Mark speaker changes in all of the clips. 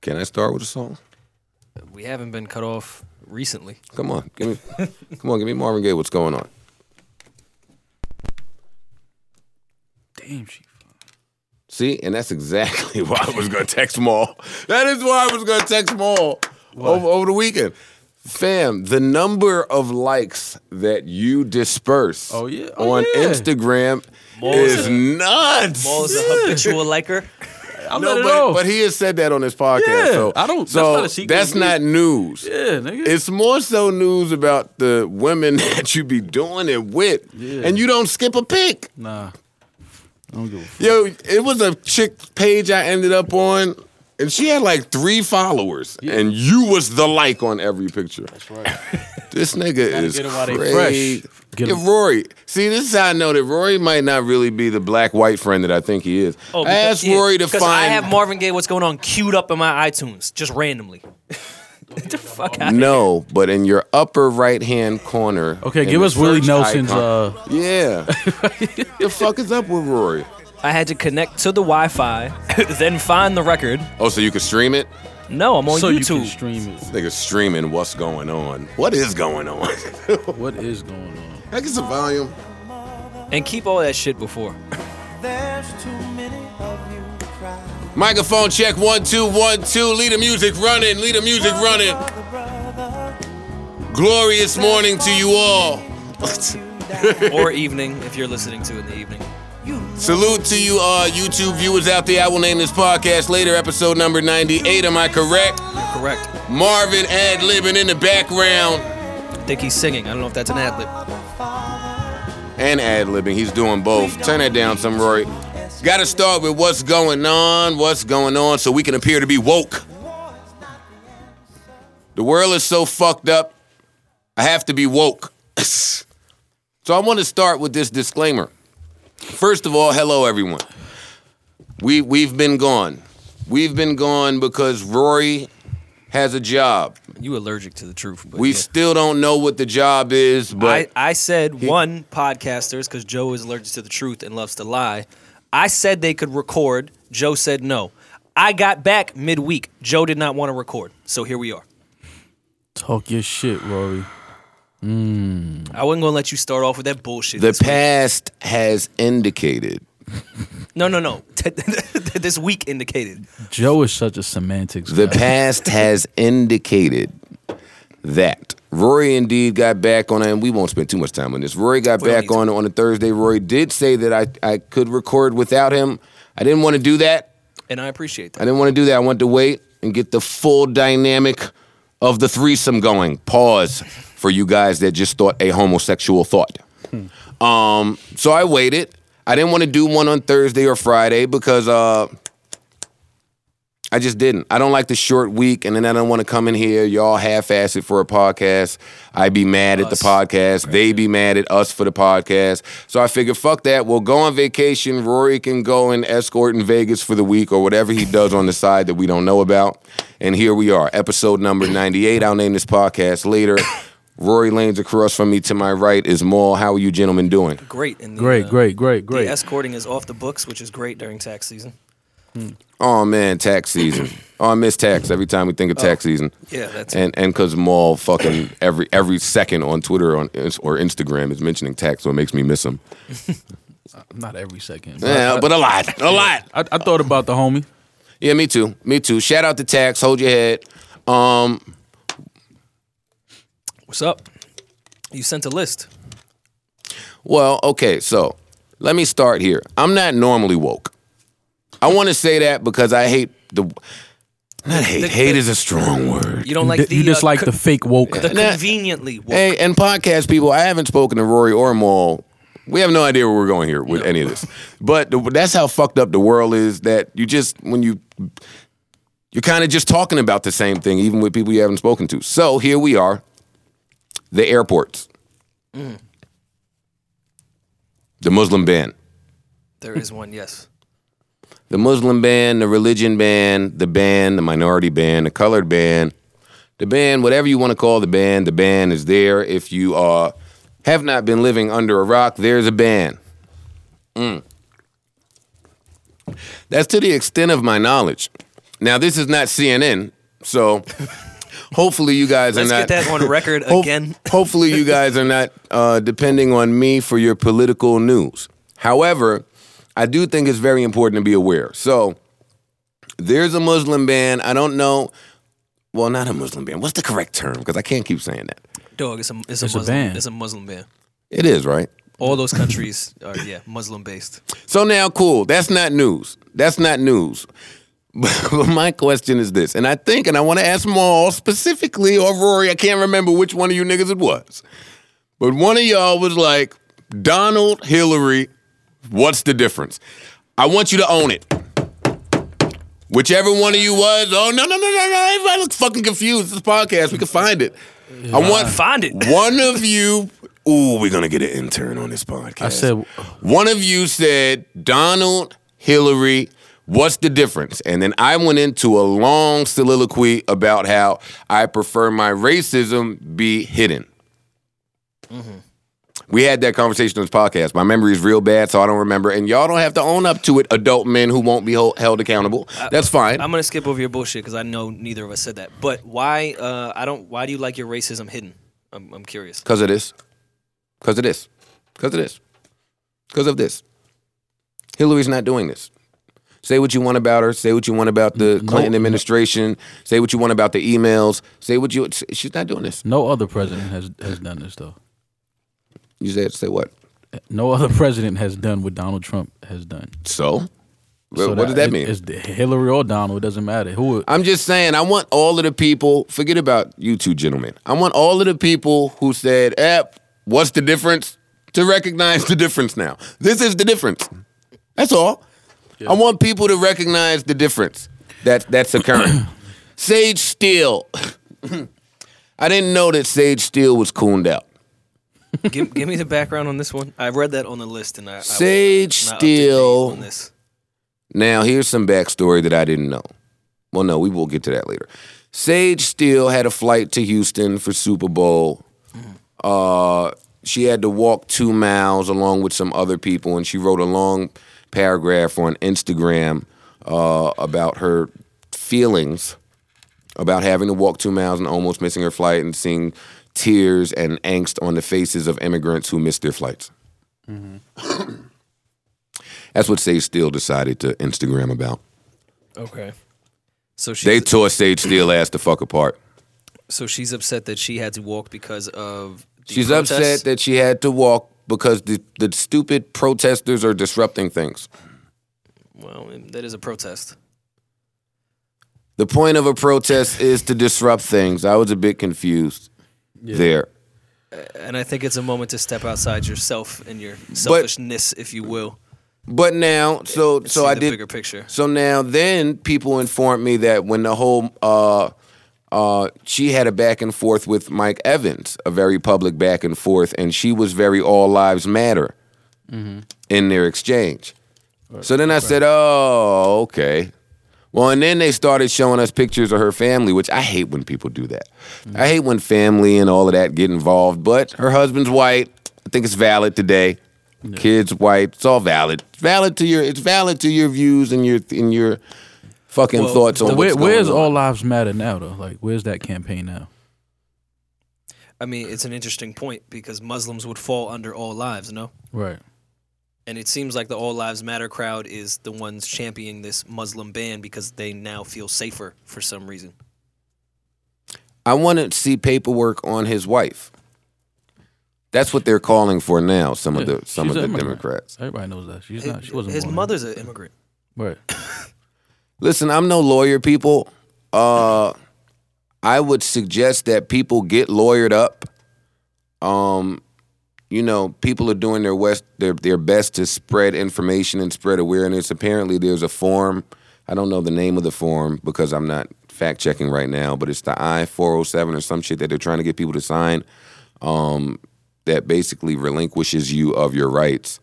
Speaker 1: Can I start with a song?
Speaker 2: We haven't been cut off recently.
Speaker 1: Come on, give me, come on, give me Marvin Gaye. What's going on?
Speaker 3: Damn, she.
Speaker 1: See, and that's exactly why I was gonna text Maul. That is why I was gonna text Maul over, over the weekend. Fam, the number of likes that you disperse
Speaker 3: Oh, yeah. Oh,
Speaker 1: on
Speaker 3: yeah.
Speaker 1: Instagram
Speaker 2: Maul's
Speaker 1: is
Speaker 2: a-
Speaker 1: nuts.
Speaker 2: Maul is a habitual liker.
Speaker 3: I'm
Speaker 1: no,
Speaker 3: not
Speaker 1: but,
Speaker 3: at all.
Speaker 1: but he has said that on his podcast.
Speaker 3: Yeah,
Speaker 1: so
Speaker 3: I don't- that's
Speaker 1: So
Speaker 3: not a secret.
Speaker 1: that's not news.
Speaker 3: yeah, nigga.
Speaker 1: It's more so news about the women that you be doing it with,
Speaker 3: Yeah.
Speaker 1: and you don't skip a pic.
Speaker 3: nah. I don't give a fuck.
Speaker 1: Yo, it was a chick page I ended up on, and she had like three followers, and you was the like on every picture. That's right. this nigga is
Speaker 2: get 'em while they
Speaker 1: crazy.
Speaker 3: fresh. Get
Speaker 1: Yeah,
Speaker 3: 'em.
Speaker 1: Rory. See, this is how I know that Rory might not really be the black white friend that I think he is. I asked
Speaker 2: yeah,
Speaker 1: Rory to
Speaker 2: Oh, because
Speaker 1: find.
Speaker 2: I have Marvin Gaye. What's going on? Queued up in my iTunes just randomly. Get the fuck out.
Speaker 1: no, but in your upper right hand corner.
Speaker 3: Okay,
Speaker 1: in
Speaker 3: give
Speaker 1: the
Speaker 3: us Willie
Speaker 1: search
Speaker 3: Nelson's,
Speaker 1: icon-
Speaker 3: uh,
Speaker 1: yeah. the fuck is up with Rory?
Speaker 2: I had to connect to the Wi-Fi, then find the record.
Speaker 1: Oh, so you can stream it?
Speaker 2: No, I'm on
Speaker 3: so you
Speaker 2: YouTube.
Speaker 3: can stream it.
Speaker 1: Nigga, streaming what's going on. What is going on?
Speaker 3: What is going on?
Speaker 1: I get some volume.
Speaker 2: and keep all that shit before.
Speaker 4: There's too many of you cry.
Speaker 1: Microphone check one two one two. Lead the music running. Lead the music running.
Speaker 4: Brother, brother,
Speaker 1: Glorious morning to you all.
Speaker 2: or evening if you're listening to it in the evening.
Speaker 1: Salute to you, uh, YouTube viewers out there. I will name this podcast later, episode number ninety-eight. Am I correct?
Speaker 2: Correct.
Speaker 1: Marvin ad libbing in the background
Speaker 2: I think he's singing. I don't know if that's an ad lib.
Speaker 1: and ad libbing. He's doing both. Turn that down, some Roy. Got to start with what's going on. What's going on? So we can appear to be woke. The world is so fucked up. I have to be woke. so I want to start with this disclaimer. First of all, hello everyone. We we've been gone. We've been gone because Rory has a job.
Speaker 2: You allergic to the truth. But
Speaker 1: We
Speaker 2: yeah.
Speaker 1: still don't know what the job is, but
Speaker 2: I, I said one podcasters because Joe is allergic to the truth and loves to lie. I said they could record. Joe said no. I got back midweek. Joe did not want to record, so here we are.
Speaker 3: Talk your shit, Rory.
Speaker 2: I wasn't gonna let you start off with that bullshit.
Speaker 1: the
Speaker 2: this week.
Speaker 1: past has indicated.
Speaker 2: no, no, no. this week indicated.
Speaker 3: Joe is such a semantics.
Speaker 1: The
Speaker 3: guy.
Speaker 1: past has indicated that Rory indeed got back on, and we won't spend too much time on this. Rory got
Speaker 2: We don't
Speaker 1: back
Speaker 2: need to.
Speaker 1: on on a Thursday. Rory did say that I, I could record without him. I didn't want to do that.
Speaker 2: and I appreciate that.
Speaker 1: I didn't want to do that. I wanted to wait and get the full dynamic of the threesome going. Pause for you guys that just thought a homosexual thought.
Speaker 2: Hmm.
Speaker 1: Um, so I waited. I didn't want to do one on Thursday or Friday because uh, I just didn't. I don't like the short week, and then I don't want to come in here. Y'all half-ass it for a podcast. I be mad at the
Speaker 2: Us.
Speaker 1: podcast. They be mad at us for the podcast. So I figured, fuck that. We'll go on vacation. Rory can go and escort in Vegas for the week or whatever he does on the side that we don't know about. And here we are, episode number 98. I'll name this podcast later. Rory Lane's across from me to my right is Maul. How are you gentlemen doing?
Speaker 2: Great. And the,
Speaker 3: great,
Speaker 2: uh,
Speaker 3: great, great,
Speaker 2: The
Speaker 3: great.
Speaker 2: escorting is off the books, which is great during tax season.
Speaker 1: Oh man, tax season. oh, I miss tax every time we think of tax season.
Speaker 2: Yeah, that's
Speaker 1: and and because Maul fucking every every second on Twitter on or Instagram is mentioning tax, so it makes me miss him.
Speaker 3: Not every second.
Speaker 1: Yeah, but a lot, a lot.
Speaker 3: I, I thought about the homie.
Speaker 1: Yeah, me too, me too. Shout out to tax. Hold your head. Um,
Speaker 2: what's up. You sent a list.
Speaker 1: well, okay, so let me start here. I'm not normally woke. I want to say that because I hate the. Not hate.
Speaker 2: The-
Speaker 1: hate is a strong word.
Speaker 2: You don't like the
Speaker 3: you dislike
Speaker 2: uh,
Speaker 3: the fake woke.
Speaker 2: the
Speaker 1: Nah.
Speaker 2: conveniently woke.
Speaker 1: Hey, and podcast people, I haven't spoken to Rory or Maul. We have no idea where we're going here with any of this. But the, that's how fucked up the world is that you just, when you, you're kind of just talking about the same thing, even with people you haven't spoken to. So here we are, the airports, the Muslim ban.
Speaker 2: There is one, yes.
Speaker 1: the Muslim ban, the religion ban, the ban, the minority ban, the colored ban, the ban, whatever you want to call the ban, the ban is there. If you uh, have not been living under a rock, there's a ban. Mm. That's to the extent of my knowledge. Now this is not CNN, so hopefully you guys
Speaker 2: Let's
Speaker 1: are not.
Speaker 2: get that on record
Speaker 1: Ho-
Speaker 2: again.
Speaker 1: hopefully, you guys are not uh, depending on me for your political news. However, I do think it's very important to be aware. So, there's a Muslim ban. I don't know. Well, not a Muslim ban. What's the correct term? Because I can't keep saying that.
Speaker 2: Dog, it's a it's a
Speaker 3: It's a
Speaker 2: Muslim
Speaker 3: ban.
Speaker 2: it's a Muslim ban.
Speaker 1: It is right.
Speaker 2: All those countries are yeah Muslim based.
Speaker 1: So now, cool. That's not news. That's not news. But my question is this, and I think, and I want to ask Maul specifically, or Rory, I can't remember which one of you niggas it was. But one of y'all was like, Donald Hillary, what's the difference? I want you to own it. Whichever one of you was, oh, no, no, no, no, no, everybody looks fucking confused. This podcast, we can find it. I want
Speaker 2: Find it.
Speaker 1: one of you. Ooh, we're gonna get an intern on this podcast.
Speaker 3: I said-
Speaker 1: one of you said Donald Hillary. What's the difference? And then I went into a long soliloquy about how I prefer my racism be hidden.
Speaker 3: Mm-hmm.
Speaker 1: We had that conversation on this podcast. My memory is real bad, so I don't remember. And y'all don't have to own up to it, adult men who won't be held, held accountable. That's fine.
Speaker 2: I'm gonna skip over your bullshit because I know neither of us said that. But why? Uh, I don't. Why do you like your racism hidden? I'm, I'm curious.
Speaker 1: Because of this. Because of this. Because of this. Because of this. Hillary's not doing this. Say what you want about her. Say what you want about the Clinton administration. Say what you want about the emails. Say what you. She's not doing this.
Speaker 3: No other president has has done this though.
Speaker 1: You said say what?
Speaker 3: No other president has done what Donald Trump has done.
Speaker 1: So.
Speaker 3: So
Speaker 1: what does that
Speaker 3: it-
Speaker 1: mean?
Speaker 3: It's the- Hillary or Donald. It doesn't matter. Who?
Speaker 1: I'm just saying, I want all of the people, forget about you two gentlemen. I want all of the people who said, eh, what's the difference? To recognize the difference now. This is the difference. That's all. I want people to recognize the difference that that's occurring. Sage Steele. I didn't know that Sage Steele was cooned out.
Speaker 2: give, give me the background on this one. I read that on the list and I. I was
Speaker 1: Sage
Speaker 2: not up to date
Speaker 1: Steele.
Speaker 2: On this.
Speaker 1: Now, here's some backstory that I didn't know. Well, no, we will get to that later. Sage Steele had a flight to Houston for Super Bowl. Uh, she had to walk two miles along with some other people, and she wrote a long paragraph on Instagram uh, about her feelings about having to walk two miles and almost missing her flight and seeing tears and angst on the faces of immigrants who missed their flights. That's what Sage Steele decided to Instagram about.
Speaker 2: Okay. So she's
Speaker 1: They tore Sage Steele ass the fuck apart.
Speaker 2: so she's upset that she had to walk because of. The
Speaker 1: She's
Speaker 2: protests?
Speaker 1: upset that she had to walk because the, the stupid protesters are disrupting things.
Speaker 2: Well, that is a protest.
Speaker 1: The point of a protest is to disrupt things. I was a bit confused there.
Speaker 2: And I think it's a moment to step outside yourself and your selfishness, if you will.
Speaker 1: But now, so so
Speaker 2: see
Speaker 1: I
Speaker 2: the
Speaker 1: did
Speaker 2: bigger picture.
Speaker 1: So now, then people informed me that when the whole uh, uh, she had a back and forth with Mike Evans, a very public back and forth, and she was very all lives matter in their exchange. So then I said, oh, okay. Well, and then they started showing us pictures of her family, which I hate when people do that. I hate when family and all of that get involved, but her husband's white. I think it's valid today. Kids white. It's all valid. It's valid to your it's valid to your views and your and your fucking
Speaker 2: Well,
Speaker 1: thoughts on
Speaker 3: Where,
Speaker 1: what's going
Speaker 3: where's
Speaker 1: on.
Speaker 3: All Lives Matter now though? Like, where's that campaign now?
Speaker 2: I mean, it's an interesting point because Muslims would fall under all lives, no?
Speaker 3: Right.
Speaker 2: And it seems like the All Lives Matter crowd is the ones championing this Muslim ban because they now feel safer for some reason.
Speaker 1: I want to see paperwork on his wife. That's what they're calling for now. Some of
Speaker 3: Yeah,
Speaker 1: the some of
Speaker 3: she's
Speaker 1: the
Speaker 3: an immigrant.
Speaker 1: Democrats.
Speaker 3: Everybody knows that. She's not. She wasn't.
Speaker 2: His
Speaker 3: born here.
Speaker 2: mother's an immigrant.
Speaker 3: Right.
Speaker 1: Listen, I'm no lawyer, people. Uh, I would suggest that people get lawyered up. Um, you know, people are doing their west their their best to spread information and spread awareness. Apparently, there's a form. I don't know the name of the form because I'm not fact checking right now, but it's the I 407 or some shit that they're trying to get people to sign. Um, that basically relinquishes you of your rights.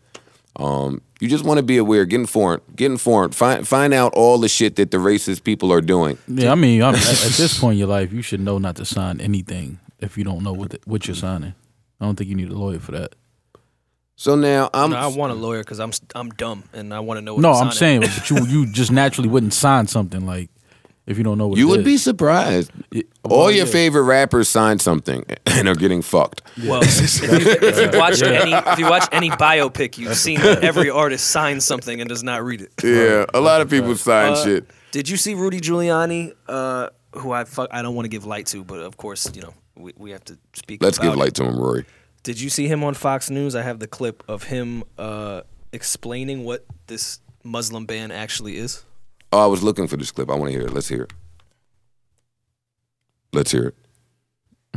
Speaker 1: Um, you just want to be aware. Get informed. Get informed. Find find out all the shit that the racist people are doing.
Speaker 3: Yeah. I mean, I'm, at, at this point in your life, you should know not to sign anything if you don't know what the, what you're signing. I don't think you need a lawyer for that.
Speaker 1: So now I'm.
Speaker 2: No, I want a lawyer because I'm I'm dumb and I want to know. What
Speaker 3: No,
Speaker 2: I'm
Speaker 3: I'm saying, but you you just naturally wouldn't sign something like if you don't know what
Speaker 1: You
Speaker 3: it
Speaker 1: would be
Speaker 3: is.
Speaker 1: surprised.
Speaker 3: well,
Speaker 1: All your
Speaker 3: yeah.
Speaker 1: favorite rappers signed something and are getting fucked.
Speaker 2: Well, if you, if you watch any if you watch any biopic, you've seen that every artist signs something and does not read it.
Speaker 1: Yeah, a lot of people sign
Speaker 2: Uh,
Speaker 1: shit.
Speaker 2: Did you see Rudy Giuliani, uh, who I fuck, I don't want to give light to, but of course, you know, we, we have to speak.
Speaker 1: Let's give
Speaker 2: about
Speaker 1: light to him, Rory.
Speaker 2: it. Did you see him on Fox News? I have the clip of him uh, explaining what this Muslim ban actually is.
Speaker 1: Oh, I was looking for this clip. I want to hear it. Let's hear it. Let's hear it.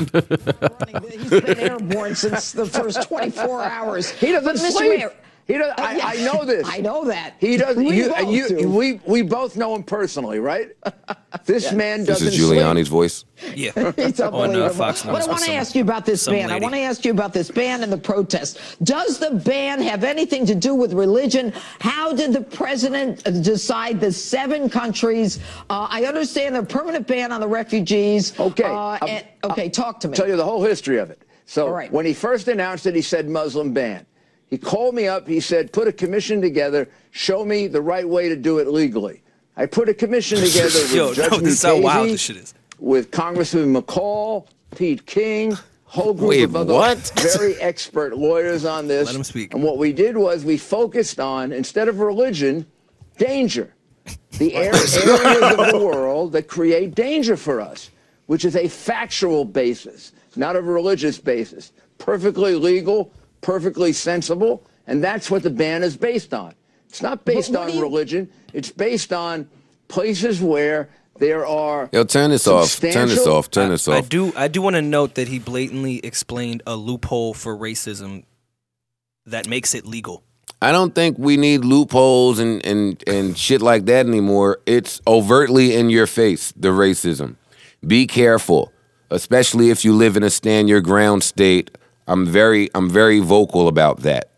Speaker 5: He's been airborne since the first 24 hours.
Speaker 6: He doesn't
Speaker 5: But Mr.
Speaker 6: sleep.
Speaker 5: Mayor-
Speaker 6: he does, I,
Speaker 5: yeah.
Speaker 6: I know this.
Speaker 5: I know that.
Speaker 6: He doesn't.
Speaker 5: We
Speaker 6: you,
Speaker 5: both
Speaker 6: you,
Speaker 5: do.
Speaker 6: We, we both know him personally, right? This man
Speaker 1: This
Speaker 6: doesn't
Speaker 1: is Giuliani's voice.
Speaker 2: Yeah.
Speaker 5: It's
Speaker 2: on uh,
Speaker 5: unbelievable.
Speaker 2: Fox News.
Speaker 5: But I
Speaker 2: with
Speaker 5: want to
Speaker 2: some-
Speaker 5: ask you about this
Speaker 2: some
Speaker 5: ban. I
Speaker 2: lady.
Speaker 5: want to ask you about this ban and the protest. Does the ban have anything to do with religion? How did the president uh, decide the seven countries? Uh, I understand the permanent ban on the refugees.
Speaker 6: sleep. Okay.
Speaker 5: Uh,
Speaker 6: I'm-
Speaker 5: and- okay,
Speaker 6: I'll
Speaker 5: talk to me.
Speaker 6: Tell you the whole history of it. So
Speaker 5: All right.
Speaker 6: when he first announced it, he said Muslim ban. He called me up. He said, put a commission together. Show me the right way to do it legally. I put a commission together with
Speaker 2: Yo,
Speaker 6: Judge
Speaker 2: no, this is how wild
Speaker 6: Mukasey,
Speaker 2: this shit is.
Speaker 6: with Congressman McCall, Pete King, whole group
Speaker 1: Wait,
Speaker 6: of other
Speaker 1: what?
Speaker 6: very expert lawyers on this.
Speaker 2: Let 'em speak.
Speaker 6: And what we did was we focused on instead of religion, danger. The air, areas of the world that create danger for us, which is a factual basis, not a religious basis. Perfectly legal, perfectly sensible, and that's what the ban is based on. It's not based
Speaker 5: what
Speaker 6: on
Speaker 5: do you-
Speaker 6: religion. It's based on places where there are
Speaker 1: Yo, turn this off. Turn this
Speaker 6: Substantial-
Speaker 1: off. Turn this
Speaker 2: I
Speaker 1: off.
Speaker 2: do I do want to note that he blatantly explained a loophole for racism that makes it legal.
Speaker 1: I don't think we need loopholes and, and, and shit like that anymore. It's overtly in your face, the racism. Be careful, especially if you live in a stand your ground state. I'm very I'm very vocal about that.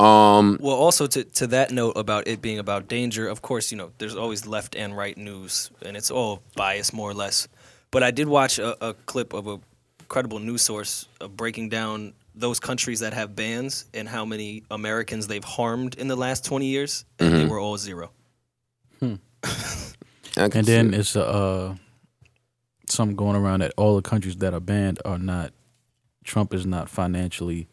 Speaker 1: Um,
Speaker 2: Well, also to, to that note about it being about danger, of course, you know, there's always left and right news, and it's all biased more or less. But I did watch a, a clip of a credible news source of breaking down those countries that have bans and how many Americans they've harmed in the last 20 years, and
Speaker 1: Mm-hmm.
Speaker 2: they were all zero.
Speaker 1: I can
Speaker 3: And then
Speaker 1: see-
Speaker 3: it's uh something going around that all the countries that are banned are not Trump is not financially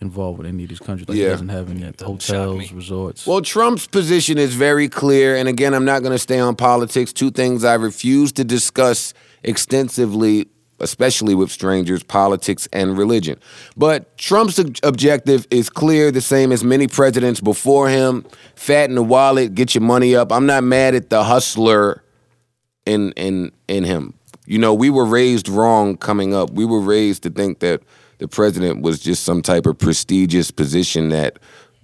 Speaker 3: involved with any of these countries. Like he
Speaker 1: Yeah.
Speaker 3: doesn't have any
Speaker 2: doesn't shock
Speaker 3: hotels,
Speaker 2: me.
Speaker 3: resorts.
Speaker 1: Well, Trump's position is very clear. And again, I'm not going to stay on politics. Two things I refuse to discuss extensively, especially with strangers politics and religion. But Trump's ob- objective is clear, the same as many presidents before him fatten the wallet, get your money up. I'm not mad at the hustler in, in, in him. You know, we were raised wrong coming up. We were raised to think that the president was just some type of prestigious position that,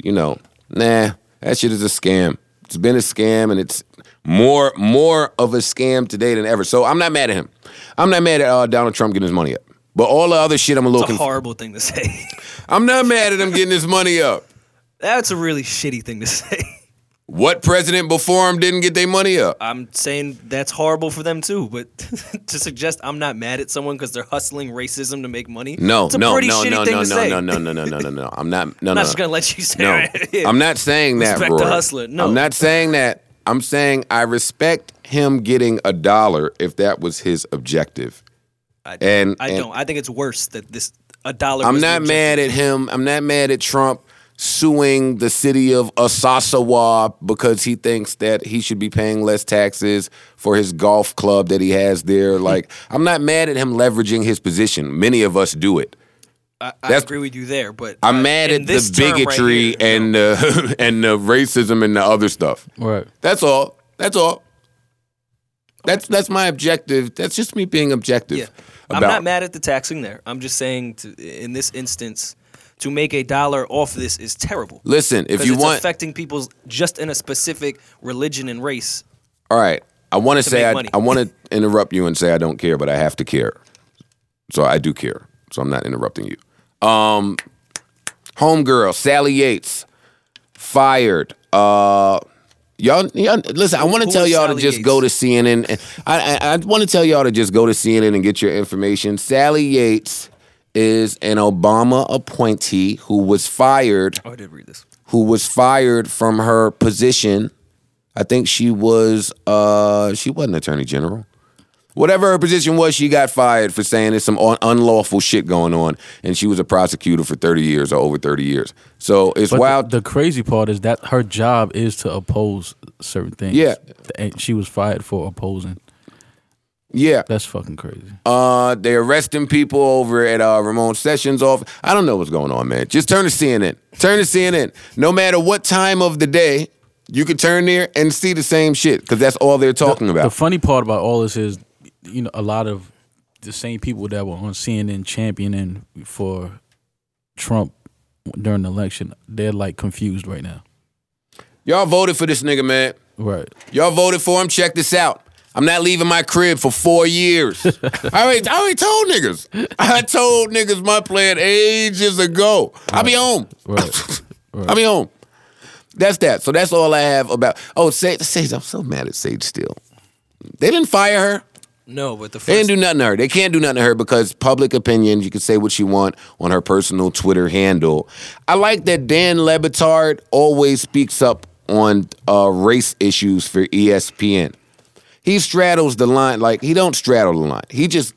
Speaker 1: you know, nah, that shit is a scam. It's been a scam and it's more more of a scam today than ever. So I'm not mad at him. I'm not mad at uh, Donald Trump getting his money up. But all the other shit I'm a little
Speaker 2: It's a
Speaker 1: conf-
Speaker 2: horrible thing to say.
Speaker 1: I'm not mad at him getting his money up.
Speaker 2: That's a really shitty thing to say.
Speaker 1: What president before him didn't get their money up?
Speaker 2: I'm saying that's horrible for them too, but to suggest I'm not mad at someone because they're hustling racism to make money.
Speaker 1: No,
Speaker 2: it's a
Speaker 1: no,
Speaker 2: pretty
Speaker 1: no,
Speaker 2: shitty
Speaker 1: no,
Speaker 2: thing
Speaker 1: no,
Speaker 2: to
Speaker 1: no,
Speaker 2: say.
Speaker 1: no, no, no, no, no, no, no. I'm not. No, no.
Speaker 2: I'm not just gonna let you say
Speaker 1: No,
Speaker 2: it.
Speaker 1: I'm not saying that.
Speaker 2: Respect the
Speaker 1: Rory.
Speaker 2: hustler. No.
Speaker 1: I'm not saying that. I'm saying I respect him getting a dollar if that was his objective.
Speaker 2: I,
Speaker 1: And-
Speaker 2: I
Speaker 1: and-
Speaker 2: don't. I think it's worse that this a dollar.
Speaker 1: I'm
Speaker 2: was the
Speaker 1: not
Speaker 2: objective.
Speaker 1: mad at him. I'm not mad at Trump suing the city of Ossawa because he thinks that he should be paying less taxes for his golf club that he has there. Like, I'm not mad at him leveraging his position. Many of us do it.
Speaker 2: I
Speaker 1: That's-
Speaker 2: agree with you there, but uh,
Speaker 1: I'm mad
Speaker 2: in
Speaker 1: at
Speaker 2: this
Speaker 1: the
Speaker 2: term right
Speaker 1: bigotry
Speaker 2: here, no.
Speaker 1: and the and the racism and the other stuff.
Speaker 3: right.
Speaker 1: That's all. That's all. That's that's my objective. That's just me being objective.
Speaker 2: Yeah.
Speaker 1: About,
Speaker 2: I'm not mad at the taxing there. I'm just saying to, in this instance, to make a dollar off this is terrible.
Speaker 1: Listen, if
Speaker 2: 'Cause
Speaker 1: you
Speaker 2: it's
Speaker 1: want,
Speaker 2: affecting people's just in a specific religion and race.
Speaker 1: all right. I want to say
Speaker 2: make
Speaker 1: I,
Speaker 2: money.
Speaker 1: I want to interrupt you and say I don't care, but I have to care. So I do care. So I'm not interrupting you. Um, homegirl Sally Yates fired. Uh, y'all, y'all listen. I want to
Speaker 2: who
Speaker 1: tell
Speaker 2: is
Speaker 1: y'all to
Speaker 2: Sally
Speaker 1: just
Speaker 2: Yates?
Speaker 1: go to CNN. And I I, I want to tell y'all to just go to CNN and get your information. Sally Yates is an Obama appointee who was fired
Speaker 2: Oh, I did read this.
Speaker 1: who was fired from her position. I I think she was uh she wasn't attorney general. Whatever her position was, she got fired for saying there's some un- unlawful shit going on, and she was a prosecutor for 30 years or over 30 years. So it's
Speaker 3: But the-
Speaker 1: wild.
Speaker 3: The, crazy part is that her job is to oppose certain things.
Speaker 1: Yeah.
Speaker 3: and she was fired for opposing.
Speaker 1: yeah,
Speaker 3: That's fucking crazy.
Speaker 1: Uh, they're arresting people over at uh, Ramon Sessions' office. I don't know what's going on, man. Just turn to CNN. Turn to CNN. No matter what time of the day, you can turn there and see the same shit because that's all they're talking about.
Speaker 3: The funny part about all this is, you know, a lot of the same people that were on CNN championing for Trump during the election, they're like confused right now.
Speaker 1: Y'all voted for this nigga, man.
Speaker 3: Right.
Speaker 1: Y'all voted for him. Check this out. I'm not leaving my crib for four years. I already, I already told niggas. I told niggas my plan ages ago. I'll be home.
Speaker 3: Right.
Speaker 1: I mean, home. That's that. So that's all I have about. Oh, Sage, Sage I'm so mad at Sage still. They didn't fire her.
Speaker 2: No, but the
Speaker 1: They didn't
Speaker 2: first
Speaker 1: do nothing to her. They can't do nothing to her because public opinion, you can say what you want on her personal Twitter handle. I like that Dan Lebitard always speaks up on uh, race issues for E ESPN. He straddles the line, like he don't straddle the line. He just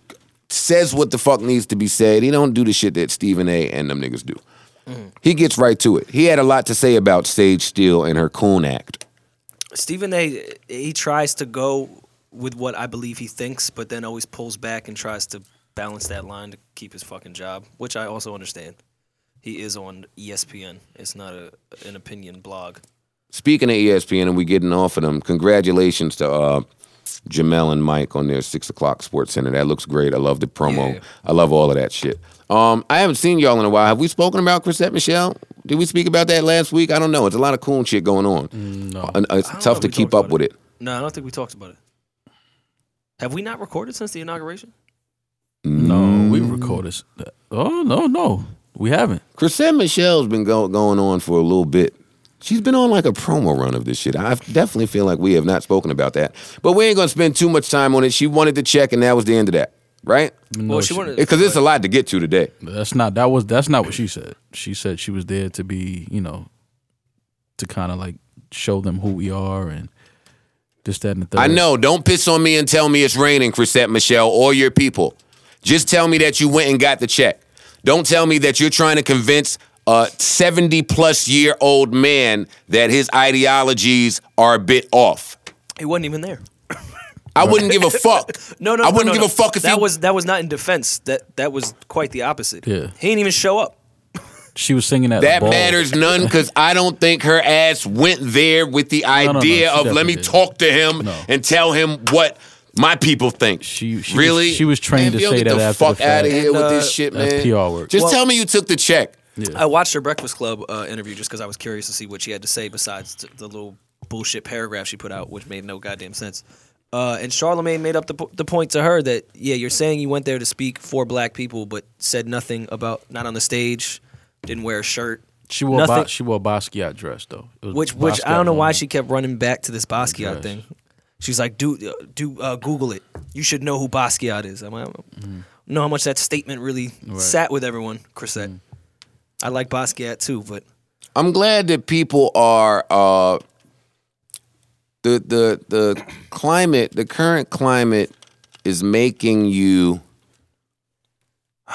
Speaker 1: says what the fuck needs to be said. He don't do the shit that Stephen A and them niggas do.
Speaker 2: Mm.
Speaker 1: He gets right to it. He had a lot to say about Sage Steele and her coon act.
Speaker 2: Stephen A. He tries to go with what I believe he thinks, but then always pulls back and tries to balance that line to keep his fucking job, which I also understand. He is on E ESPN. It's not a an opinion blog.
Speaker 1: Speaking of E ESPN, and we getting off of them. Congratulations to uh, Jamel and Mike on their six o'clock Sports Center. That looks great. I love the promo.
Speaker 2: Yeah.
Speaker 1: I love all of that shit. Um, I haven't seen y'all in a while. Have we spoken about Chrisette Michelle? Did we speak about that last week? I don't know. It's a lot of cool shit going on. No, it's
Speaker 2: I don't know
Speaker 1: tough
Speaker 2: if
Speaker 1: to
Speaker 2: we
Speaker 1: keep up
Speaker 2: talked about
Speaker 1: with it.
Speaker 2: No, I don't think we talked about it. Have we not recorded since the inauguration?
Speaker 3: No,
Speaker 1: Mm.
Speaker 3: we recorded. s- Oh no, no, we haven't.
Speaker 1: Chrisette Michelle's been go- going on for a little bit. She's been on like a promo run of this shit. I definitely feel like we have not spoken about that, but we ain't gonna spend too much time on it. She wanted to check, and that was the end of that, right?
Speaker 3: No,
Speaker 2: well, she
Speaker 3: she-
Speaker 2: wanted
Speaker 1: Because it's a lot to get to today.
Speaker 3: That's not. That was. That's not what she said. She said she was there to be. You know, to kind of like show them who we are and this, that, and the third.
Speaker 1: I know. Don't piss on me and tell me it's raining, Chrisette Michelle, or your people. Just tell me that you went and got the check. Don't tell me that you're trying to convince a 70 plus year old man that his ideologies are a bit off.
Speaker 2: He wasn't even there.
Speaker 1: I wouldn't give a fuck.
Speaker 2: No, no,
Speaker 1: I
Speaker 2: no,
Speaker 1: wouldn't
Speaker 2: no,
Speaker 1: give
Speaker 2: no.
Speaker 1: a fuck if
Speaker 2: that
Speaker 1: he
Speaker 2: was that was not in defense. That that was quite the opposite.
Speaker 3: Yeah.
Speaker 2: he didn't even show up.
Speaker 3: She was singing at the
Speaker 1: That
Speaker 3: ball.
Speaker 1: matters none because I don't think her ass went there with the
Speaker 3: no, no,
Speaker 1: idea
Speaker 3: she
Speaker 1: of let me
Speaker 3: definitely didn't.
Speaker 1: talk to him
Speaker 3: No.
Speaker 1: and tell him what my people think.
Speaker 3: She- she was-
Speaker 1: really?
Speaker 3: she was
Speaker 1: Man,
Speaker 3: trained to
Speaker 1: if you don't
Speaker 3: say
Speaker 1: get
Speaker 3: that
Speaker 1: the
Speaker 3: after the
Speaker 1: fuck out
Speaker 3: fact.
Speaker 1: of here
Speaker 2: And,
Speaker 1: with
Speaker 2: uh,
Speaker 1: this shit, man.
Speaker 3: that's PR work.
Speaker 1: Just
Speaker 2: Well-
Speaker 1: tell me you took the check.
Speaker 2: I watched her Breakfast Club uh, interview just because I was curious to see what she had to say besides t- the little bullshit paragraph she put out, which made no goddamn sense. Uh, and Charlemagne made up the, po- the point to her that, yeah, you're saying you went there to speak for black people, but said nothing about, not on the stage, didn't wear a shirt.
Speaker 3: She wore
Speaker 2: Nothing-
Speaker 3: ba- she wore Basquiat dress though. It was
Speaker 2: Which, which I don't
Speaker 3: Basquiat
Speaker 2: know why
Speaker 3: one.
Speaker 2: she kept running back to this Basquiat
Speaker 3: Dress.
Speaker 2: thing. She's like, do, do uh, Google it. You should know who Basquiat is. I'm like, I don't know how much that statement really sat with everyone, Chrisette. I like Basquiat too, but
Speaker 1: I'm glad that people are uh, the the the climate, the current climate is making you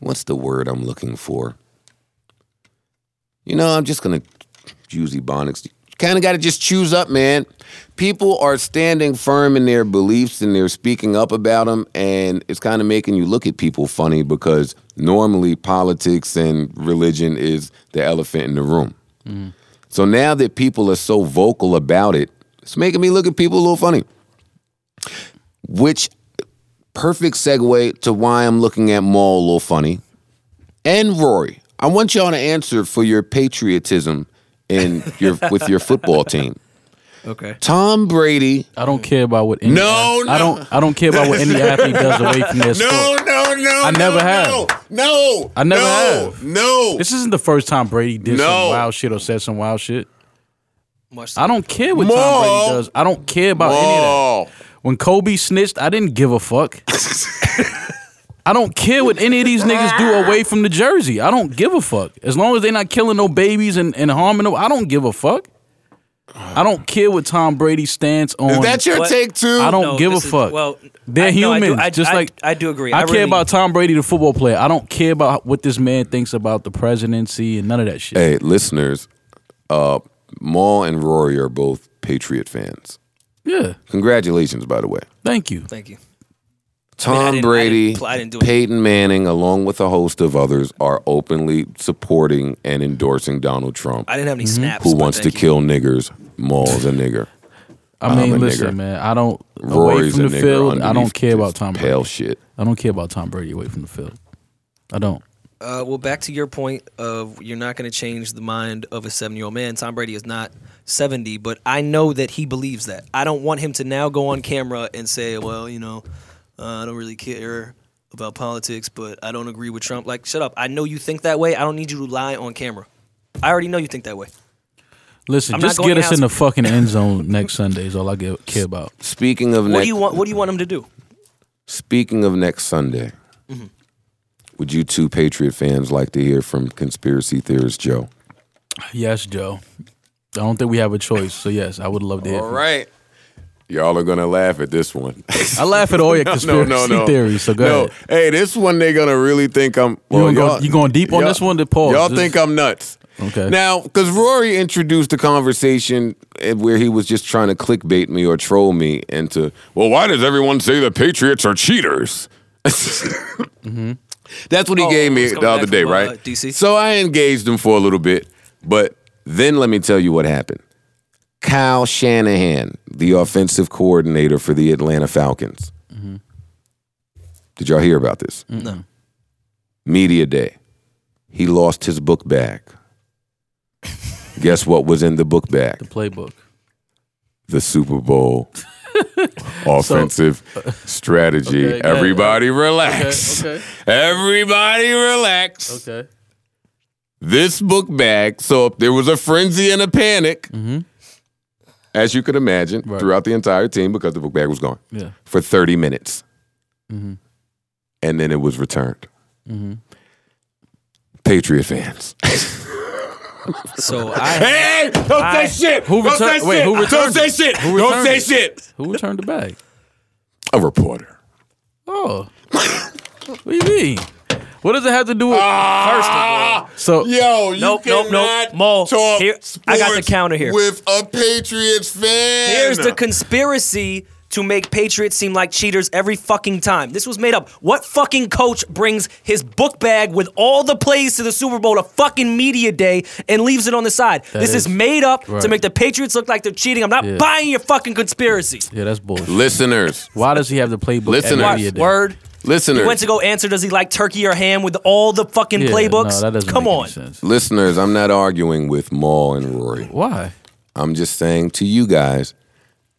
Speaker 1: what's the word I'm looking for? You know, I'm just gonna use ebonics. Kind of got to just choose up, man. People are standing firm in their beliefs and they're speaking up about them, and it's kind of making you look at people funny because normally politics and religion is the elephant in the room. So now that people are so vocal about it, it's making me look at people a little funny. Which perfect segue to why I'm looking at Maul a little funny. And Rory, I want y'all to answer for your patriotism in your with your football team.
Speaker 2: okay.
Speaker 1: Tom Brady.
Speaker 3: I don't care about what any
Speaker 1: No,
Speaker 3: ath-
Speaker 1: no.
Speaker 3: I don't I don't care about what any athlete does away from their sport.
Speaker 1: no, no.
Speaker 3: I never have.
Speaker 1: No.
Speaker 3: I never have.
Speaker 1: No.
Speaker 3: This isn't the first time Brady did
Speaker 1: No.
Speaker 3: some wild shit or said some wild shit.
Speaker 2: Much
Speaker 1: Ah.
Speaker 3: I don't care what
Speaker 1: Maul.
Speaker 3: Tom Brady does. I don't care about any of
Speaker 1: Maul.
Speaker 3: that. When Kobe snitched, I didn't give a fuck. I don't care what any of these niggas do away from the jersey. I don't give a fuck. As long as they're not killing no babies and, and harming no, I don't give a fuck. I don't care what Tom Brady stands on.
Speaker 1: Is that your
Speaker 2: What?
Speaker 1: take too?
Speaker 3: I don't
Speaker 2: No,
Speaker 3: give a
Speaker 2: this is-
Speaker 3: fuck.
Speaker 2: well,
Speaker 3: they're
Speaker 2: I- no, I do-
Speaker 3: humans.
Speaker 2: I-
Speaker 3: just
Speaker 2: I-
Speaker 3: like
Speaker 2: I do agree.
Speaker 3: I,
Speaker 2: I
Speaker 3: care
Speaker 2: really-
Speaker 3: about Tom Brady, the football player. I don't care about what this man thinks about the presidency and none of that shit.
Speaker 1: Hey, listeners, uh, Maul and Rory are both Patriot fans.
Speaker 3: Yeah,
Speaker 1: Congratulations, by the way.
Speaker 3: thank you.
Speaker 2: Thank you.
Speaker 1: Tom
Speaker 2: I didn't- I didn't
Speaker 1: Brady,
Speaker 2: pl- I didn't do it.
Speaker 1: Peyton Manning, along with a host of others, are openly supporting and endorsing Donald Trump,
Speaker 2: I didn't have any snaps.
Speaker 1: Mm-hmm. who
Speaker 2: but
Speaker 1: wants to
Speaker 2: thank you.
Speaker 1: kill niggers. Maul's a nigger.
Speaker 3: I
Speaker 1: I'm
Speaker 3: mean,
Speaker 1: a
Speaker 3: listen,
Speaker 1: nigger.
Speaker 3: man. I don't away
Speaker 1: Rory's
Speaker 3: from
Speaker 1: a
Speaker 3: the
Speaker 1: nigger.
Speaker 3: field. I don't
Speaker 1: underneath
Speaker 3: care
Speaker 1: this
Speaker 3: about Tom Brady.
Speaker 1: Pale shit.
Speaker 3: I don't care about Tom Brady away from the field. I don't.
Speaker 2: Uh, well, back to your point of you're not going to change the mind of a seven year old man. Tom Brady is not 70, but I know that he believes that. I don't want him to now go on camera and say, well, you know, uh, I don't really care about politics, but I don't agree with Trump. Like, shut up. I know you think that way. I don't need you to lie on camera. I already know you think that way.
Speaker 3: Listen,
Speaker 2: I'm not
Speaker 3: just
Speaker 2: going
Speaker 3: get us
Speaker 2: out-
Speaker 3: in the fucking end zone next Sunday is all I give, care about.
Speaker 1: Speaking of
Speaker 2: What
Speaker 1: next,
Speaker 2: do you want? What do you want him to do?
Speaker 1: speaking of next Sunday,
Speaker 2: Mm-hmm.
Speaker 1: would you two Patriot fans like to hear from conspiracy theorist Joe?
Speaker 3: Yes, Joe. I don't think we have a choice. So yes, I would love to. Hear
Speaker 1: All
Speaker 3: from you.
Speaker 1: right. Y'all are gonna laugh at this one.
Speaker 3: I laugh at all your conspiracy theories. So go
Speaker 1: No.
Speaker 3: ahead.
Speaker 1: Hey, this one they're gonna really think I'm. Well,
Speaker 3: gonna go-
Speaker 1: y'all-
Speaker 3: you going deep on
Speaker 1: y'all-
Speaker 3: this one? The pause.
Speaker 1: Y'all
Speaker 3: This-
Speaker 1: think I'm nuts.
Speaker 3: Okay.
Speaker 1: Now, because Rory introduced the conversation eh, where he was just trying to clickbait me or troll me into, well, why does everyone say the Patriots are cheaters? That's what he
Speaker 2: Oh,
Speaker 1: gave me
Speaker 2: it's coming
Speaker 1: the other
Speaker 2: back
Speaker 1: day,
Speaker 2: from, uh,
Speaker 1: right?
Speaker 2: DC.
Speaker 1: So I engaged him for a little bit, but then let me tell you what happened. Kyle Shanahan, the offensive coordinator for the Atlanta Falcons.
Speaker 3: Mm-hmm.
Speaker 1: Did y'all hear about this?
Speaker 2: No.
Speaker 1: Media day. He lost his book bag. Guess what was in the book bag?
Speaker 3: The playbook.
Speaker 1: the Super Bowl offensive strategy.
Speaker 3: uh, Okay, yeah,
Speaker 1: Everybody relax.
Speaker 3: okay.
Speaker 1: Everybody relax.
Speaker 3: Okay.
Speaker 1: This book bag. So if there was a frenzy and a panic, as you could imagine,
Speaker 3: Right.
Speaker 1: throughout the entire team because the book bag was gone
Speaker 3: Yeah.
Speaker 1: for 30 minutes. Mm-hmm. And then it was returned. Mm-hmm. Patriot fans.
Speaker 2: So I.
Speaker 1: Hey, don't
Speaker 2: I-
Speaker 1: say shit.
Speaker 3: Who
Speaker 1: don't
Speaker 3: return-
Speaker 1: say
Speaker 3: wait,
Speaker 1: shit.
Speaker 3: who
Speaker 1: don't
Speaker 3: returned
Speaker 1: say
Speaker 3: it?
Speaker 1: shit.
Speaker 3: Who
Speaker 1: don't
Speaker 3: returned
Speaker 1: say
Speaker 3: it?
Speaker 1: shit.
Speaker 3: Who returned the bag?
Speaker 1: A reporter.
Speaker 3: Oh. what do you mean? What does it have to do with? first of all, so
Speaker 1: Yo, you
Speaker 2: Nope, nope,
Speaker 1: cannot
Speaker 2: nope. Mo,
Speaker 1: talk
Speaker 2: here- I got the
Speaker 1: sports
Speaker 2: counter here.
Speaker 1: With a Patriots fan.
Speaker 2: Here's the conspiracy to make Patriots seem like cheaters every fucking time. This was made up. What fucking coach brings his book bag with all the plays to the Super Bowl to fucking media day and leaves it on the side? this is,
Speaker 3: is-
Speaker 2: made up to
Speaker 3: right.
Speaker 2: make the Patriots look like they're cheating. I'm not
Speaker 3: Yeah.
Speaker 2: buying your fucking conspiracy.
Speaker 3: yeah, that's bullshit.
Speaker 1: Listeners,
Speaker 3: Why does he have the playbook?
Speaker 1: Listeners.
Speaker 3: at
Speaker 2: What?
Speaker 3: media day?
Speaker 2: Word. He
Speaker 1: listeners,
Speaker 2: went to go answer. Does he like turkey or ham with all the fucking
Speaker 3: Yeah,
Speaker 2: playbooks?
Speaker 3: No, that doesn't
Speaker 2: Come
Speaker 3: make
Speaker 2: on.
Speaker 3: Any sense.
Speaker 1: listeners, I'm not arguing with Maul and Rory.
Speaker 3: Why?
Speaker 1: I'm just saying to you guys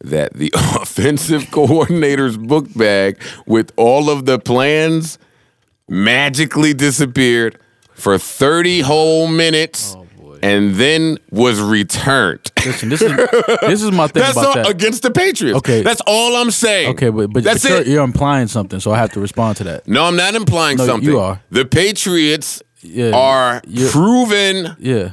Speaker 1: that the offensive coordinator's book bag with all of the plans magically disappeared for 30 whole minutes
Speaker 3: Oh,
Speaker 1: and then was returned.
Speaker 3: Listen, this is this is my thing
Speaker 1: That's all
Speaker 3: about that.
Speaker 1: against the Patriots.
Speaker 3: Okay.
Speaker 1: That's all I'm saying.
Speaker 3: Okay, but but,
Speaker 1: that's
Speaker 3: but you're,
Speaker 1: it.
Speaker 3: you're implying something, so I have to respond to that.
Speaker 1: No, I'm not implying
Speaker 3: No, you
Speaker 1: something.
Speaker 3: are.
Speaker 1: The Patriots
Speaker 3: Yeah,
Speaker 1: are
Speaker 3: you're-
Speaker 1: proven
Speaker 3: Yeah.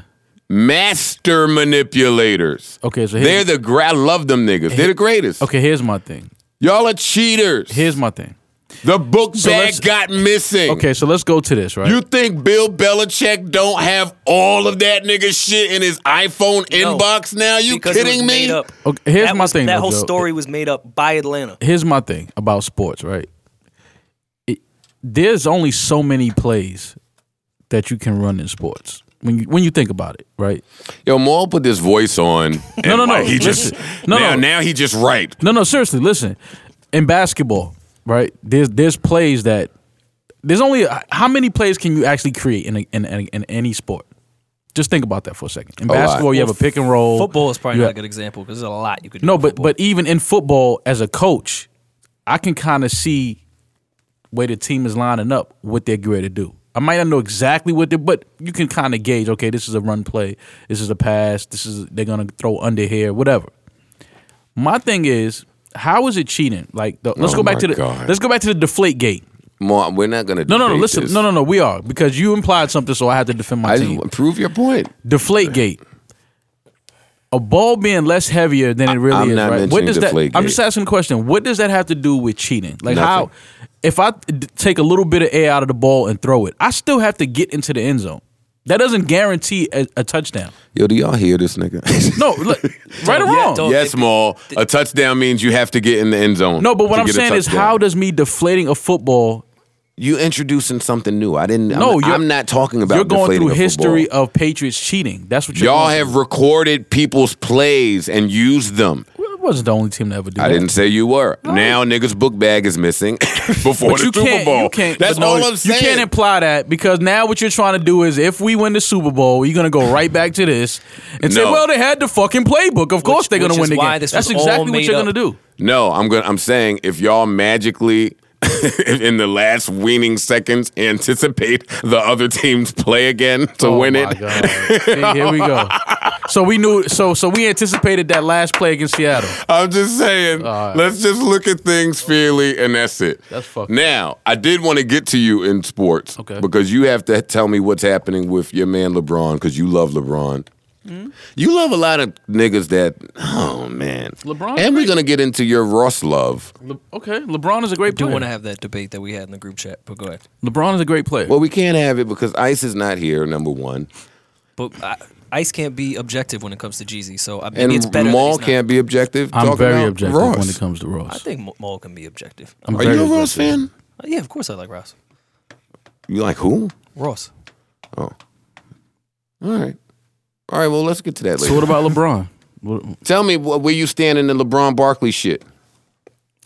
Speaker 1: master manipulators.
Speaker 3: Okay, so
Speaker 1: They're
Speaker 3: here's,
Speaker 1: the great. I love them niggas. They're the greatest.
Speaker 3: okay. Here's my thing.
Speaker 1: Y'all are cheaters.
Speaker 3: Here's my thing.
Speaker 1: the book
Speaker 3: So
Speaker 1: bag
Speaker 3: let's-
Speaker 1: got missing.
Speaker 3: Okay, so let's go to this, right?
Speaker 1: You think Bill Belichick don't have all of that nigga shit in his iPhone
Speaker 2: No,
Speaker 1: inbox now? You
Speaker 2: Because it was
Speaker 1: kidding me?
Speaker 2: made up.
Speaker 3: Okay, here's
Speaker 2: That
Speaker 3: my
Speaker 2: was-
Speaker 3: thing,
Speaker 2: That
Speaker 3: though,
Speaker 2: whole
Speaker 3: Joe.
Speaker 2: story was made up by Atlanta.
Speaker 3: here's my thing about sports, right? It, there's only so many plays that you can run in sports when you when you think about it, right?
Speaker 1: Yo, Maul put this voice on. and,
Speaker 3: no, no,
Speaker 1: like, He just
Speaker 3: listen. No,
Speaker 1: now,
Speaker 3: no.
Speaker 1: now he just right.
Speaker 3: No, no, seriously, listen. In basketball, right? There's there's plays that there's only uh, how many plays can you actually create in a, in, in, in any sport? Just think about that for a second. In
Speaker 1: lot.
Speaker 3: basketball, you have a pick and roll.
Speaker 2: Football is probably
Speaker 3: You
Speaker 2: not a
Speaker 3: have-
Speaker 2: good example because there's a lot you could. do
Speaker 3: No,
Speaker 2: in
Speaker 3: but
Speaker 2: football.
Speaker 3: but even in football, as a coach, I can kind of see where the team is lining up, what they're going to do. I might not know exactly what they, but you can kind of gauge. Okay, this is a run play. This is a pass. This is they're gonna throw under here, whatever. My thing is, how is it cheating? Like, the, let's
Speaker 1: Oh
Speaker 3: go back
Speaker 1: my
Speaker 3: to the
Speaker 1: God.
Speaker 3: let's go back to the deflate gate.
Speaker 1: Maul, we're not gonna.
Speaker 3: No, no, no.
Speaker 1: debate
Speaker 3: Listen,
Speaker 1: this.
Speaker 3: no, no, no. We are because you implied something, so I have to defend my
Speaker 1: I
Speaker 3: team.
Speaker 1: just prove your point.
Speaker 3: Deflate gate. a ball being less heavier than it really
Speaker 1: I'm
Speaker 3: is,
Speaker 1: not
Speaker 3: right? What
Speaker 1: mentioning
Speaker 3: does that? I'm
Speaker 1: Deflategate.
Speaker 3: just asking a question. What does that have to do with cheating? Like
Speaker 1: Nothing.
Speaker 3: how? If I d- take a little bit of air out of the ball and throw it, I still have to get into the end zone. That doesn't guarantee a, a touchdown.
Speaker 1: Yo, do y'all hear this nigga?
Speaker 3: No, look, right or
Speaker 2: Yeah,
Speaker 3: wrong.
Speaker 2: don't-
Speaker 1: yes, Maul. A touchdown means you have to get in the end zone.
Speaker 3: No, but what
Speaker 1: to
Speaker 3: I'm
Speaker 1: get a
Speaker 3: saying is,
Speaker 1: touchdown.
Speaker 3: how does me deflating a football?
Speaker 1: you introducing something new? I didn't.
Speaker 3: No,
Speaker 1: No, I'm,
Speaker 3: you're-
Speaker 1: I'm not talking about.
Speaker 3: You're going
Speaker 1: deflating
Speaker 3: through
Speaker 1: a football.
Speaker 3: history of Patriots cheating. That's what you're
Speaker 1: Y'all
Speaker 3: going
Speaker 1: have recorded people's plays and used them.
Speaker 3: through. It wasn't the only team to ever do
Speaker 1: I
Speaker 3: that.
Speaker 1: didn't say you were. Now niggas' book bag is missing before
Speaker 3: But
Speaker 1: the
Speaker 3: you
Speaker 1: Super
Speaker 3: can't,
Speaker 1: Bowl.
Speaker 3: you can't.
Speaker 1: That's
Speaker 3: but no,
Speaker 1: all I'm saying.
Speaker 3: You can't imply that because now what you're trying to do is, if we win the Super Bowl, you're gonna go right back to this and say,
Speaker 1: No.
Speaker 3: "Well, they had the fucking playbook. Of course,
Speaker 2: Which-
Speaker 3: they're gonna
Speaker 2: which
Speaker 3: win
Speaker 2: is
Speaker 3: the
Speaker 2: why
Speaker 3: game."
Speaker 2: this
Speaker 3: That's
Speaker 2: was all
Speaker 3: exactly what
Speaker 2: made
Speaker 3: you're
Speaker 2: up.
Speaker 3: gonna do.
Speaker 1: No, I'm going to I'm saying if y'all magically in the last weaning seconds anticipate the other team's play again to
Speaker 3: Oh
Speaker 1: win
Speaker 3: my
Speaker 1: it.
Speaker 3: God. See, here we go. So we knew. So so we anticipated that last play against Seattle.
Speaker 1: I'm just saying, let's just look at things fairly and that's it.
Speaker 3: That's fucked up.
Speaker 1: Now, I did want to get to you in sports
Speaker 3: Okay.
Speaker 1: because you have to tell me what's happening with your man LeBron cuz you love LeBron. You love a lot of niggas that oh man.
Speaker 3: LeBron's
Speaker 1: and we're
Speaker 3: great.
Speaker 1: going to get into your Ross love.
Speaker 3: Le- okay, LeBron is a great
Speaker 2: do
Speaker 3: player.
Speaker 2: want to have that debate that we had in the group chat, but go ahead.
Speaker 3: LeBron is a great player.
Speaker 1: Well, we can't have it because Ice is not here number 1.
Speaker 2: But I, Ice can't be objective when it comes to Jeezy, so I mean,
Speaker 1: And
Speaker 2: it's better. that
Speaker 1: Maul
Speaker 2: he's not.
Speaker 1: can't be objective.
Speaker 3: I'm
Speaker 1: talking
Speaker 3: very
Speaker 1: about
Speaker 3: objective
Speaker 1: Ross.
Speaker 3: when it comes to Ross.
Speaker 2: I think Ma- Maul can be objective.
Speaker 3: I'm
Speaker 1: Are
Speaker 3: very
Speaker 1: you a Ross fan?
Speaker 3: objective.
Speaker 2: Uh, yeah, of course I like Ross.
Speaker 1: You like who?
Speaker 2: Ross.
Speaker 1: All right. All right, well, let's get to that later.
Speaker 3: So what about LeBron? What-
Speaker 1: Tell me wh- where you stand in the LeBron Barkley shit.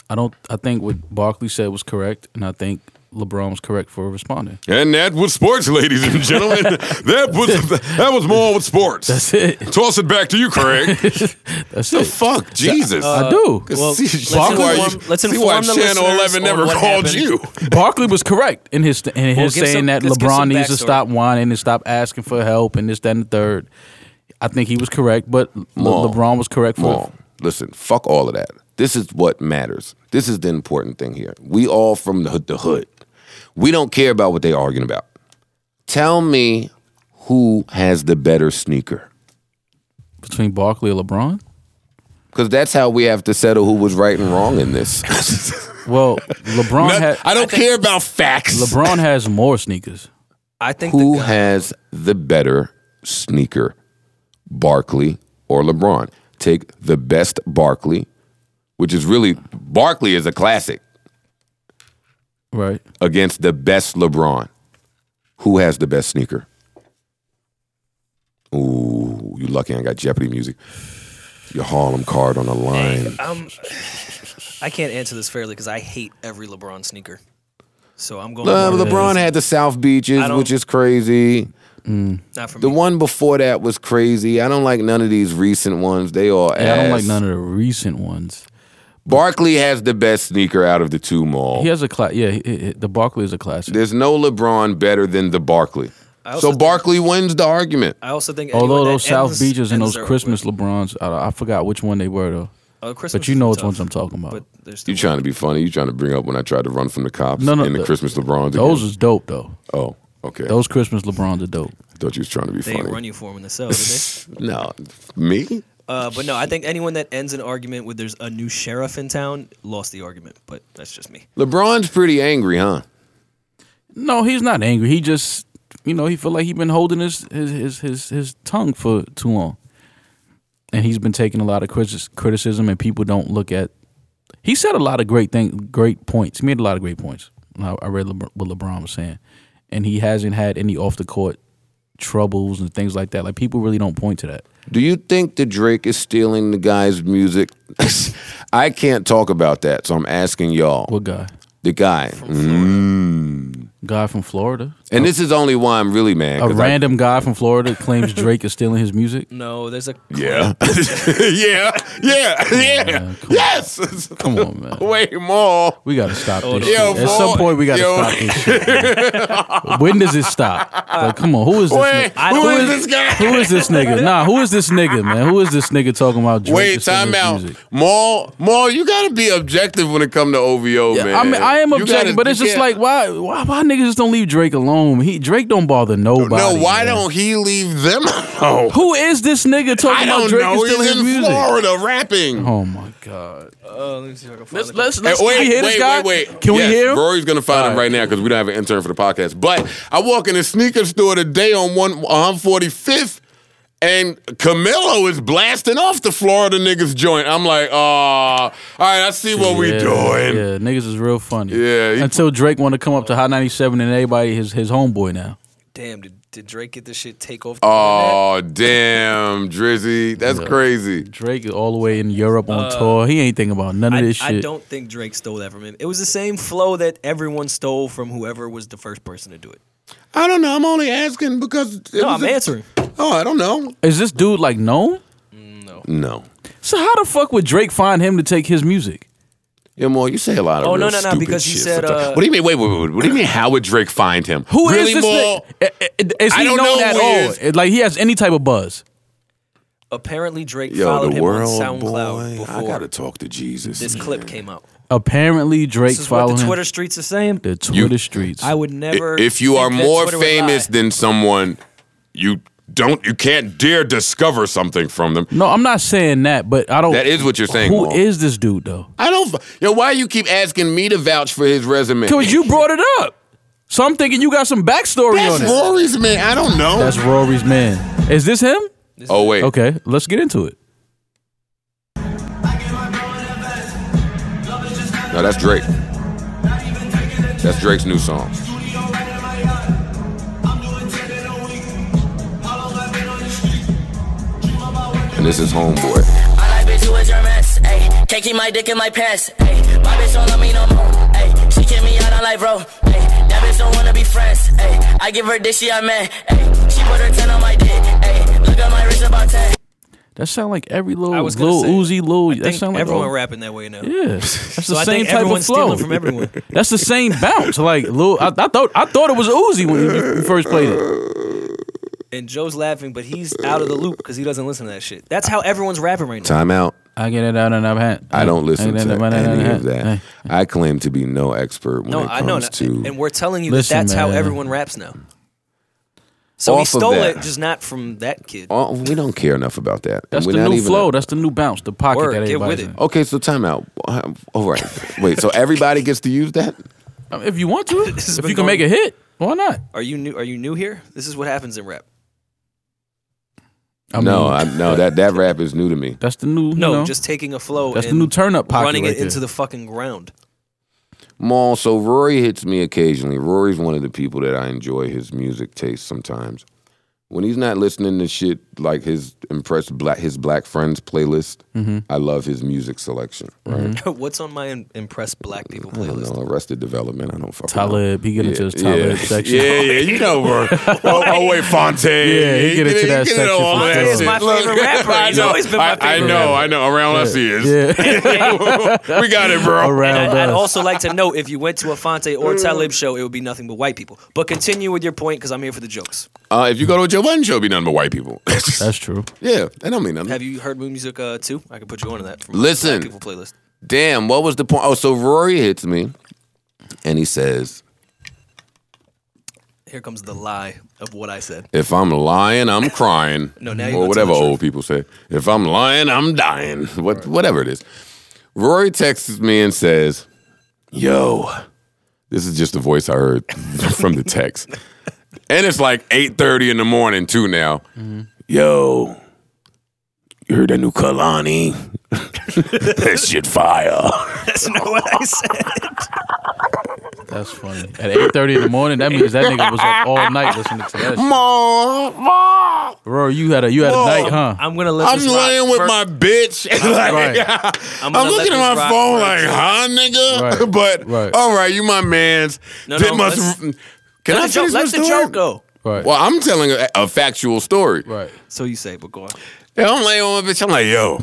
Speaker 3: I don't. I think what Barkley said was correct, and I think LeBron was correct for responding.
Speaker 1: And that was sports, ladies and gentlemen. that was that was more with sports.
Speaker 3: That's it.
Speaker 1: Toss it back to you, Craig.
Speaker 3: That's
Speaker 1: the
Speaker 3: it.
Speaker 1: fuck, Jesus.
Speaker 3: I do.
Speaker 2: uh, Well,
Speaker 1: see,
Speaker 2: let's
Speaker 1: see why
Speaker 2: inform-
Speaker 1: you-
Speaker 2: let's
Speaker 1: see
Speaker 2: inform
Speaker 1: why
Speaker 2: the
Speaker 1: Channel 11
Speaker 2: listeners on
Speaker 1: never
Speaker 2: what
Speaker 1: called
Speaker 2: happened.
Speaker 1: you.
Speaker 3: Barkley was correct in his in his
Speaker 2: give
Speaker 3: saying
Speaker 2: some-
Speaker 3: that
Speaker 2: let's give
Speaker 3: LeBron
Speaker 2: some
Speaker 3: needs to
Speaker 2: backstory.
Speaker 3: stop whining and stop asking for help and this that and the third. I think he was correct, but Le-
Speaker 1: Maul.
Speaker 3: LeBron was correct for
Speaker 1: Maul, listen, fuck all of that. This is what matters. This is the important thing here. We all from the hood, the hood. We don't care about what they arguing about. Tell me who has the better sneaker.
Speaker 3: between Barkley and LeBron.
Speaker 1: Because that's how we have to settle who was right and wrong in this.
Speaker 3: Well, LeBron
Speaker 1: Not- I
Speaker 3: has
Speaker 1: don't care about facts.
Speaker 3: LeBron has more sneakers.
Speaker 2: I think the
Speaker 1: Who
Speaker 2: guy-
Speaker 1: has the better sneaker, Barkley or LeBron? Take the best Barkley, which is really Barkley is a classic,
Speaker 3: Right.
Speaker 1: against the best LeBron. Who has the best sneaker? Ooh, you lucky I ain't got Jeopardy music. Your Harlem card on the line.
Speaker 2: Um, I can't answer this fairly because I hate every LeBron sneaker. So I'm going.
Speaker 1: Uh,
Speaker 2: with
Speaker 1: LeBron had the South Beaches,
Speaker 2: I don't-
Speaker 1: which is crazy.
Speaker 2: Not for
Speaker 1: The
Speaker 2: me.
Speaker 1: one before that was crazy. I don't like none of these recent ones. They all
Speaker 3: Yeah, I don't
Speaker 1: ass.
Speaker 3: like none of the recent ones.
Speaker 1: Barkley has the best sneaker out of the two mall.
Speaker 3: He has a class. Yeah, he, he- the Barkley is a classic.
Speaker 1: There's no LeBron better than the Barkley.
Speaker 2: I also
Speaker 1: So
Speaker 2: think-
Speaker 1: Barkley wins the argument.
Speaker 2: I also think anyone
Speaker 3: Although
Speaker 2: that
Speaker 3: those South
Speaker 2: ends-
Speaker 3: Beaches and
Speaker 2: ends
Speaker 3: those
Speaker 2: their-
Speaker 3: Christmas LeBrons, I, I forgot which one they were though.
Speaker 2: Oh, Christmas
Speaker 3: But you
Speaker 2: is
Speaker 3: know which
Speaker 2: tough,
Speaker 3: ones I'm talking about.
Speaker 2: But there's
Speaker 1: You trying to be funny? You trying to bring up when I tried to run from the cops
Speaker 3: No, no,
Speaker 1: in the
Speaker 3: the-
Speaker 1: Christmas LeBrons? again?
Speaker 3: Those is dope though.
Speaker 1: oh, okay.
Speaker 3: Those Christmas LeBrons are dope.
Speaker 1: I thought you was trying to be
Speaker 2: they
Speaker 1: funny.
Speaker 2: run you for them in the cell, did they?
Speaker 1: no, me?
Speaker 2: Uh, but no, I think anyone that ends an argument with "there's a new sheriff in town" lost the argument. But that's just me.
Speaker 1: LeBron's pretty angry, huh?
Speaker 3: No, he's not angry. He just, you know, he feel like he been holding his his his his, his tongue for too long, and he's been taking a lot of critis- criticism, and people don't look at. He said a lot of great thing, great points. He made a lot of great points. I, I read Lebr- what LeBron was saying, and he hasn't had any off the court troubles and things like that. Like people really don't point to that.
Speaker 1: Do you think that Drake is stealing the guy's music? I can't talk about that, so I'm asking y'all.
Speaker 3: What guy?
Speaker 1: the guy.
Speaker 3: Guy from Florida.
Speaker 1: And this is only why I'm really mad.
Speaker 3: A
Speaker 1: 'cause I-
Speaker 3: random guy from Florida claims Drake is stealing his music.
Speaker 2: No, there's a
Speaker 1: Yeah. yeah. Yeah. Yeah. yes.
Speaker 3: Come on, man.
Speaker 1: Way more.
Speaker 3: We gotta stop this.
Speaker 2: no.
Speaker 3: shit.
Speaker 1: Yo,
Speaker 3: At some
Speaker 1: boy.
Speaker 3: point, we gotta
Speaker 1: Yo.
Speaker 3: stop this. Shit, man. when does it stop? Like, come on, who is this?
Speaker 1: Wait,
Speaker 3: nigga?
Speaker 1: who is this guy?
Speaker 3: Who is this nigga? Nah, who is this nigga, man? Who is this nigga talking about? Drake
Speaker 1: Wait,
Speaker 3: is
Speaker 1: time
Speaker 3: singing his
Speaker 1: out.
Speaker 3: music?
Speaker 1: Maul, Maul, you gotta be objective when it come to OVO, man.
Speaker 3: I mean, I am
Speaker 1: You
Speaker 3: objecting,
Speaker 1: gotta-
Speaker 3: but it's
Speaker 1: you
Speaker 3: just
Speaker 1: can't-
Speaker 3: like why, why, why niggas just don't leave Drake alone? home. He Drake don't bother nobody.
Speaker 1: no, why
Speaker 3: man.
Speaker 1: don't he leave them? alone?
Speaker 3: Who is this nigga
Speaker 1: I
Speaker 3: talking about
Speaker 1: don't
Speaker 3: Drake
Speaker 1: know.
Speaker 3: is still
Speaker 1: He's
Speaker 3: his
Speaker 1: in
Speaker 3: music?
Speaker 1: Florida rapping.
Speaker 3: Oh my god.
Speaker 2: Uh, let me see if I can find
Speaker 3: Let's
Speaker 2: it.
Speaker 3: let's, let's
Speaker 1: Hey,
Speaker 3: can we hear this guy?
Speaker 1: Wait, wait.
Speaker 3: Can
Speaker 1: Yes,
Speaker 3: we hear? him?
Speaker 1: Rory's gonna find him right now because we don't have an intern for the podcast. But I walk in the sneaker store today on one on 45th, and Camilo is blasting off the Florida niggas joint. I'm like, ah, all right, I see what we
Speaker 3: Yeah,
Speaker 1: doing.
Speaker 3: Yeah, niggas is real funny.
Speaker 1: Yeah, he-
Speaker 3: Until Drake want to come up to Hot 97 and everybody his his homeboy now.
Speaker 2: Damn, did, did Drake get this shit take over?
Speaker 1: Oh damn, Drizzy, that's crazy.
Speaker 3: Drake is all the way in Europe on tour. He ain't thinking about none
Speaker 2: Uh,
Speaker 3: of
Speaker 2: I,
Speaker 3: this
Speaker 2: I
Speaker 3: shit.
Speaker 2: don't think Drake stole that from him. It was the same flow that everyone stole from whoever was the first person to do it.
Speaker 1: I don't know. I'm only asking because it
Speaker 2: No,
Speaker 1: was
Speaker 2: I'm
Speaker 1: a-
Speaker 2: answering.
Speaker 1: Oh, I don't know.
Speaker 3: Is this dude like known?
Speaker 1: No.
Speaker 3: So how the fuck would Drake find him to take his music?
Speaker 1: Yeah, Moore, you say a lot of
Speaker 2: Oh,
Speaker 1: real
Speaker 2: no, no, no,
Speaker 1: stupid
Speaker 2: because he
Speaker 1: shit
Speaker 2: said,
Speaker 1: sometimes.
Speaker 2: uh,
Speaker 1: what do you mean? Wait, wait, wait, wait. What do you mean? How would Drake find him?
Speaker 3: Who is
Speaker 1: really,
Speaker 3: this
Speaker 1: Maul?
Speaker 3: nigga? Eh, I- I- Is
Speaker 1: I
Speaker 3: he
Speaker 1: don't
Speaker 3: known
Speaker 1: know
Speaker 3: at
Speaker 1: who he is.
Speaker 3: all? It- Like he has any type of buzz.
Speaker 2: Apparently, Drake
Speaker 1: Yo,
Speaker 2: followed
Speaker 1: the
Speaker 2: him
Speaker 1: world,
Speaker 2: on SoundCloud
Speaker 1: boy.
Speaker 2: before
Speaker 1: I gotta talk to Jesus.
Speaker 2: this clip came out.
Speaker 3: Apparently Drake
Speaker 2: This is what
Speaker 3: following
Speaker 2: the
Speaker 3: him-
Speaker 2: Twitter streets are saying.
Speaker 3: the Twitter
Speaker 1: You-
Speaker 3: streets.
Speaker 2: I would
Speaker 1: I-
Speaker 2: never.
Speaker 1: if you
Speaker 2: think
Speaker 1: are
Speaker 2: that
Speaker 1: more
Speaker 2: Twitter would lie.
Speaker 1: famous than someone, you don't, you can't dare discover something from them.
Speaker 3: no, I'm not saying that, but I don't.
Speaker 1: That is what you're saying,
Speaker 3: Who is
Speaker 1: Maul.
Speaker 3: this dude though?
Speaker 1: I don't. f- Yo, why you keep asking me to vouch for his resume?
Speaker 3: Because you brought it up, so I'm thinking you got some backstory
Speaker 1: That's
Speaker 3: on it.
Speaker 1: Rory's man. I don't know.
Speaker 3: That's Rory's man. Is this him?
Speaker 1: oh wait.
Speaker 3: Okay, let's get into it.
Speaker 1: No, that's Drake. That's Drake's new song. And this is Homeboy.
Speaker 7: I like bitch who is your mess, ayy. Can't keep my dick in my pants, ayy. My bitch don't love me no more, ayy. She kick me out on life, bro, ayy. That bitch don't wanna be friends, ayy. I give her dick, she a man, ayy. She put her 10 on my dick, ayy. Look at my wrist, about 10.
Speaker 3: That sound like every little
Speaker 2: I was gonna
Speaker 3: little
Speaker 2: say,
Speaker 3: Uzi, little.
Speaker 2: I
Speaker 3: That
Speaker 2: think
Speaker 3: sound like
Speaker 2: everyone
Speaker 3: all-
Speaker 2: rapping that way now.
Speaker 3: Yeah, that's
Speaker 2: So
Speaker 3: the
Speaker 2: I
Speaker 3: same
Speaker 2: think
Speaker 3: type of
Speaker 2: everyone's
Speaker 3: flow.
Speaker 2: stealing from everyone.
Speaker 3: That's the same bounce. Like Lil, I, I thought I thought it was Uzi when you first played it.
Speaker 2: And Joe's laughing, but he's out of the loop because he doesn't listen to that shit. That's how everyone's rapping right now.
Speaker 1: Time out.
Speaker 3: I get it out and I've had.
Speaker 1: I don't listen to any of that. I claim to be no expert when
Speaker 2: No,
Speaker 1: it
Speaker 2: I know,
Speaker 1: comes
Speaker 2: that.
Speaker 1: to.
Speaker 2: and we're telling you
Speaker 3: Listen,
Speaker 2: that that's how
Speaker 3: man.
Speaker 2: everyone raps now. So he
Speaker 1: Off of
Speaker 2: stole
Speaker 1: that.
Speaker 2: it, just not from that kid.
Speaker 1: Oh, we don't care enough about that. And
Speaker 3: That's
Speaker 1: we're
Speaker 3: the
Speaker 1: not
Speaker 3: new
Speaker 1: even-
Speaker 3: flow. That's the new bounce. The pocket
Speaker 2: Word,
Speaker 3: that
Speaker 2: get
Speaker 3: everybody's
Speaker 2: with it.
Speaker 3: in.
Speaker 1: Okay, so time out. Um, All right. Wait, so everybody gets to use that?
Speaker 3: I mean, if you want to,
Speaker 2: This has
Speaker 3: if
Speaker 2: been
Speaker 3: you can
Speaker 2: going-
Speaker 3: make a hit, why not?
Speaker 2: Are you new? Are you new here? This is what happens in rap.
Speaker 3: I
Speaker 1: no,
Speaker 3: mean,
Speaker 1: I, no, that, that rap is new to me.
Speaker 3: that's the
Speaker 2: No,
Speaker 3: new. you know,
Speaker 2: just taking a flow.
Speaker 3: That's the
Speaker 2: and
Speaker 3: new turn-up pocket
Speaker 2: Running
Speaker 3: right
Speaker 2: it into
Speaker 3: there.
Speaker 2: the fucking ground.
Speaker 1: Maul, so Rory hits me occasionally. Rory's one of the people that I enjoy his music taste sometimes. When he's not listening to shit like his impressed black his black friends playlist,
Speaker 3: Mm-hmm.
Speaker 1: I love his music selection. Right?
Speaker 2: What's on my im- impressed black people
Speaker 1: I don't
Speaker 2: playlist?
Speaker 1: know, Arrested Development. I don't fucking know.
Speaker 3: Talib. He get into his Talib section.
Speaker 1: yeah, yeah, you know, bro. Oh, oh, wait, Fontaine.
Speaker 3: Yeah, he get into that
Speaker 1: it
Speaker 3: section
Speaker 1: all
Speaker 3: for
Speaker 1: that
Speaker 3: sure.
Speaker 1: shit.
Speaker 3: He's
Speaker 2: my
Speaker 1: Look,
Speaker 2: favorite rapper.
Speaker 1: I
Speaker 2: He's
Speaker 1: know,
Speaker 2: always been my
Speaker 1: I- I
Speaker 2: favorite
Speaker 1: know,
Speaker 2: rapper.
Speaker 1: I know. Around us he is.
Speaker 3: Yeah,
Speaker 1: we got it, bro.
Speaker 3: around
Speaker 2: And I, I'd
Speaker 3: us.
Speaker 2: also like to note if you went to a Fonte or Talib show, it would be nothing but white people. But continue with your point because I'm here for the jokes.
Speaker 1: Uh, if you go to a Joe Budden show, it'll be nothing but white people.
Speaker 3: That's true.
Speaker 1: yeah, that don't mean nothing.
Speaker 2: Have you heard Moon Music uh, too? I can put you on to that. From
Speaker 1: Listen.
Speaker 2: black people playlist.
Speaker 1: damn, what was the point? Oh, so Rory hits me and he says,
Speaker 2: Here comes the lie of what I said.
Speaker 1: if I'm lying, I'm crying.
Speaker 2: No, now
Speaker 1: or
Speaker 2: you're gonna tell
Speaker 1: whatever
Speaker 2: the truth.
Speaker 1: old people say. If I'm lying, I'm dying. What, Whatever it is. Rory texts me and says, yo, this is just the voice I heard from the text. and it's like 8.30 in the morning too now.
Speaker 2: Mm-hmm.
Speaker 1: Yo, you heard that new Kalani? that shit fire.
Speaker 2: That's not what I said.
Speaker 3: That's funny. At eight thirty in the morning, that means that nigga was up all night listening to that. Shit.
Speaker 1: Ma, ma.
Speaker 3: Rory, you had a you had a
Speaker 1: Whoa.
Speaker 3: night, huh?
Speaker 2: I'm gonna let
Speaker 1: I'm
Speaker 2: this
Speaker 1: laying
Speaker 2: rock
Speaker 1: with
Speaker 2: for-
Speaker 1: my bitch. Like, I'm,
Speaker 2: gonna let
Speaker 1: looking at my
Speaker 2: this rock
Speaker 1: phone
Speaker 2: first.
Speaker 1: like, huh, nigga?
Speaker 3: Right.
Speaker 1: But
Speaker 3: Right.
Speaker 1: all right, you my man's.
Speaker 2: No,
Speaker 1: That
Speaker 2: no,
Speaker 1: must-
Speaker 2: let's-
Speaker 1: can
Speaker 2: Let
Speaker 1: I
Speaker 2: the joke,
Speaker 1: finish
Speaker 2: let
Speaker 1: my
Speaker 2: the
Speaker 1: story?
Speaker 2: joke go.
Speaker 3: Right,
Speaker 1: Well, I'm telling a, a factual story.
Speaker 3: right.
Speaker 2: So you say, but go on.
Speaker 1: Yeah, I'm laying with my bitch. I'm like, yo,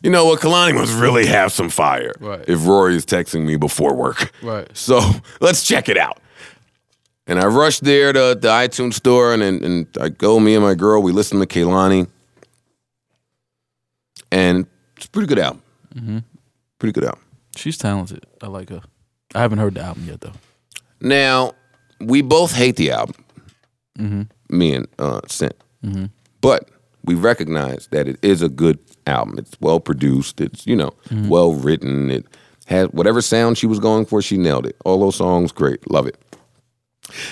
Speaker 1: you know what? Kalani must really have some fire.
Speaker 3: Right.
Speaker 1: If Rory is texting me before work.
Speaker 3: Right.
Speaker 1: So let's check it out. And I rushed there to the iTunes store and, and, and I go, me and my girl, we listen to Kalani. And it's a pretty good album.
Speaker 3: Mm-hmm.
Speaker 1: Pretty good album.
Speaker 3: She's talented. I like her. I haven't heard the album yet though.
Speaker 1: Now, we both hate the album.
Speaker 2: Mm-hmm.
Speaker 1: Me and uh, Sent, but we recognize that it is a good album. It's well produced. It's you know
Speaker 2: Mm-hmm.
Speaker 1: well written. It had whatever sound she was going for. She nailed it. All those songs, great. Love it.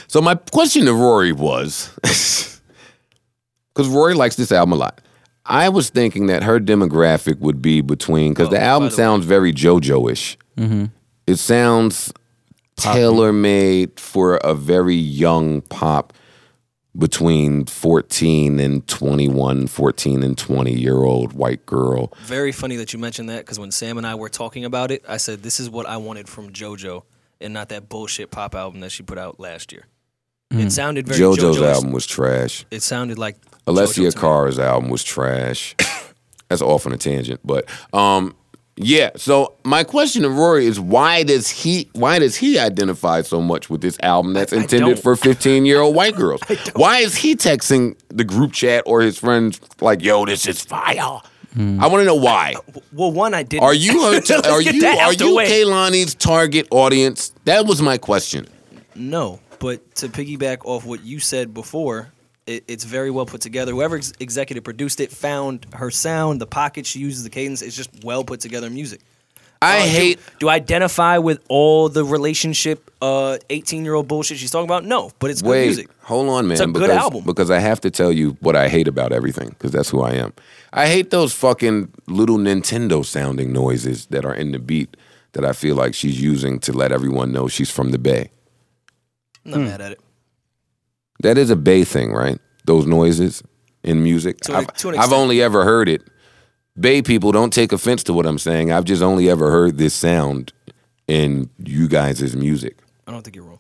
Speaker 1: So my question to Rory was, because Rory likes this album a lot. I was thinking that her demographic would be between because the album
Speaker 2: Oh, by the way- Mm-hmm.
Speaker 1: sounds very JoJo-ish. It sounds tailor made for a very young pop between 14 and 21, 14 and 20 year old white girl.
Speaker 2: Very funny that you mentioned that because when Sam and I were talking about it, I said this is what I wanted from JoJo and not that bullshit pop album that she put out last year. It sounded very
Speaker 1: JoJo's
Speaker 2: JoJo
Speaker 1: album was trash.
Speaker 2: It sounded like JoJo
Speaker 1: Alessia
Speaker 2: to me.
Speaker 1: Cara's album was trash. That's off on a tangent, but um, yeah. So my question to Rory is why does he why does he identify so much with this album that's
Speaker 2: I- I
Speaker 1: intended
Speaker 2: don't.
Speaker 1: for fifteen year old white girls? Why is he texting the group chat or his friends like, "Yo, this is fire"? I want to know why.
Speaker 2: Hmm. Well, one I didn't.
Speaker 1: Are you her,
Speaker 2: Let's
Speaker 1: are
Speaker 2: get
Speaker 1: you
Speaker 2: that out
Speaker 1: are
Speaker 2: the
Speaker 1: you
Speaker 2: way.
Speaker 1: Kaylani's target audience? That was my question.
Speaker 2: No, but to piggyback off what you said before, it, it's very well put together. Whoever ex- executive produced it found her sound, the pocket she uses, the cadence. It's just well put together music.
Speaker 1: I
Speaker 2: Uh, do-
Speaker 1: hate
Speaker 2: Do, I identify with all the relationship, uh, eighteen year old bullshit she's talking about? No, but it's good
Speaker 1: Wait,
Speaker 2: music.
Speaker 1: hold on, man.
Speaker 2: It's a good
Speaker 1: because,
Speaker 2: album.
Speaker 1: Because I have to tell you what I hate about everything, because that's who I am. I hate those fucking little Nintendo sounding noises that are in the beat that I feel like she's using to let everyone know she's from the Bay.
Speaker 2: I'm not mad at it.
Speaker 1: That is a Bay thing, right? Those noises in music.
Speaker 2: To an-
Speaker 1: I've,
Speaker 2: to an
Speaker 1: I've
Speaker 2: extent.
Speaker 1: only ever heard it. Bay people, don't take offense to what I'm saying. I've just only ever heard this sound in you guys' music.
Speaker 2: I don't think you're wrong.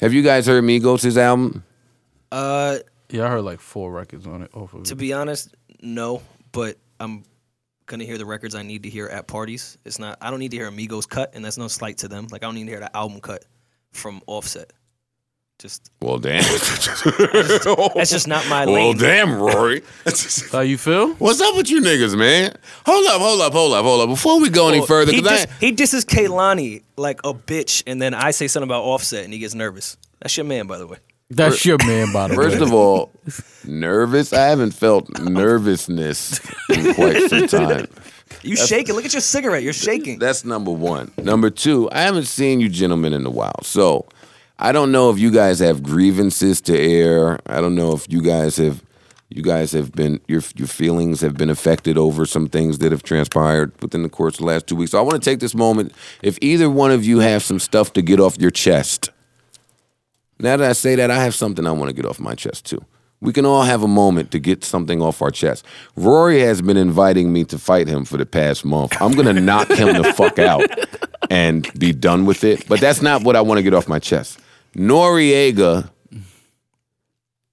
Speaker 1: Have you guys heard Migos' album?
Speaker 2: Uh,
Speaker 3: Yeah, I heard like four records on it. Off of
Speaker 2: to
Speaker 3: it.
Speaker 2: be honest, no. But I'm gonna hear the records I need to hear at parties. It's not. I don't need to hear Amigos cut, and that's no slight to them. Like I don't need to hear the album cut from Offset. Just
Speaker 1: Well, damn.
Speaker 2: that's just not my
Speaker 1: Well,
Speaker 2: lane.
Speaker 1: damn, Rory.
Speaker 3: How you feel?
Speaker 1: What's up with you niggas, man? Hold up, hold up, hold up, hold up. Before we go any
Speaker 2: Well,
Speaker 1: further,
Speaker 2: he,
Speaker 1: because I,
Speaker 2: dis- he disses Kaylani like a bitch, and then I say something about Offset, and he gets nervous. That's your man, by the way.
Speaker 3: That's your man, by the way.
Speaker 1: first of all, nervous. I haven't felt nervousness in quite some time.
Speaker 2: You shaking? Look at your cigarette. You're shaking.
Speaker 1: That's number one. Number two, I haven't seen you gentlemen in a while. So I don't know if you guys have grievances to air. I don't know if you guys have you guys have been your your feelings have been affected over some things that have transpired within the course of the last two weeks. So I want to take this moment. If either one of you have some stuff to get off your chest. Now that I say that, I have something I want to get off my chest too. We can all have a moment to get something off our chest. Rory has been inviting me to fight him for the past month. I'm gonna knock him the fuck out and be done with it. But that's not what I want to get off my chest. Noriega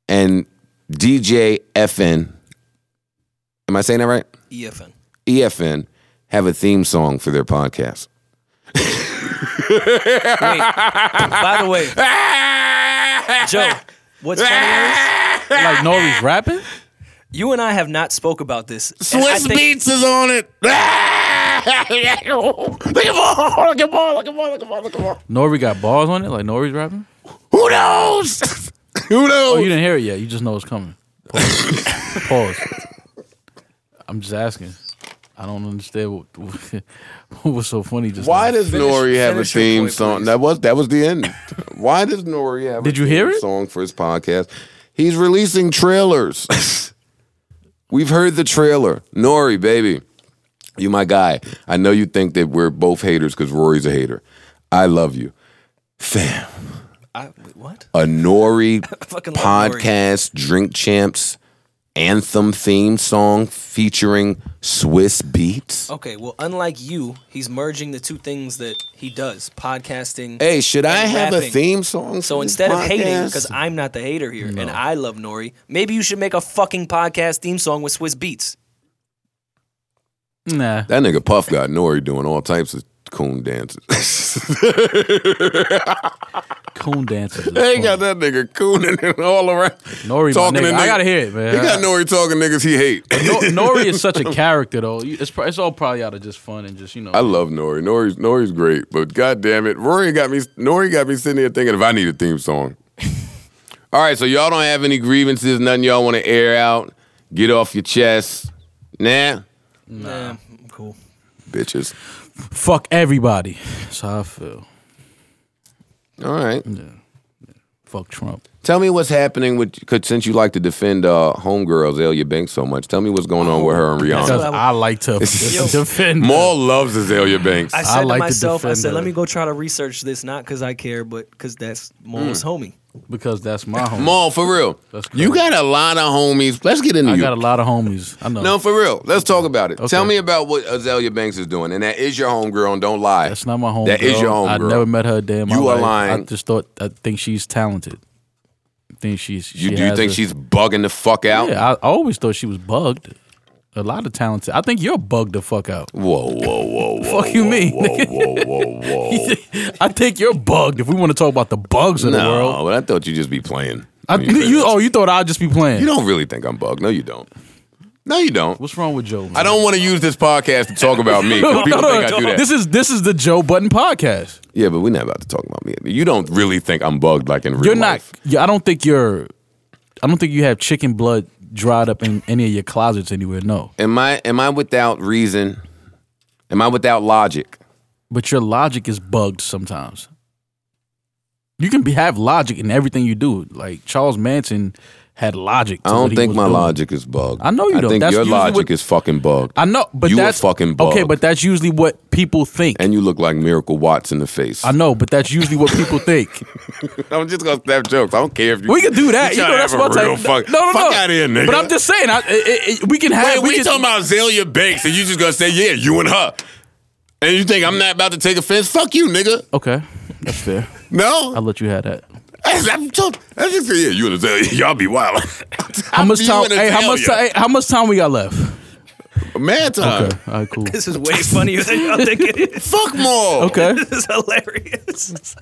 Speaker 1: and DJ FN. Am I saying that right?
Speaker 2: EFN.
Speaker 1: EFN have a theme song for their podcast.
Speaker 2: By the way, Joe, what's funny is
Speaker 3: like Nori's rapping.
Speaker 2: you and I have not spoke about this. and I
Speaker 1: Swiss
Speaker 2: think-
Speaker 1: Beats is on it. look at more, look at more, look at more, look at more, look at more.
Speaker 3: Nori got balls on it. Like Nori's rapping.
Speaker 1: Who knows? Who knows?
Speaker 3: Oh, you didn't hear it yet. You just know it's coming. Pause. Pause. I'm just asking. I don't understand what, what's so funny. Just
Speaker 1: Why
Speaker 3: now.
Speaker 1: does Nori have a
Speaker 2: finish your
Speaker 1: theme
Speaker 2: point,
Speaker 1: song?
Speaker 2: please.
Speaker 1: That was that was the end. Why does Nori have
Speaker 3: Did
Speaker 1: a
Speaker 3: you
Speaker 1: theme
Speaker 3: hear it?
Speaker 1: song for his podcast? He's releasing trailers. We've heard the trailer. Nori, baby. You my guy. I know you think that we're both haters because Rory's a hater. I love you. Fam.
Speaker 2: I, wait, what?
Speaker 1: a Nori
Speaker 2: fucking love Nori.
Speaker 1: podcast Drink Champs anthem theme song featuring Swiss Beats.
Speaker 2: Okay, well, unlike you, he's merging the two things that he does: podcasting.
Speaker 1: Hey, should I
Speaker 2: and
Speaker 1: have a
Speaker 2: rapping.
Speaker 1: theme song?
Speaker 2: So
Speaker 1: for this
Speaker 2: instead of hating,
Speaker 1: podcast?
Speaker 2: because I'm not the hater here, and I love Nori, maybe you should make a fucking podcast theme song with Swiss beats.
Speaker 3: Nah.
Speaker 1: that nigga Puff got Nori doing all types of coon dances.
Speaker 3: Coon dances. is
Speaker 1: they
Speaker 3: funny.
Speaker 1: got that nigga cooning and all around.
Speaker 3: Nori, my
Speaker 1: talking to
Speaker 3: nigga. I
Speaker 1: nigga-
Speaker 3: gotta hear it, man.
Speaker 1: He got Nori talking niggas he hate.
Speaker 3: No- Nori is such a character, though. You- It's, pro- it's all probably out of just fun and just you know.
Speaker 1: I love Nori. Nori's Nori's great, but god damn it, Rory got me. Nori got me sitting here thinking if I need a theme song. All right, so y'all don't have any grievances, nothing y'all want to air out, get off your chest. Nah,
Speaker 2: Nah, I'm cool.
Speaker 1: bitches.
Speaker 3: Fuck everybody. That's how I feel.
Speaker 1: All right.
Speaker 3: Fuck Trump.
Speaker 1: Tell me what's happening with, cause since you like to defend uh, homegirl Azalea Banks so much, tell me what's going on with her and
Speaker 3: Because
Speaker 1: Rihanna.
Speaker 2: what
Speaker 3: I like to defend.
Speaker 1: Maul loves Azalea Banks.
Speaker 2: I said
Speaker 3: like
Speaker 2: to
Speaker 3: to
Speaker 2: myself, I
Speaker 3: defend
Speaker 2: said,
Speaker 3: her.
Speaker 2: let me go try to research this, not because I care, but because that's
Speaker 1: Mm.
Speaker 2: Mo's homie.
Speaker 3: Because that's my homie.
Speaker 1: Maul, for real.
Speaker 3: That's crazy.
Speaker 1: You got a lot of homies. Let's get into
Speaker 3: I
Speaker 1: you.
Speaker 3: got a lot of homies. I know.
Speaker 1: No, for real. Let's talk about it.
Speaker 3: Uh-huh. Okay.
Speaker 1: Tell me about what Azalea Banks is doing, and that is your homegirl, and don't lie.
Speaker 3: that's not my homie.
Speaker 1: That is your
Speaker 3: I
Speaker 1: homegirl.
Speaker 3: never met her a day in my
Speaker 1: You are
Speaker 3: life. I
Speaker 1: lying.
Speaker 3: just thought. I think she's talented. I think she's.
Speaker 1: You
Speaker 3: she
Speaker 1: do you
Speaker 3: has
Speaker 1: think
Speaker 3: a-
Speaker 1: she's bugging the fuck out?
Speaker 3: Yeah, I, I always thought she was bugged. A lot of talented. I think you're bugged the fuck out.
Speaker 1: Whoa, whoa, whoa, whoa!
Speaker 3: Fuck you
Speaker 1: whoa,
Speaker 3: mean,
Speaker 1: Whoa, whoa, whoa, whoa!
Speaker 3: I think you're bugged. If we want to talk about the bugs of the
Speaker 1: no,
Speaker 3: world,
Speaker 1: but I thought you just be playing.
Speaker 3: I,
Speaker 1: When you say
Speaker 3: you
Speaker 1: that.
Speaker 3: oh you thought I'd just be playing.
Speaker 1: You don't really think I'm bugged? No, you don't. No, you don't.
Speaker 3: What's wrong with Joe? man?
Speaker 1: I don't want to use this podcast to talk about me. 'cause People think I do that.
Speaker 3: This is this is the Joe Button podcast.
Speaker 1: yeah, but we're not about to talk about me. You don't really think I'm bugged like in real
Speaker 3: You're
Speaker 1: life.
Speaker 3: not. Yeah, I don't think you're. I don't think you have chicken blood dried up in any of your closets anywhere. No,
Speaker 1: Am I? Am I without reason? Am I without logic?
Speaker 3: but your logic is bugged sometimes. You can be, have logic in everything you do. Like Charles Manson had logic. to
Speaker 1: I
Speaker 3: what
Speaker 1: don't
Speaker 3: he
Speaker 1: think
Speaker 3: was
Speaker 1: my
Speaker 3: doing.
Speaker 1: logic is bugged.
Speaker 3: I know you
Speaker 1: I
Speaker 3: don't.
Speaker 1: think
Speaker 3: That's
Speaker 1: your
Speaker 3: usually
Speaker 1: logic
Speaker 3: what-
Speaker 1: is fucking bugged.
Speaker 3: I know, but
Speaker 1: you were
Speaker 3: that's
Speaker 1: fucking bugged.
Speaker 3: okay. But that's usually what people think.
Speaker 1: and you look like Miracle Watts in the face.
Speaker 3: I know, but that's usually what people think.
Speaker 1: I'm just gonna snap jokes. I don't care if you.
Speaker 3: We can do that. You
Speaker 1: You
Speaker 3: know, that's
Speaker 1: have
Speaker 3: what
Speaker 1: a real
Speaker 3: I'm saying.
Speaker 1: fuck.
Speaker 3: No, no,
Speaker 1: fuck
Speaker 3: no.
Speaker 1: out of here, nigga.
Speaker 3: But I'm just saying, I, it, it, it- we can have.
Speaker 1: Wait, we
Speaker 3: can,
Speaker 1: talking about Azalea Banks, and you just gonna say, yeah, you and her, and you think I'm not about to take offense? Fuck you, nigga.
Speaker 3: Okay, that's fair. I'll
Speaker 1: No,
Speaker 3: let you have that.
Speaker 1: that's, I'm just, that's just yeah. You and Azalea, y'all be wild.
Speaker 3: How much
Speaker 1: You
Speaker 3: time?
Speaker 1: and
Speaker 3: Hey, how much time?
Speaker 1: Azalea.
Speaker 3: How much time we got left?
Speaker 1: Man time.
Speaker 3: Okay, all right, cool.
Speaker 2: This is way funnier than y'all think it is.
Speaker 1: Fuck more.
Speaker 3: Okay,
Speaker 2: This is hilarious.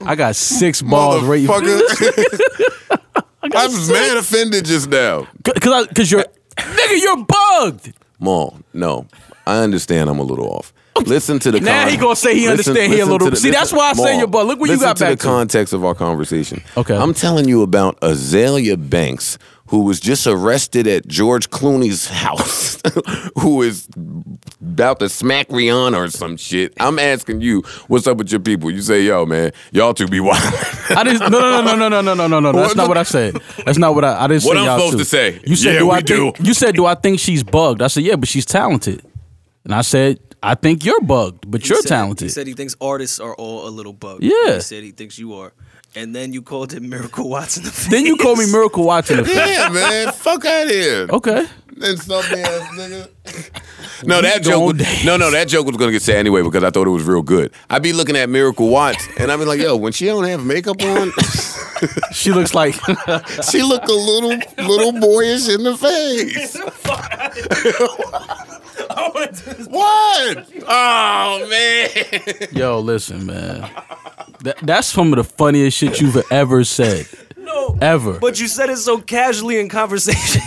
Speaker 3: I got six balls right.
Speaker 1: Motherfucker. I'm man offended just now.
Speaker 3: Because because you're nigga, you're bugged.
Speaker 1: Maul, no. I understand I'm a little off. Listen to the
Speaker 3: Now he gonna say he understand he a little- See, that's why I say you're bugged. Look what you
Speaker 1: listen
Speaker 3: got
Speaker 1: to
Speaker 3: back
Speaker 1: the
Speaker 3: to.
Speaker 1: context of our conversation.
Speaker 3: Okay.
Speaker 1: I'm telling you about Azalea Banks, who was just arrested at George Clooney's house, who is about to smack Rihanna or some shit. I'm asking you, what's up with your people? You say, yo, man, y'all two be wild.
Speaker 3: I didn't. No, no, no, no, no, no, no, no, no. That's
Speaker 1: What
Speaker 3: not
Speaker 1: the-
Speaker 3: what I said. That's not what I. I didn't
Speaker 1: What
Speaker 3: say
Speaker 1: I'm
Speaker 3: y'all
Speaker 1: supposed
Speaker 3: two.
Speaker 1: to say?
Speaker 3: You said,
Speaker 1: Yeah,
Speaker 3: do I
Speaker 1: we
Speaker 3: think,
Speaker 1: do.
Speaker 3: You said, do I think she's bugged? I said, yeah, but she's talented. And I said, I think you're bugged, but
Speaker 2: He
Speaker 3: you're
Speaker 2: said-
Speaker 3: talented.
Speaker 2: He said he thinks artists are all a little bugged.
Speaker 3: Yeah.
Speaker 2: He said he thinks you are. And then you called him Miracle Watson. The
Speaker 3: then you call me Miracle Watson. the face.
Speaker 1: yeah, man, fuck out of here.
Speaker 3: Okay.
Speaker 1: Insulting ass nigga. No, that
Speaker 3: gone
Speaker 1: joke. Was,
Speaker 3: days.
Speaker 1: no, no, that joke was gonna get said anyway because I thought it was real good. I'd be looking at Miracle Watts and I'd be like, "Yo, when she don't have makeup on,
Speaker 3: She looks like
Speaker 1: she look a little little boyish in the face." what? Oh man!
Speaker 3: Yo, listen, man. That, that's some of the funniest shit you've ever said.
Speaker 2: No.
Speaker 3: Ever.
Speaker 2: But you said it so casually in conversation.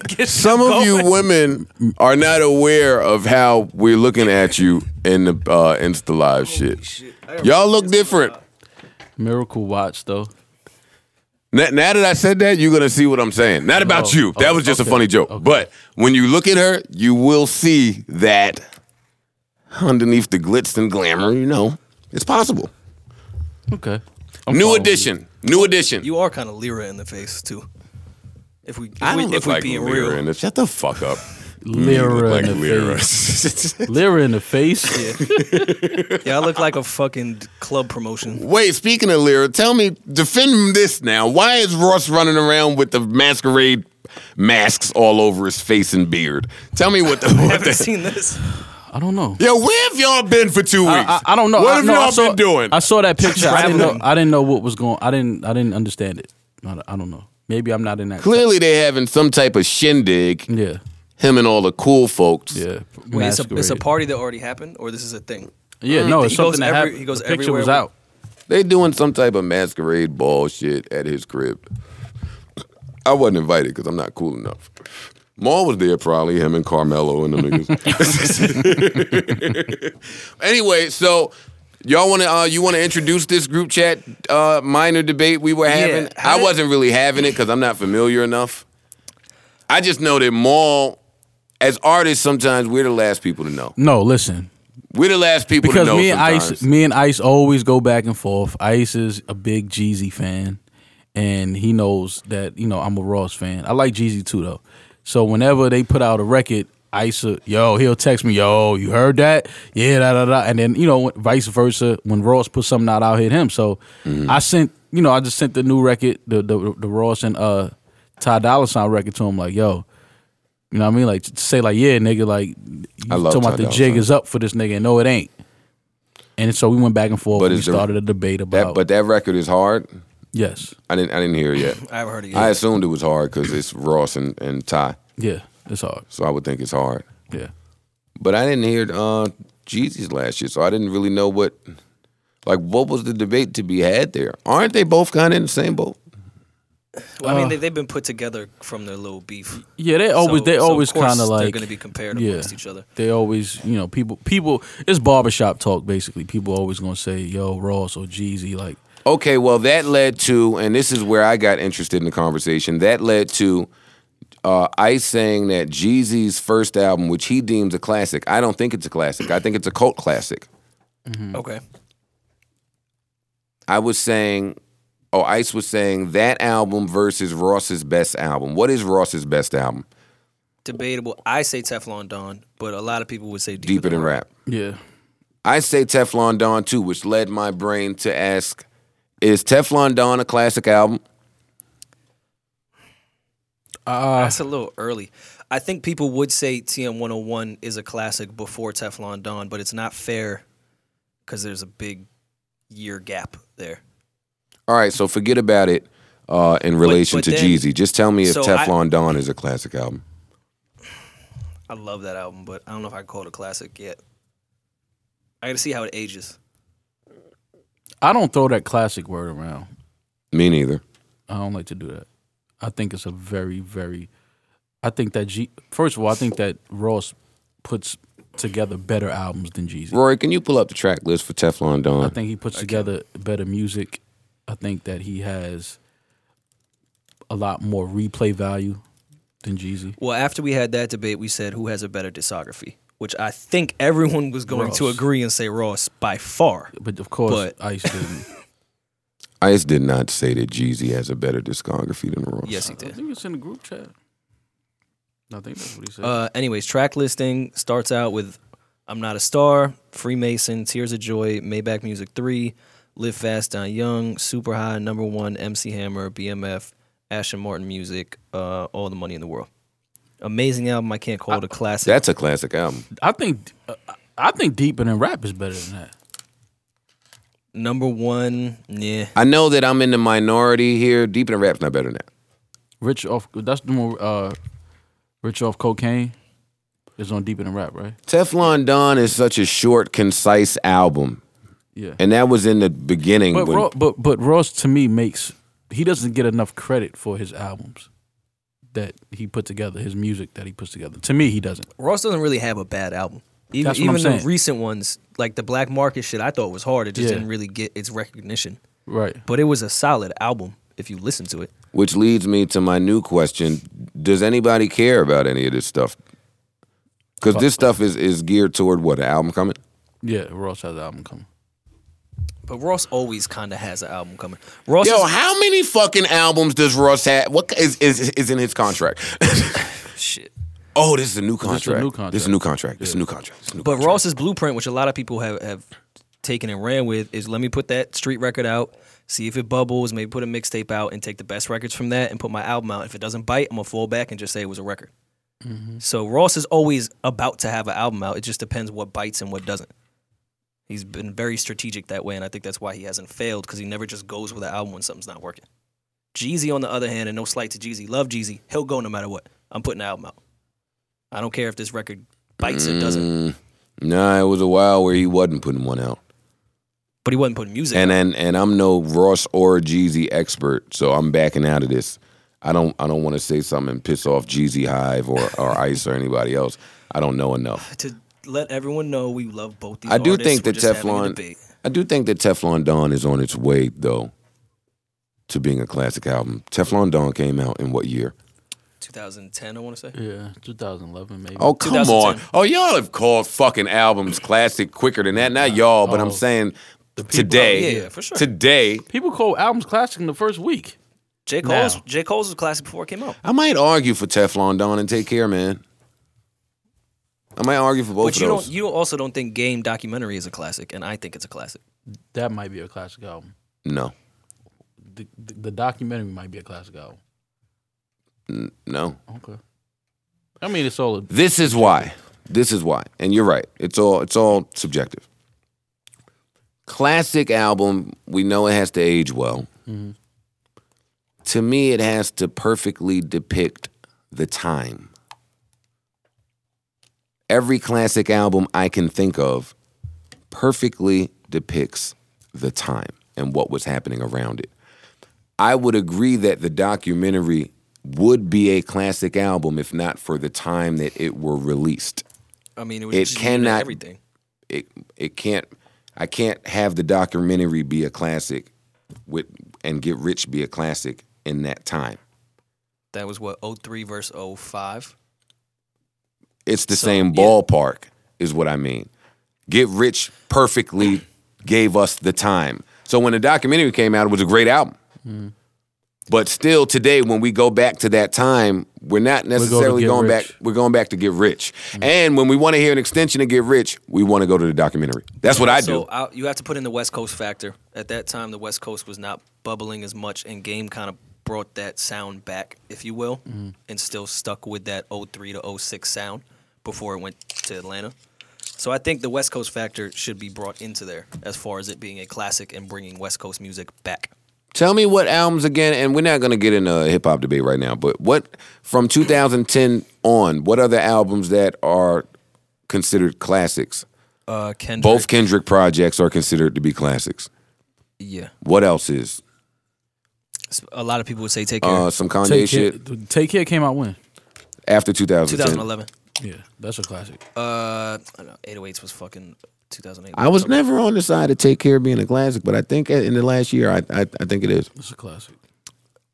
Speaker 2: Get
Speaker 1: Some
Speaker 2: you
Speaker 1: of you
Speaker 2: going.
Speaker 1: women are not aware of how we're looking at you in the uh, Insta Live shit. Y'all look different.
Speaker 3: Miracle Watch though.
Speaker 1: Now, now that I said that, you're gonna see what I'm saying. Not about
Speaker 3: Oh,
Speaker 1: you. That
Speaker 3: oh,
Speaker 1: was just
Speaker 3: okay,
Speaker 1: a funny joke.
Speaker 3: okay.
Speaker 1: But when you look at her, you will see that underneath the glitz and glamour, you know, it's possible.
Speaker 3: Okay.
Speaker 1: New edition. New edition.
Speaker 2: You are kind of Lyra in the face, too. If we, if
Speaker 1: I don't
Speaker 2: we,
Speaker 1: look
Speaker 2: if we
Speaker 1: like
Speaker 2: being
Speaker 1: Lyra
Speaker 2: real.
Speaker 1: in this. Shut the fuck up. You
Speaker 3: Lyra
Speaker 1: look
Speaker 3: in
Speaker 1: like
Speaker 3: the
Speaker 1: Lyra.
Speaker 3: face. Lyra in the face.
Speaker 2: Yeah, I look like a fucking club promotion.
Speaker 1: Wait, speaking of Lyra, tell me, defend this now. Why is Ross running around with the masquerade masks all over his face and beard? Tell me what the
Speaker 2: I
Speaker 1: what
Speaker 2: haven't
Speaker 1: the
Speaker 2: seen this.
Speaker 3: I don't know.
Speaker 1: Yo, where have y'all been for two weeks?
Speaker 3: I, I- I don't know.
Speaker 1: What
Speaker 3: I,
Speaker 1: have
Speaker 3: no, I
Speaker 1: y'all
Speaker 3: saw-
Speaker 1: been doing?
Speaker 3: I saw that picture. I didn't know.
Speaker 2: Traveling.
Speaker 3: I didn't know what was going. I didn't. I didn't understand it. I don't, I don't know. Maybe I'm not in that.
Speaker 1: Clearly, they're having some type of shindig.
Speaker 3: Yeah.
Speaker 1: Him and all the cool folks.
Speaker 3: Yeah.
Speaker 2: Wait, it's a, it's a
Speaker 3: Masquerade.
Speaker 2: party that already happened, or this is a thing?
Speaker 3: Yeah. No, it's
Speaker 2: He goes
Speaker 3: something that
Speaker 2: every-
Speaker 3: happened.
Speaker 2: he goes
Speaker 3: the picture
Speaker 2: everywhere
Speaker 3: was
Speaker 2: with-
Speaker 3: out.
Speaker 1: They doing some type of masquerade ball shit at his crib. I wasn't invited because I'm not cool enough. Maul was there probably, him and Carmelo and the niggas. anyway, so Y'all want to? Uh, you want to introduce this group chat uh, minor debate we were having?
Speaker 2: how
Speaker 1: I
Speaker 2: did-
Speaker 1: wasn't really having it because I'm not familiar enough. I just know that Maul, as artists, sometimes we're the last people to know.
Speaker 3: No, listen.
Speaker 1: We're the last people
Speaker 3: Because
Speaker 1: to know.
Speaker 3: me and Ice,
Speaker 1: sometimes.
Speaker 3: me and Ice always go back and forth. Ice is a big Jeezy fan, and he knows that you know I'm a Ross fan. I like Jeezy too though. So whenever they put out a record, Ice, uh, yo, he'll text me, yo, you heard that? Yeah, da da da. And then you know, vice versa, when Ross put something out, I'll hit him. So
Speaker 1: Mm.
Speaker 3: I sent, you know, I just sent the new record, the the, the Ross and uh Ty Dolla Sign record to him, like, yo. You know what I mean? Like say like, yeah, nigga, like you
Speaker 1: I love
Speaker 3: talking about
Speaker 1: Ty
Speaker 3: the
Speaker 1: Dolla
Speaker 3: jig
Speaker 1: Sign.
Speaker 3: is up for this nigga, and no, it ain't. And so we went back and forth.
Speaker 1: But
Speaker 3: and we
Speaker 1: is the-
Speaker 3: started a debate
Speaker 1: that,
Speaker 3: about.
Speaker 1: but that record is hard.
Speaker 3: yes,
Speaker 1: I didn't. I didn't hear it yet.
Speaker 2: I haven't heard it
Speaker 1: I
Speaker 2: yet.
Speaker 1: assumed it was hard because it's Ross and, and Ty,
Speaker 3: yeah, it's hard.
Speaker 1: so I would think it's hard.
Speaker 3: Yeah,
Speaker 1: But I didn't hear uh, Jeezy's last year, so I didn't really know what, like, what was the debate to be had there? Aren't they both kind of in the same boat?
Speaker 2: Well, I
Speaker 1: uh.
Speaker 2: mean, they, they've been put together from their little beef.
Speaker 3: yeah. They
Speaker 1: Oh,
Speaker 3: always,
Speaker 2: So-
Speaker 3: they
Speaker 2: so of
Speaker 3: always
Speaker 2: course
Speaker 3: kind of like
Speaker 2: they're going to be compared amongst each other.
Speaker 3: They always, you know, people, people. It's barbershop talk basically. People always gonna say, "Yo, Ross or Jeezy," like
Speaker 1: Okay, well, that led to, and this is where I got interested in the conversation. That led to uh, Ice saying that Jeezy's first album, which he deems a classic, I don't think it's a classic. I think it's a cult classic. Hmm.
Speaker 2: Okay.
Speaker 1: I was saying, oh, Ice was saying that album versus Ross's best album. What is Ross's best album?
Speaker 2: Debatable. I say Teflon Don, but a lot of people would say Deeper,
Speaker 1: Deeper Than Rap.
Speaker 3: yeah,
Speaker 1: I say Teflon Don too, which led my brain to ask, is Teflon Don a classic album?
Speaker 2: That's a little early. I think people would say TM 101 is a classic before Teflon Don, but it's not fair because there's a big year gap there.
Speaker 1: All right, so forget about it uh, in relation
Speaker 2: but
Speaker 1: to
Speaker 2: then-
Speaker 1: Jeezy. Just tell me if
Speaker 2: so I-
Speaker 1: Teflon Don is a classic album.
Speaker 2: I love that album, but I don't know if I can call it a classic yet. I got to see how it ages.
Speaker 3: I don't throw that classic word around.
Speaker 1: Me neither.
Speaker 3: I don't like to do that. I think it's a very, very. I think that G. First of all, I think that Ross puts together better albums than Jeezy.
Speaker 1: Rory, can you pull up the track list for Teflon Don?
Speaker 3: I think he puts together better music. I think that he has a lot more replay value than Jeezy.
Speaker 2: Well, after we had that debate, we said who has a better discography, which I think everyone was going to
Speaker 3: Ross.
Speaker 2: agree and say Ross by far.
Speaker 3: But of course,
Speaker 2: But-
Speaker 3: Ice didn't.
Speaker 1: Ice did not say that Jeezy has a better discography than Ross.
Speaker 2: Yes, he
Speaker 3: I
Speaker 2: did.
Speaker 3: think it's in the group chat. I think that's what he said.
Speaker 2: Uh, anyways, track listing starts out with I'm Not a Star, Freemason, Tears of Joy, Maybach Music 3, Live Fast, Don Young, Super High, Number One, MC Hammer, BMF, Ashton Martin Music, uh, All the Money in the World. Amazing album. I can't
Speaker 3: Uh,
Speaker 2: call it a classic.
Speaker 1: That's a classic album.
Speaker 3: I think uh, I think Deeper Than Rap is better than that.
Speaker 2: Number One, yeah.
Speaker 1: I know that I'm in the minority here. Deeper Than Rap's not better than that.
Speaker 3: Rich off. That's the one. Uh, Rich off cocaine is on Deeper Than Rap, right?
Speaker 1: Teflon Don is such a short, concise album.
Speaker 3: Yeah.
Speaker 1: And that was in the beginning.
Speaker 3: But
Speaker 1: when,
Speaker 3: Ross, but but Ross to me makes he doesn't get enough credit for his albums that he put together, his music that he puts together. To me, he doesn't.
Speaker 2: Ross doesn't really have a bad album. Even,
Speaker 3: That's what I'm
Speaker 2: even the
Speaker 3: saying.
Speaker 2: recent ones, like the Black Market shit, I thought was hard. It just
Speaker 3: Yeah.
Speaker 2: didn't really get its recognition.
Speaker 3: Right.
Speaker 2: But it was a solid album if you listen to it.
Speaker 1: Which leads me to my new question: Does anybody care about any of this stuff? Because this stuff is is geared toward what an album coming.
Speaker 3: Yeah, Ross has an album coming.
Speaker 2: But Ross always kind of has an album coming. Ross,
Speaker 1: Yo,
Speaker 2: is-
Speaker 1: how many fucking albums does Ross have? What is is, is in his contract?
Speaker 2: shit.
Speaker 1: oh, this is a new
Speaker 3: This is a
Speaker 1: contract.
Speaker 3: new contract.
Speaker 1: This is a new contract. This is a new contract. This is a new
Speaker 2: But
Speaker 1: contract.
Speaker 2: Ross's blueprint, which a lot of people have, have taken and ran with, is let me put that street record out, see if it bubbles, maybe put a mixtape out and take the best records from that and put my album out. If it doesn't bite, I'm gonna fall back and just say it was a record.
Speaker 1: Mm-hmm.
Speaker 2: So Ross is always about to have an album out. It just depends what bites and what doesn't. He's been very strategic that way, and I think that's why he hasn't failed because he never just goes with an album when something's not working. Jeezy, on the other hand, and no slight to Jeezy, love Jeezy, he'll go no matter what. I'm putting an album out. I don't care if this record bites or doesn't.
Speaker 1: nah, it was a while where he wasn't putting one out.
Speaker 2: but he wasn't putting music.
Speaker 1: And
Speaker 2: out.
Speaker 1: and and I'm no Ross or Jeezy expert, so I'm backing out of this. I don't I don't want to say something and piss off Jeezy Hive or or Ice or anybody else. I don't know enough.
Speaker 2: to let everyone know we love both these.
Speaker 1: I do
Speaker 2: artists,
Speaker 1: think
Speaker 2: we're
Speaker 1: that
Speaker 2: just having a
Speaker 1: Teflon-
Speaker 2: debate.
Speaker 1: I do think that Teflon Don is on its way though to being a classic album. Teflon Don came out in what year?
Speaker 2: 2010, I want to say.
Speaker 3: Yeah, 2011 maybe.
Speaker 1: Oh come on!
Speaker 2: 2010.
Speaker 1: Oh y'all have called fucking albums classic quicker than that. Not y'all, but I'm saying today.
Speaker 2: Yeah, yeah, for sure.
Speaker 1: Today,
Speaker 3: People call albums classic in the first week.
Speaker 2: J. Cole's
Speaker 3: Now.
Speaker 2: J. Cole's was classic before it came out.
Speaker 1: I might argue for Teflon Don and Take Care, man. I might argue for both
Speaker 2: But
Speaker 1: of
Speaker 2: you
Speaker 1: those.
Speaker 2: don't. You also don't think Game documentary is a classic, and I think it's a classic.
Speaker 3: That might be a classic album.
Speaker 1: no,
Speaker 3: The, the, the documentary might be a classic album.
Speaker 1: no.
Speaker 3: Okay. I mean, it's all.
Speaker 1: This is why. This is why. And you're right. It's all it's all subjective. Classic album, we know it has to age well. To me, it has to perfectly depict the time. Every classic album I can think of perfectly depicts the time and what was happening around it. I would agree that the documentary would be a classic album if not for the time that it were released.
Speaker 2: I mean, it was
Speaker 1: It
Speaker 2: just unique in
Speaker 1: cannot-
Speaker 2: everything.
Speaker 1: It it can't I can't have the documentary be a classic with and Get Rich be a classic in that time.
Speaker 2: That was what 03 verse 05.
Speaker 1: It's the
Speaker 2: So,
Speaker 1: same
Speaker 2: yeah.
Speaker 1: ballpark is what I mean. Get Rich perfectly gave us the time. So when the documentary came out it was a great album. But still today when we go back to that time, we're not
Speaker 3: to
Speaker 1: necessarily
Speaker 3: Get
Speaker 1: going
Speaker 3: Rich.
Speaker 1: back we're going back to Get Rich. And when we want to hear an extension of Get Rich, we want to go to the documentary. That's what I do.
Speaker 2: so I, you have to put in the West Coast factor. At that time, the West Coast was not bubbling as much, and Game kind of brought that sound back, if you will,
Speaker 1: Mm-hmm.
Speaker 2: and still stuck with that 03 to 06 sound before it went to Atlanta. So I think the West Coast factor should be brought into there as far as it being a classic and bringing West Coast music back.
Speaker 1: Tell me what albums again, and we're not gonna get in a hip hop debate right now, but what from 2010 on, what other albums that are considered classics?
Speaker 2: Uh, Kendrick,
Speaker 1: Both Kendrick projects are considered to be classics.
Speaker 2: yeah.
Speaker 1: What else is?
Speaker 2: S- A lot of people would say Take Care.
Speaker 1: Uh, some Kanye
Speaker 3: Take care,
Speaker 1: shit
Speaker 3: take care came out when?
Speaker 1: after 2010.
Speaker 2: 2011.
Speaker 3: Yeah, that's a classic.
Speaker 2: Uh, I know, 808s was fucking 2008.
Speaker 1: I was never on the side of Take Care being a classic, but I think in the last year, I I, I think it is.
Speaker 3: That's a classic.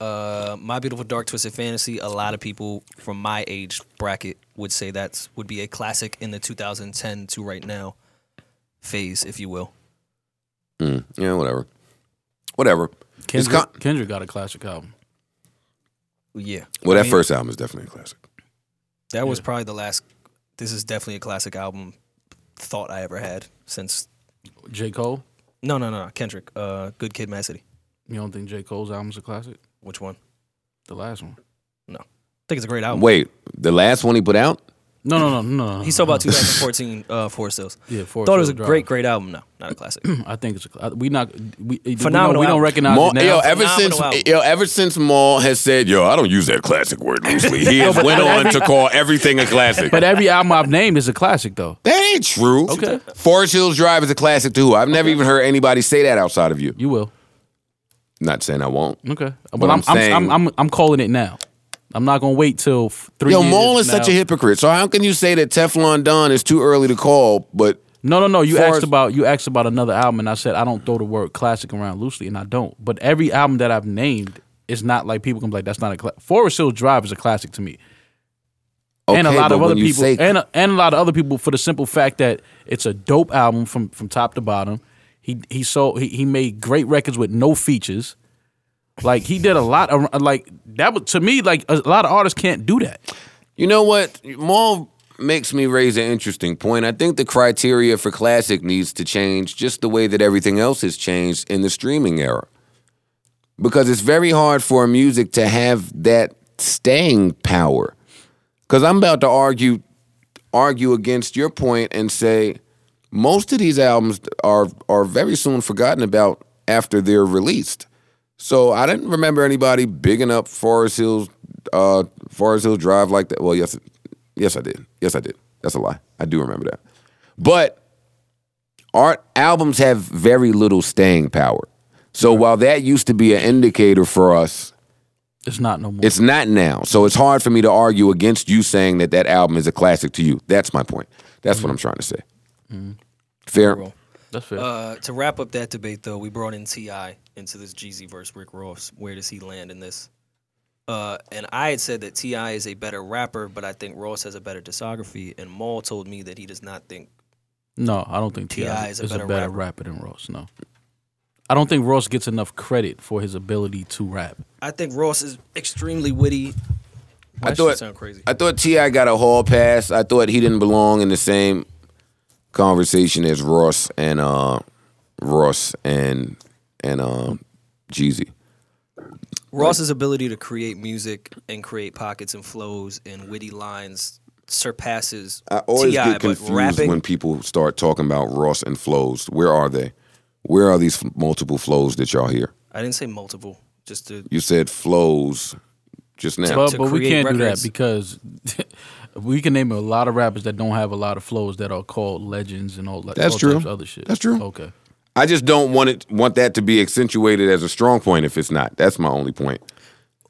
Speaker 2: Uh, My Beautiful Dark Twisted Fantasy. A lot of people from my age bracket would say that would be a classic in the 2010 to right now phase, if you will.
Speaker 1: Mm, yeah, whatever, whatever. It's
Speaker 3: Kendrick,
Speaker 1: con-
Speaker 3: Kendrick got a classic album.
Speaker 2: Yeah.
Speaker 1: well,
Speaker 2: I
Speaker 1: that
Speaker 2: mean,
Speaker 1: first album is definitely a classic.
Speaker 2: That was probably the last. This is definitely a classic album thought I ever had since.
Speaker 3: J. Cole.
Speaker 2: No, no, no, no, Kendrick. Uh, Good Kid, Mad City.
Speaker 3: You don't think J. Cole's album's a classic?
Speaker 2: Which one?
Speaker 3: The last one.
Speaker 2: No. I think it's a great album.
Speaker 1: Wait, the last one he put out?
Speaker 3: No, no, no, no. Mm, no.
Speaker 2: He's talking about 2014 uh, Forest Hills.
Speaker 3: Yeah, Forest
Speaker 2: Thought it was
Speaker 3: Hills
Speaker 2: a
Speaker 3: Drive.
Speaker 2: great, great album. No, not a classic.
Speaker 3: mm. I think it's a cla- we not we we don't-
Speaker 2: Phenomenal
Speaker 3: We don't
Speaker 2: album.
Speaker 3: recognize
Speaker 1: Maul,
Speaker 3: it now.
Speaker 1: yo, ever
Speaker 2: Phenomenal
Speaker 1: since
Speaker 2: album.
Speaker 1: yo, ever since Maul has said, "Yo, I don't use that classic word loosely," he has went on to call everything a classic.
Speaker 3: but every album I've named is a classic though.
Speaker 1: that ain't true.
Speaker 3: Okay.
Speaker 1: Forest Hills Drive is a classic too. I've never even heard anybody say that outside of you.
Speaker 3: You will.
Speaker 1: Not saying I won't.
Speaker 3: Okay. But,
Speaker 1: What
Speaker 3: I'm,
Speaker 1: I'm
Speaker 3: I'm,
Speaker 1: saying-
Speaker 3: I'm, I'm, I'm calling it now. I'm not gonna wait till f- three.
Speaker 1: Yo,
Speaker 3: years
Speaker 1: Maul is
Speaker 3: now.
Speaker 1: such a hypocrite. So how can you say that Teflon Don is too early to call? But
Speaker 3: No, no, no. You
Speaker 1: Forrest-
Speaker 3: asked about you asked about another album, and I said I don't throw the word classic around loosely, and I don't. But every album that I've named is not like people can be like that's not a cla Forest Hill Drive is a classic to me,
Speaker 1: okay,
Speaker 3: and a lot
Speaker 1: but
Speaker 3: of other
Speaker 1: when you
Speaker 3: people,
Speaker 1: say-
Speaker 3: and a, and a lot of other people for the simple fact that it's a dope album from from top to bottom. He he sold he, he made great records with no features. Like he did a lot of like that was to me like a lot of artists can't do that.
Speaker 1: you know what, Maul makes me raise an interesting point. I think the criteria for classic needs to change, just the way that everything else has changed in the streaming era. because it's very hard for music to have that staying power. Because I'm about to argue argue against your point and say most of these albums are are very soon forgotten about after they're released. So I didn't remember anybody bigging up Forest Hills uh, Forest Hills Drive like that. Well, yes, yes I did. Yes I did. That's a lie. I do remember that. But art albums have very little staying power. So while that used to be an indicator for us,
Speaker 3: It's not no more.
Speaker 1: it's not now. So it's hard for me to argue against you saying that that album is a classic to you. That's my point. That's what I'm trying to say. Fair.
Speaker 3: That's fair.
Speaker 2: Uh, to wrap up that debate, though, we brought in Ti into this Jeezy versus Rick Ross. Where does he land in this? Uh, and I had said that Ti is a better rapper, but I think Ross has a better discography. And Maul told me that he does not think.
Speaker 3: No, I don't think T.I.
Speaker 2: T.I.
Speaker 3: is, a better, rapper. than Ross. No. I don't think Ross gets enough credit for his ability to rap.
Speaker 2: I think Ross is extremely witty.
Speaker 1: I
Speaker 2: That
Speaker 1: thought
Speaker 2: shit sound crazy.
Speaker 1: I thought Ti got a hall pass. I thought he didn't belong in the same conversation as Ross and uh Ross and and um Jeezy.
Speaker 2: Ross's ability to create music and create pockets and flows and witty lines surpasses
Speaker 1: I always
Speaker 2: T.I.,
Speaker 1: get
Speaker 2: but
Speaker 1: confused
Speaker 2: rapping.
Speaker 1: when people start talking about Ross and flows. Where are they? Where are these f- multiple flows that y'all hear?
Speaker 2: I didn't say multiple, just to
Speaker 1: You said flows just now.
Speaker 3: But,
Speaker 2: to
Speaker 3: but we
Speaker 2: create
Speaker 3: can't
Speaker 2: records.
Speaker 3: do that because we can name a lot of rappers that don't have a lot of flows that are called legends and all that.
Speaker 1: That's
Speaker 3: all
Speaker 1: true.
Speaker 3: types of other shit.
Speaker 1: That's true.
Speaker 3: Okay.
Speaker 1: I just don't want it want that to be accentuated as a strong point if it's not. That's my only point.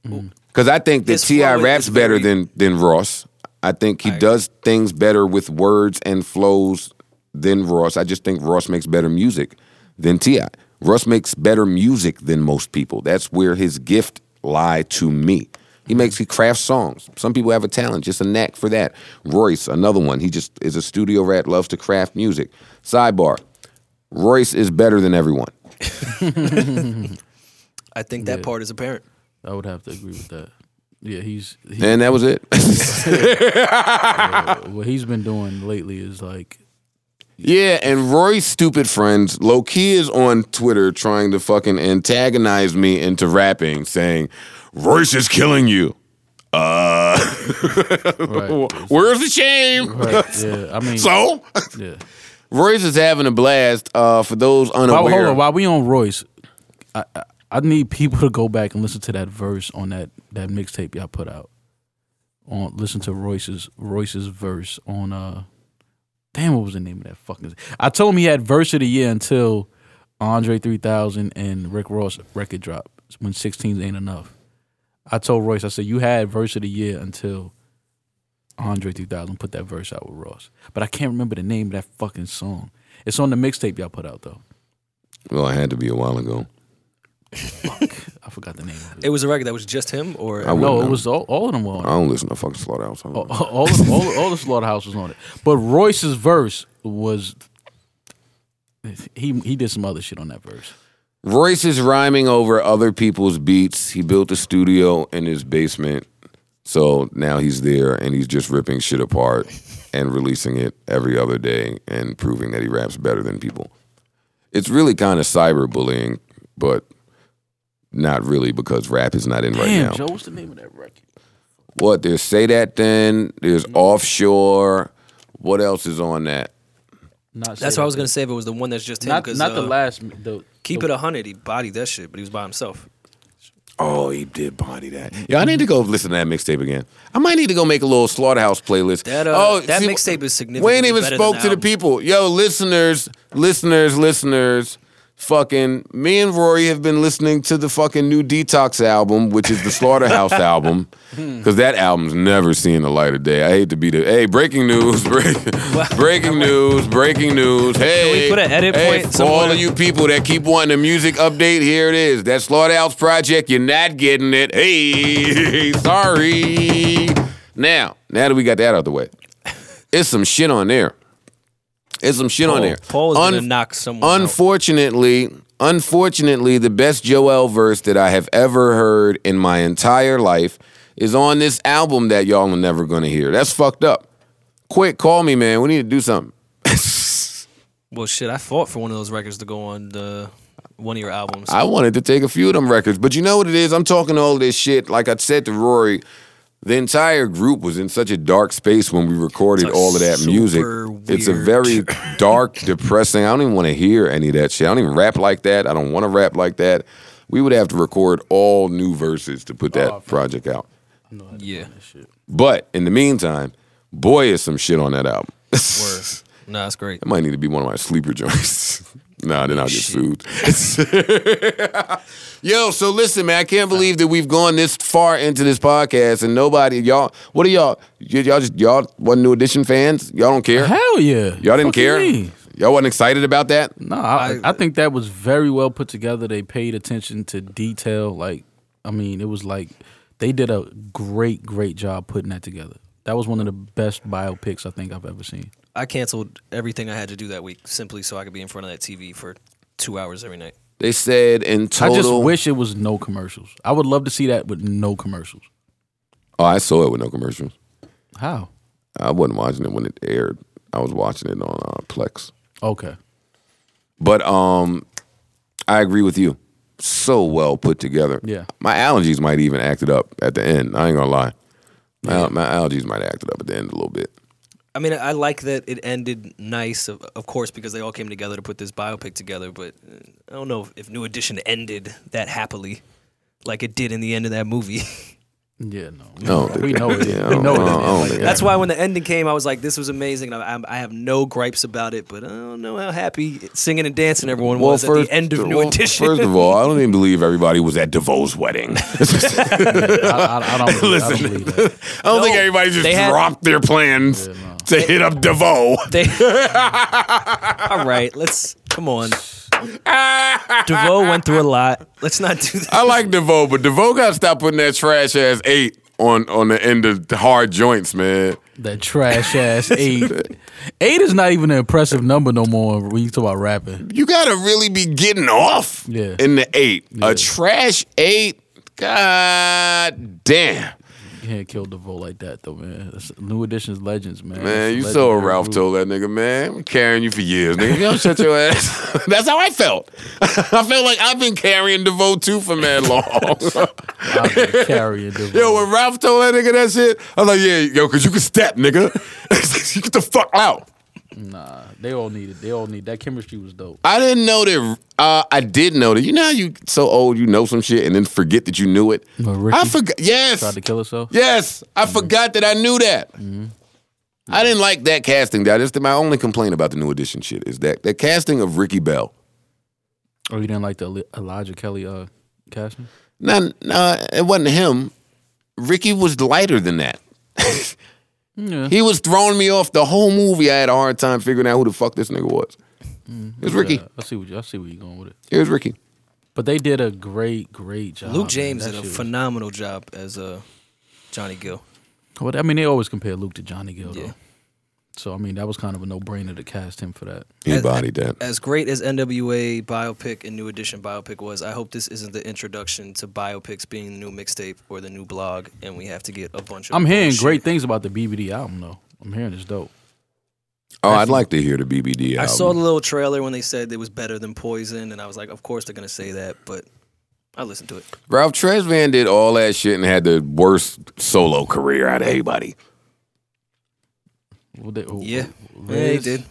Speaker 1: Because I think that
Speaker 2: His
Speaker 1: Ti
Speaker 2: flow is
Speaker 1: raps better
Speaker 2: very-
Speaker 1: than than Ross. I think he does things better with words and flows than Ross. I just think Ross makes better music than Ti. Ross makes better music than most people. That's where his gift lie to me. He makes he crafts songs. Some people have a talent, just a knack for that. Royce, another one. He just is a studio rat, loves to craft music. Sidebar. Royce is better than everyone.
Speaker 2: I think that part is apparent.
Speaker 3: I would have to agree with that. Yeah, he's he,
Speaker 1: And that was it.
Speaker 3: what he's been doing lately is like
Speaker 1: yeah, and Roy's stupid friends, low key is on Twitter trying to fucking antagonize me into rapping, saying, Royce is killing you. Uh,
Speaker 3: right,
Speaker 1: where's the shame?
Speaker 3: right, yeah. I mean,
Speaker 1: So,
Speaker 3: yeah.
Speaker 1: Royce is having a blast. Uh, for those
Speaker 3: While,
Speaker 1: unaware,
Speaker 3: hold on, while we on Royce, I, I I need people to go back and listen to that verse on that that mixtape y'all put out. On listen to Royce's Royce's verse on uh, damn, what was the name of that fucking? I told him he had verse of the year until Andre three thousand and Rick Ross record drop when 16s ain't enough. I told Royce, I said you had verse of the year until Andre 3000 put that verse out with Ross, but I can't remember the name of that fucking song. It's on the mixtape y'all put out though.
Speaker 1: well, it had to be a while ago.
Speaker 3: I forgot the name of it.
Speaker 2: It was a record that was just him, or
Speaker 1: I wouldn't
Speaker 3: no, it
Speaker 1: know.
Speaker 3: was Oh, all, all of them were on
Speaker 1: I
Speaker 3: it.
Speaker 1: don't listen to fucking Slaughterhouse. I don't know.
Speaker 3: All, all, all, all the slaughterhouse was on it. But Royce's verse was he he did some other shit on that verse.
Speaker 1: Royce is rhyming over other people's beats. He built a studio in his basement. So now he's there and he's just ripping shit apart and releasing it every other day and proving that he raps better than people. It's really kind of cyberbullying, but not really because rap is not in right
Speaker 3: Damn,
Speaker 1: now.
Speaker 3: Joe, what's the name of that record?
Speaker 1: What? There's Say That Then, there's
Speaker 3: Mm-hmm.
Speaker 1: Offshore. What else is on that?
Speaker 3: Not
Speaker 2: that's what I was gonna say. If it was the one that's just him,
Speaker 3: Not
Speaker 2: 'cause,
Speaker 3: not the
Speaker 2: uh,
Speaker 3: last. The,
Speaker 2: Keep
Speaker 3: the,
Speaker 2: it hundred. He bodied that shit, but he was by himself.
Speaker 1: Oh, he did body that. Yeah, I need to go listen to that mixtape again. I might need to go make a little slaughterhouse playlist. Oh,
Speaker 2: That, uh, that mixtape is
Speaker 1: We ain't
Speaker 2: significantly
Speaker 1: even
Speaker 2: better
Speaker 1: spoke
Speaker 2: than
Speaker 1: to
Speaker 2: the
Speaker 1: the
Speaker 2: album.
Speaker 1: people. Yo, listeners, listeners, listeners. Fucking me and Rory have been listening to the fucking new Detox album, which is the Slaughterhouse album,
Speaker 2: Hmm.
Speaker 1: because that album's never seen the light of day. I hate to be the hey breaking news, break, breaking news, breaking news. Hey,
Speaker 2: put an edit
Speaker 1: hey,
Speaker 2: point
Speaker 1: for all
Speaker 2: somewhere?
Speaker 1: of you people that keep wanting a music update, here it is. That Slaughterhouse Project, you're not getting it. Hey, sorry. Now, now that we got that out the way, it's some shit on there. It's some shit on
Speaker 2: Paul-
Speaker 1: there.
Speaker 2: Paul is gonna
Speaker 1: Un-
Speaker 2: knock someone. out.
Speaker 1: Unfortunately, unfortunately, the best Joel verse that I have ever heard in my entire life is on this album that y'all are never gonna hear. That's fucked up. Quick, call me, man. We need to do something.
Speaker 2: Well, shit, I fought for one of those records to go on the one of your albums.
Speaker 1: I wanted to take a few of them records, but you know what it is? I'm talking all this shit. Like I said to Rory, the entire group was in such a dark space when we recorded
Speaker 2: like
Speaker 1: all of that music.
Speaker 2: super
Speaker 1: It's a
Speaker 2: weird.
Speaker 1: very dark, depressing. I don't even want to hear any of that shit. I don't even rap like that. I don't want to rap like that. We would have to record all new verses to put
Speaker 2: Oh,
Speaker 1: that project out.
Speaker 2: yeah,
Speaker 1: But in the meantime, boy, is some shit on that album.
Speaker 2: word. Nah, that's great.
Speaker 1: It might need to be one of my sleeper joints. nah, then I'll get sued. Yo, so listen, man, I can't believe that we've gone this far into this podcast and nobody, y'all, what are y'all? y- Y'all just y'all wasn't new edition fans? Y'all don't care?
Speaker 3: hell yeah.
Speaker 1: Y'all didn't
Speaker 3: Fuck you
Speaker 1: care?
Speaker 3: mean?
Speaker 1: Y'all wasn't excited about that?
Speaker 3: No, I, I think that was very well put together. They paid attention to detail. Like, I mean, it was like they did a great, great job putting that together. That was one of the best biopics I think I've ever seen.
Speaker 2: I canceled everything I had to do that week simply so I could be in front of that TV for two hours every night.
Speaker 1: They said in total.
Speaker 3: I just wish it was no commercials. I would love to see that with no commercials.
Speaker 1: Oh, I saw it with no commercials.
Speaker 3: How?
Speaker 1: I wasn't watching it when it aired. I was watching it on uh, Plex.
Speaker 3: Okay.
Speaker 1: But um, I agree with you. So well put together.
Speaker 3: Yeah.
Speaker 1: My allergies might even act it up at the end. I ain't gonna lie. My, my allergies might act it up at the end a little bit.
Speaker 2: I mean, I like that it ended nice, of, of course, because they all came together to put this biopic together. But uh, I don't know if New Edition ended that happily, like it did in the end of that movie.
Speaker 3: Yeah, no.
Speaker 1: No, dude.
Speaker 3: we know it.
Speaker 1: Yeah, I
Speaker 3: we
Speaker 1: don't-
Speaker 3: know
Speaker 1: I don't- I don't
Speaker 3: it.
Speaker 1: think
Speaker 3: Like,
Speaker 1: I-
Speaker 2: That's why when the ending came, I was like, "This was amazing." And I, I, I have no gripes about it, but I don't know how happy singing and dancing everyone was at the end of New
Speaker 1: well,
Speaker 2: Edition.
Speaker 1: First of all, I don't even believe everybody was at DeVoe's wedding.
Speaker 3: I, I, I don't believe, I don't believe that.
Speaker 1: I don't think everybody just
Speaker 2: they had-
Speaker 1: dropped their plans to hit up DeVoe.
Speaker 2: They, all right, let's come on. DeVoe went through a lot. Let's not do that.
Speaker 1: I like DeVoe, but DeVoe got to stop putting that trash ass eight on on the end of the hard joints, man.
Speaker 3: That trash ass eight. Eight is not even an impressive number no more when you talk about rapping.
Speaker 1: You got to really be getting off
Speaker 3: Yeah.
Speaker 1: in the eight. A trash eight? God damn.
Speaker 3: You can't kill DeVoe like that though, man. That's new edition's legends, man.
Speaker 1: Man,
Speaker 3: That's
Speaker 1: you
Speaker 3: a
Speaker 1: saw what
Speaker 3: legendary
Speaker 1: Ralph
Speaker 3: group.
Speaker 1: told that nigga, man. I'm carrying you for years, nigga. You don't shut your ass. That's how I felt. I felt like I've been carrying DeVoe too for mad long.
Speaker 3: I've been carrying DeVoe.
Speaker 1: Yo, when Ralph told that nigga that shit, I was like, yeah, yo, cause you can step, nigga. Get the fuck out.
Speaker 3: nah, they all need it. They all need that chemistry was dope.
Speaker 1: I didn't know that. Uh, I did know that. You know how you so old, you know some shit, and then forget that you knew it.
Speaker 3: What, Ricky?
Speaker 1: I forgot. Yes,
Speaker 3: Tried to kill herself.
Speaker 1: yes, I
Speaker 2: Mm-hmm.
Speaker 1: forgot that I knew that. I didn't like that casting. That is my only complaint about the new edition shit is that the casting of Ricky Bell.
Speaker 3: Oh, you didn't like the Eli- Elijah Kelly uh casting?
Speaker 1: Nah, nah, it wasn't him. Ricky was lighter than that.
Speaker 3: Yeah.
Speaker 1: He was throwing me off the whole movie. I had a hard time figuring out who the fuck this nigga was.
Speaker 2: Mm-hmm.
Speaker 1: It was Ricky.
Speaker 3: Yeah, I see what you, I see where you're going with it.
Speaker 1: It was Ricky.
Speaker 3: But they did a great, great job.
Speaker 2: Luke
Speaker 3: Oh, man.
Speaker 2: James
Speaker 3: That
Speaker 2: did a
Speaker 3: shit was-
Speaker 2: phenomenal job as uh, Johnny Gill.
Speaker 3: Well, I mean, they always compare Luke to Johnny Gill,
Speaker 2: Yeah.
Speaker 3: though. So I mean, that was kind of a no-brainer to cast him for that.
Speaker 1: He bodied that.
Speaker 2: As great as NWA biopic and New Edition biopic was, I hope this isn't the introduction to biopics being the new mixtape or the new blog, and we have to get a bunch of.
Speaker 3: I'm hearing
Speaker 2: bullshit.
Speaker 3: great things about the BBD album, though. I'm hearing it's dope.
Speaker 1: Oh, I'd like to hear the BBD
Speaker 3: Um,
Speaker 1: album.
Speaker 2: I saw the little trailer when they said it was better than Poison, and I was like, of course they're gonna say that, but I listened to it.
Speaker 1: Ralph Tresvant did all that shit and had the worst solo career out of anybody.
Speaker 3: Well, they, oh,
Speaker 2: Yeah.
Speaker 3: Riz,
Speaker 2: Yeah, he did.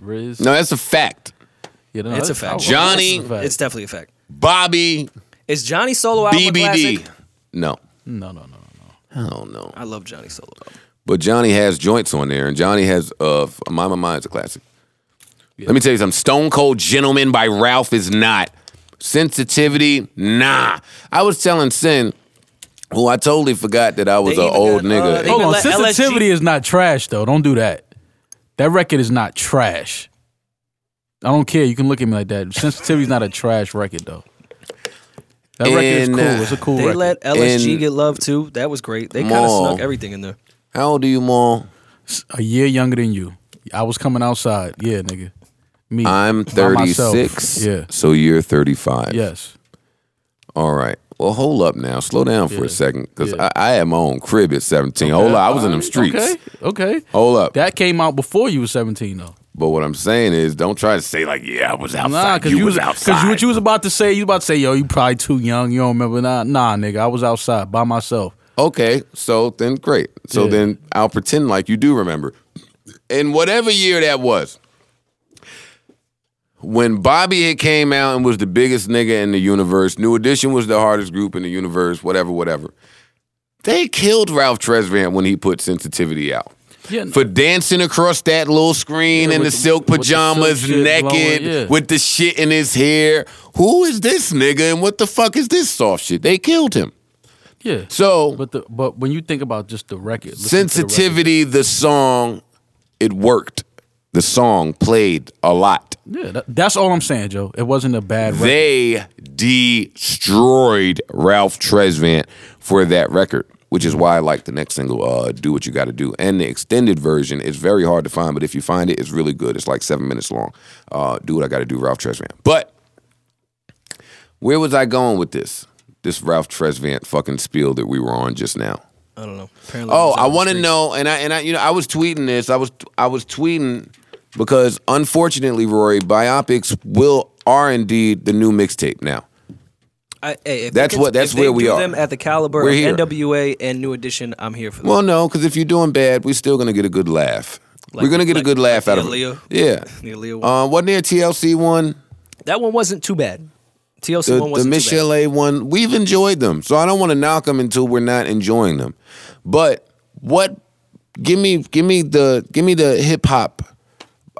Speaker 3: Riz.
Speaker 1: No, that's a fact.
Speaker 3: Yeah, no,
Speaker 2: It's a
Speaker 3: that's-
Speaker 2: fact.
Speaker 3: I-
Speaker 1: Johnny-
Speaker 3: that's a fact.
Speaker 2: It's definitely a fact.
Speaker 1: Bobby
Speaker 2: Is Johnny solo album a
Speaker 1: BBD.
Speaker 2: classic?
Speaker 1: No,
Speaker 3: no, no, no, no.
Speaker 1: I don't know.
Speaker 2: I love Johnny solo album.
Speaker 1: But Johnny has joints on there, and Johnny has uh, "My My Mind's a classic. Let me tell you something. Stone Cold Gentleman by Ralph is not sensitivity. Nah, I was telling Sin, who I totally forgot that I was
Speaker 2: They
Speaker 1: an
Speaker 2: even
Speaker 1: old
Speaker 2: got, uh,
Speaker 1: nigga.
Speaker 2: they
Speaker 3: Hold
Speaker 2: even
Speaker 3: on,
Speaker 2: let
Speaker 3: sensitivity
Speaker 2: LSG
Speaker 3: is not trash though. Don't do that. That record is not trash. I don't care. You can look at me like that. Sensitivity is not a trash record though. That record is
Speaker 1: And,
Speaker 3: cool.
Speaker 1: uh,
Speaker 3: It's a cool
Speaker 2: They
Speaker 3: record.
Speaker 2: let LSG
Speaker 1: And-
Speaker 2: get love too. That was great. They kind of
Speaker 1: Maul.
Speaker 2: snuck everything in there.
Speaker 1: How old are you, Maul?
Speaker 3: a year younger than you. I was coming outside. Yeah, nigga. Me.
Speaker 1: I'm
Speaker 3: by myself.
Speaker 1: 36.
Speaker 3: Yeah.
Speaker 1: So you're 35.
Speaker 3: Yes.
Speaker 1: All right. Well, hold up now. Slow down for a second, because
Speaker 3: Yeah.
Speaker 1: I, I had my own crib at 17. Hold up. I was in them streets.
Speaker 3: Okay. Okay.
Speaker 1: Hold up.
Speaker 3: That came out before you was 17 though.
Speaker 1: But what I'm saying is, don't try to say like, yeah, I was outside.
Speaker 3: Nah, cause
Speaker 1: you, was outside.
Speaker 3: what you was about to say, you about to say, yo, you probably too young. You don't remember nah. Nah, nigga. I was outside by myself.
Speaker 1: okay. So then, great. So
Speaker 3: Yeah.
Speaker 1: then, I'll pretend like you do remember. In whatever year that was, when Bobby had came out and was the biggest nigga in the universe, New Edition was the hardest group in the universe. Whatever, whatever. They killed Ralph Tresvant when he put Sensitivity out.
Speaker 3: Yeah.
Speaker 1: for dancing across that little screen
Speaker 3: Yeah,
Speaker 1: in the
Speaker 3: with the-
Speaker 1: silk
Speaker 3: with the silk
Speaker 1: pajamas,
Speaker 3: shit
Speaker 1: naked,
Speaker 3: blowing, yeah.
Speaker 1: with the shit in his hair. Who is this nigga and what the fuck is this soft shit? They killed him.
Speaker 3: yeah.
Speaker 1: So,
Speaker 3: But the but when you think about just the record, listen to the record.
Speaker 1: sensitivity, the song, it worked. The song played a lot.
Speaker 3: Yeah, that, that's all I'm saying, Joe. It wasn't a bad record.
Speaker 1: They destroyed Ralph Tresvant for that record, which is why I like the next single, uh, Do What You Gotta Do. And the extended version is very hard to find, but if you find it, it's really good. It's like seven minutes long. Uh, Do What I Gotta Do, Ralph Tresvant. But where was I going with this? This Ralph Tresvant fucking spiel that we were on just now.
Speaker 2: I don't know. Apparently it
Speaker 1: Oh,
Speaker 2: was on
Speaker 1: I
Speaker 2: the
Speaker 1: want to
Speaker 2: streets.
Speaker 1: know, and I and I, you know, I was tweeting this. I was I was tweeting because unfortunately, Rory, biopics will are indeed the new mixtape now.
Speaker 2: I, hey, if
Speaker 1: That's
Speaker 2: they
Speaker 1: what- that's
Speaker 2: if they
Speaker 1: where we
Speaker 2: do
Speaker 1: are.
Speaker 2: Them at the caliber
Speaker 1: We're here.
Speaker 2: of NWA and New Edition. I'm here for. Them.
Speaker 1: Well, no, because if you're doing bad, we're still gonna get a good laugh.
Speaker 2: Like-
Speaker 1: we're gonna get a
Speaker 2: like-
Speaker 1: good laugh
Speaker 2: like
Speaker 1: out of
Speaker 2: the
Speaker 1: it.
Speaker 2: Aaliyah-
Speaker 1: Yeah.
Speaker 2: the Aaliyah one.
Speaker 1: Uh, wasn't there a TLC one?
Speaker 2: that one wasn't too bad. TLC
Speaker 1: The,
Speaker 2: one
Speaker 1: the
Speaker 2: wasn't
Speaker 1: Miss
Speaker 2: too bad.
Speaker 1: Chalet one. We've enjoyed them, so I don't want to knock them until we're not enjoying them. But what? Give me, give me the, give me the hip hop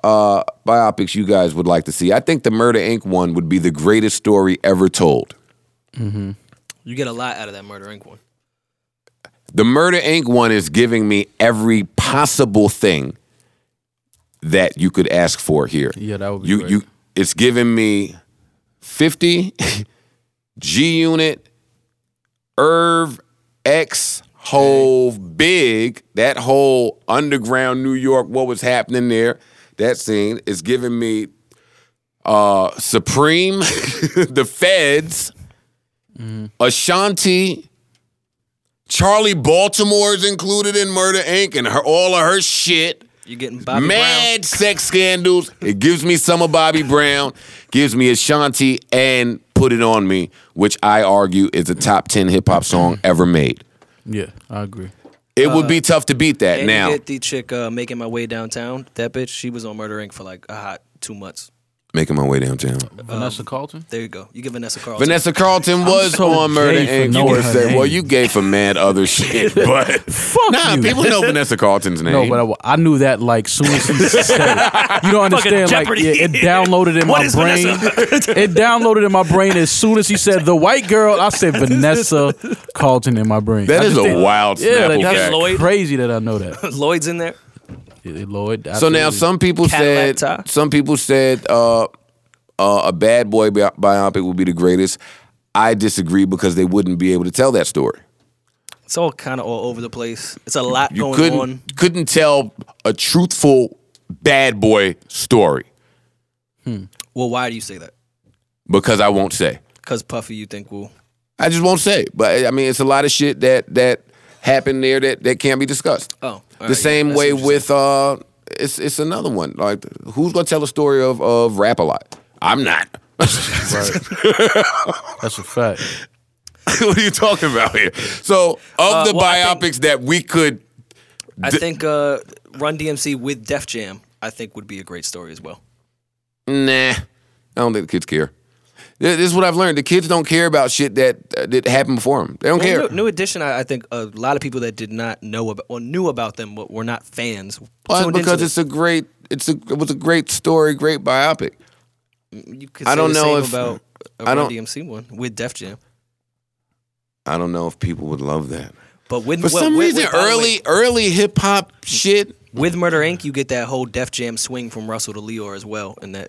Speaker 1: uh, biopics you guys would like to see. I think the Murder Inc. one would be the greatest story ever told.
Speaker 2: You get a lot out of that Murder Inc. one.
Speaker 1: The Murder Inc. one is giving me every possible thing that you could ask for here.
Speaker 3: Yeah, that would be
Speaker 1: you.
Speaker 3: great.
Speaker 1: You. It's giving me fifty, G Unit, Irv X Hove Big. That whole underground New York. What was happening there? That scene is giving me uh Supreme, the Feds,
Speaker 3: Mm-hmm.
Speaker 1: Ashanti. Charlie Baltimore's included in Murder Inc. and her, all of her shit.
Speaker 2: You're getting Bobby
Speaker 1: Mad sex scandals. It gives me some of Bobby Brown, gives me Ashanti, and Put It On Me, which I argue is a top 10 hip hop song ever made.
Speaker 3: Yeah, I agree.
Speaker 1: It would be tough to beat that
Speaker 2: Brown.
Speaker 1: now.
Speaker 2: and you get the chick uh, making my way downtown. That bitch, she was on Murder Inc. for like a hot two months.
Speaker 1: Making my way downtown. Um,
Speaker 3: Vanessa Carlton.
Speaker 2: There you go. You get Vanessa Carlton.
Speaker 1: Vanessa Carlton was
Speaker 3: so
Speaker 1: on Murder
Speaker 3: gay for
Speaker 1: Inc. You
Speaker 3: knowing
Speaker 1: would
Speaker 3: her
Speaker 1: say,
Speaker 3: name.
Speaker 1: well, you gay for mad other shit, but
Speaker 3: Fuck
Speaker 1: nah,
Speaker 3: you.
Speaker 1: people know Vanessa Carlton's name.
Speaker 3: No, but I, I knew that like soon as he said it. You don't understand. Like
Speaker 2: Jeopardy.
Speaker 3: yeah, it downloaded in
Speaker 2: What
Speaker 3: my
Speaker 2: is
Speaker 3: brain. it downloaded in my brain as soon as he said the white girl. I said Vanessa Carlton in my brain.
Speaker 1: That
Speaker 3: I
Speaker 1: is
Speaker 3: just
Speaker 1: a
Speaker 3: think-
Speaker 1: wild
Speaker 3: Yeah, like,
Speaker 1: Snapple
Speaker 3: that's
Speaker 1: fact.
Speaker 2: Lloyd.
Speaker 3: crazy that I know that.
Speaker 2: Lloyd's in there.
Speaker 3: Yeah, Lloyd.
Speaker 1: So now
Speaker 3: absolutely.
Speaker 1: some people said
Speaker 2: Cadillac tie.
Speaker 1: some people said uh, uh, a bad boy bi- biopic would be the greatest. I disagree because they wouldn't be able to tell that story.
Speaker 2: It's all kind of all over the place. It's a lot
Speaker 1: You
Speaker 2: going
Speaker 1: couldn't
Speaker 2: on.
Speaker 1: couldn't tell a truthful bad boy story
Speaker 2: Well, why do you say that?
Speaker 1: because I won't say.
Speaker 2: Because Puffy, you think will.
Speaker 1: I just won't say. But I mean, it's a lot of shit that that happened there that that can't be discussed.
Speaker 2: Oh, all right,
Speaker 1: the
Speaker 2: yeah,
Speaker 1: same
Speaker 2: that's
Speaker 1: way
Speaker 2: interesting.
Speaker 1: with uh, it's it's another one. Like, who's gonna tell a story of of rap a lot? I'm not.
Speaker 3: That's a fact.
Speaker 1: what are you talking about here? So, of the
Speaker 2: Uh, well, I
Speaker 1: biopics that we could,
Speaker 2: I
Speaker 1: Th-
Speaker 2: think uh, Run DMC with Def Jam, I think would be a great story as well.
Speaker 1: nah, I don't think the kids care. Th- This is what I've learned: the kids don't care about shit that uh, that happened before them. They don't
Speaker 2: Well,
Speaker 1: care.
Speaker 2: New, New Edition, I, I think a lot of people that did not know about or knew about them but were not fans.
Speaker 1: Why?
Speaker 2: tuned into
Speaker 1: because
Speaker 2: them.
Speaker 1: it's a great, it's a it was a great story, great biopic.
Speaker 2: you could
Speaker 1: I
Speaker 2: say
Speaker 1: don't know
Speaker 2: the same
Speaker 1: if-
Speaker 2: about a
Speaker 1: I
Speaker 2: Run
Speaker 1: don't-
Speaker 2: DMC one with Def Jam,
Speaker 1: I don't know if people would love that.
Speaker 2: but with
Speaker 1: For
Speaker 2: well,
Speaker 1: some
Speaker 2: with,
Speaker 1: reason,
Speaker 2: with, by the
Speaker 1: early
Speaker 2: way,
Speaker 1: early hip hop shit.
Speaker 2: with Murder Inc. You get that whole Def Jam swing from Russell to Leor as well, and that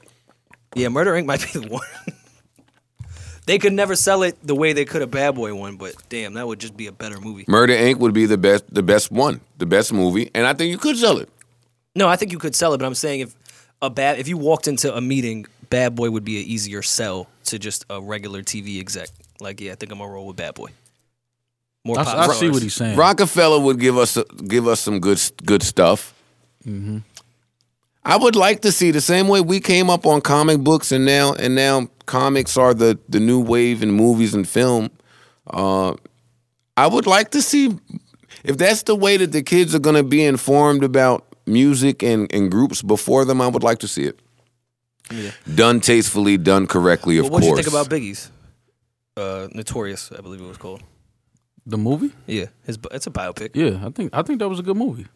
Speaker 2: yeah, Murder Inc. might be the one. they could never sell it the way they could a Bad Boy one, but damn, that would just be a better movie.
Speaker 1: Murder Inc. would be the best, the best one, the best movie, and I think you could sell it.
Speaker 2: No, I think you could sell it, but I'm saying if a bad if you walked into a meeting, Bad Boy would be an easier sell to just a regular TV exec. Like, yeah, I think I'm gonna roll with Bad Boy. More
Speaker 3: I,
Speaker 2: pop
Speaker 3: I see
Speaker 2: stars.
Speaker 3: what he's saying.
Speaker 1: Rockefeller would give us give us some good good stuff. I would like to see the same way we came up on comic books, and now and now comics are the the new wave in movies and film. Uh, I would like to see if that's the way that the kids are going to be informed about music and, and groups before them. I would like to see it done tastefully, done correctly. Of
Speaker 2: Well, what do you
Speaker 1: course,
Speaker 2: think about Biggie's? Uh, Notorious, I believe it was called.
Speaker 3: The movie?
Speaker 2: Yeah, his bi- it's a biopic.
Speaker 3: Yeah, I think I think that was a good movie.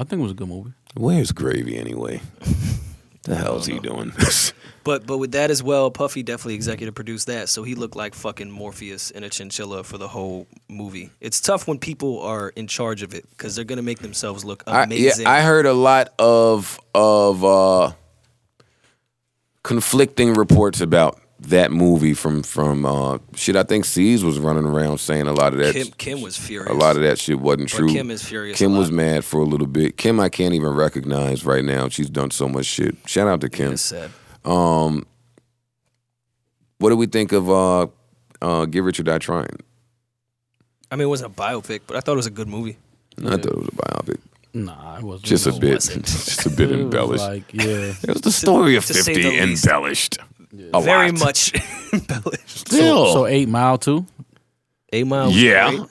Speaker 3: I think it was a good movie.
Speaker 1: where's gravy anyway? The hell's he doing?
Speaker 2: But but with that as well, Puffy definitely executive produced that, so he looked like fucking Morpheus in a chinchilla for the whole movie. It's tough when people are in charge of it because they're gonna make themselves look
Speaker 1: I, yeah,
Speaker 2: amazing.
Speaker 1: I heard a lot of of uh, conflicting reports about that movie from from uh, shit. I think C's was running around saying a lot of that.
Speaker 2: Kim Kim was furious.
Speaker 1: a lot of that shit wasn't
Speaker 2: But
Speaker 1: true.
Speaker 2: Kim is furious
Speaker 1: Kim
Speaker 2: a
Speaker 1: was
Speaker 2: lot.
Speaker 1: mad for a little bit. Kim, I can't even recognize right now. She's done so much shit. Shout out to Kim. Um,
Speaker 2: It's sad.
Speaker 1: What do we think of uh, uh, Give Richard Die Trying?
Speaker 2: I mean, it wasn't a biopic, but I thought it was a good movie.
Speaker 1: I thought it was a biopic.
Speaker 3: Nah, it wasn't.
Speaker 1: Just
Speaker 3: no.
Speaker 1: a bit,
Speaker 2: wasn't.
Speaker 1: just a bit
Speaker 3: It was
Speaker 1: embellished.
Speaker 3: Like, yeah.
Speaker 1: it was the story of
Speaker 2: to say
Speaker 1: Fifty
Speaker 2: the least.
Speaker 1: embellished. A
Speaker 2: Very
Speaker 1: lot.
Speaker 2: much embellished.
Speaker 1: Still,
Speaker 3: So eight mile too.
Speaker 2: A mile. was
Speaker 1: yeah,
Speaker 2: great.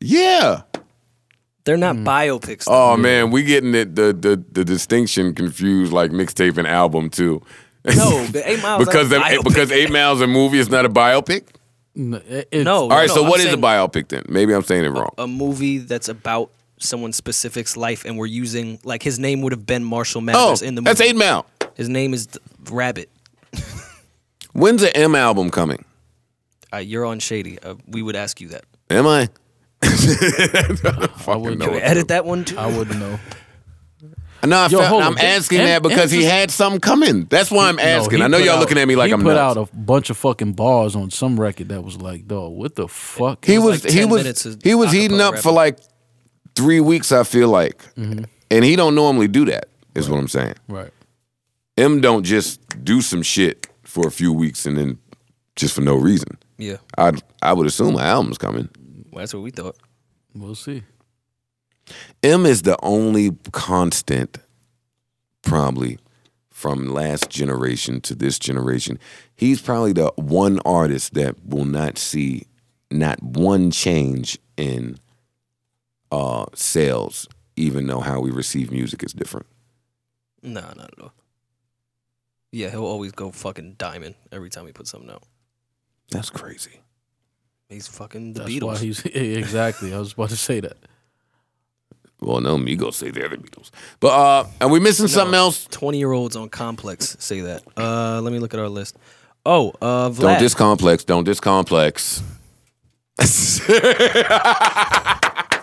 Speaker 1: yeah.
Speaker 2: They're not biopics. though.
Speaker 1: Oh man, we getting the the the, the distinction confused like mixtape and album too.
Speaker 2: No, but Eight Mile's
Speaker 1: because
Speaker 2: not a
Speaker 1: them-
Speaker 2: biopic.
Speaker 1: because Eight Miles a movie is not a biopic.
Speaker 3: No, it- it-
Speaker 2: No.
Speaker 1: All right, so
Speaker 2: I'm
Speaker 1: what is
Speaker 2: saying Oh,
Speaker 1: a biopic then? Maybe I'm saying it wrong.
Speaker 2: A movie that's about someone specific's life, and we're using like his name would have been Marshall
Speaker 1: oh,
Speaker 2: Mathers in the movie.
Speaker 1: that's Eight Mile.
Speaker 2: His name is D- Rabbit.
Speaker 1: When's the M album coming?
Speaker 2: Uh, you're on shady. Uh, we would ask you that.
Speaker 1: Am I?
Speaker 3: I wouldn't
Speaker 1: know.
Speaker 3: know.
Speaker 2: Edit that one too.
Speaker 3: I wouldn't know.
Speaker 1: No, I
Speaker 3: Yo,
Speaker 1: felt-
Speaker 3: hold
Speaker 1: I'm
Speaker 3: on.
Speaker 1: asking
Speaker 3: M-
Speaker 1: that because he
Speaker 3: M's-
Speaker 1: had something coming. That's why I'm asking.
Speaker 3: No, he
Speaker 1: I know
Speaker 3: put
Speaker 1: y'all
Speaker 3: out-
Speaker 1: looking at me like
Speaker 3: he
Speaker 1: I'm
Speaker 3: put
Speaker 1: nuts.
Speaker 3: out a bunch of fucking bars on some record that was like, dog, what the fuck?
Speaker 1: he was,
Speaker 2: was like
Speaker 1: he
Speaker 2: 10
Speaker 1: was
Speaker 2: minutes of
Speaker 1: he was
Speaker 2: acapella
Speaker 1: heating up for
Speaker 2: rapping.
Speaker 1: like three weeks. I feel like,
Speaker 2: Mm-hmm.
Speaker 1: and he don't normally do that. Is what I'm saying.
Speaker 3: right.
Speaker 1: M don't just do some shit for a few weeks and then just for no reason.
Speaker 2: yeah,
Speaker 1: I I would assume an album's coming.
Speaker 2: well, that's what we thought.
Speaker 3: We'll see.
Speaker 1: M is the only constant, probably, from last generation to this generation. He's probably the one artist that will not see not one change in uh, sales, even though how we receive music is different.
Speaker 2: No, not at all. Yeah, he'll always go fucking diamond every time he puts something out.
Speaker 1: That's crazy.
Speaker 2: He's fucking the
Speaker 3: That's
Speaker 2: Beatles.
Speaker 3: why he's exactly. I was about to say that.
Speaker 1: Well, no, Migos say they're the Beatles, but uh, are we missing something else?
Speaker 2: Twenty year olds on Complex say that. Uh, let me look at our list. Oh, uh, Vlad.
Speaker 1: Don't discomplex. Don't discomplex.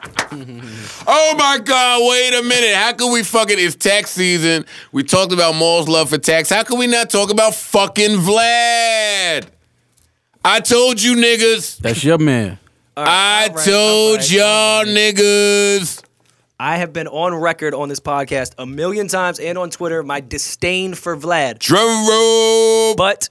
Speaker 1: oh my God! Wait a minute. How can we fucking? It's tax season. We talked about Maul's love for tax. How can we not talk about fucking Vlad? I told you niggas.
Speaker 3: That's your man.
Speaker 1: I
Speaker 2: all right, all
Speaker 1: told
Speaker 2: right, all
Speaker 1: y'all niggas.
Speaker 2: I have been on record on this podcast a million times and on Twitter my disdain for Vlad.
Speaker 1: Drum roll.
Speaker 2: But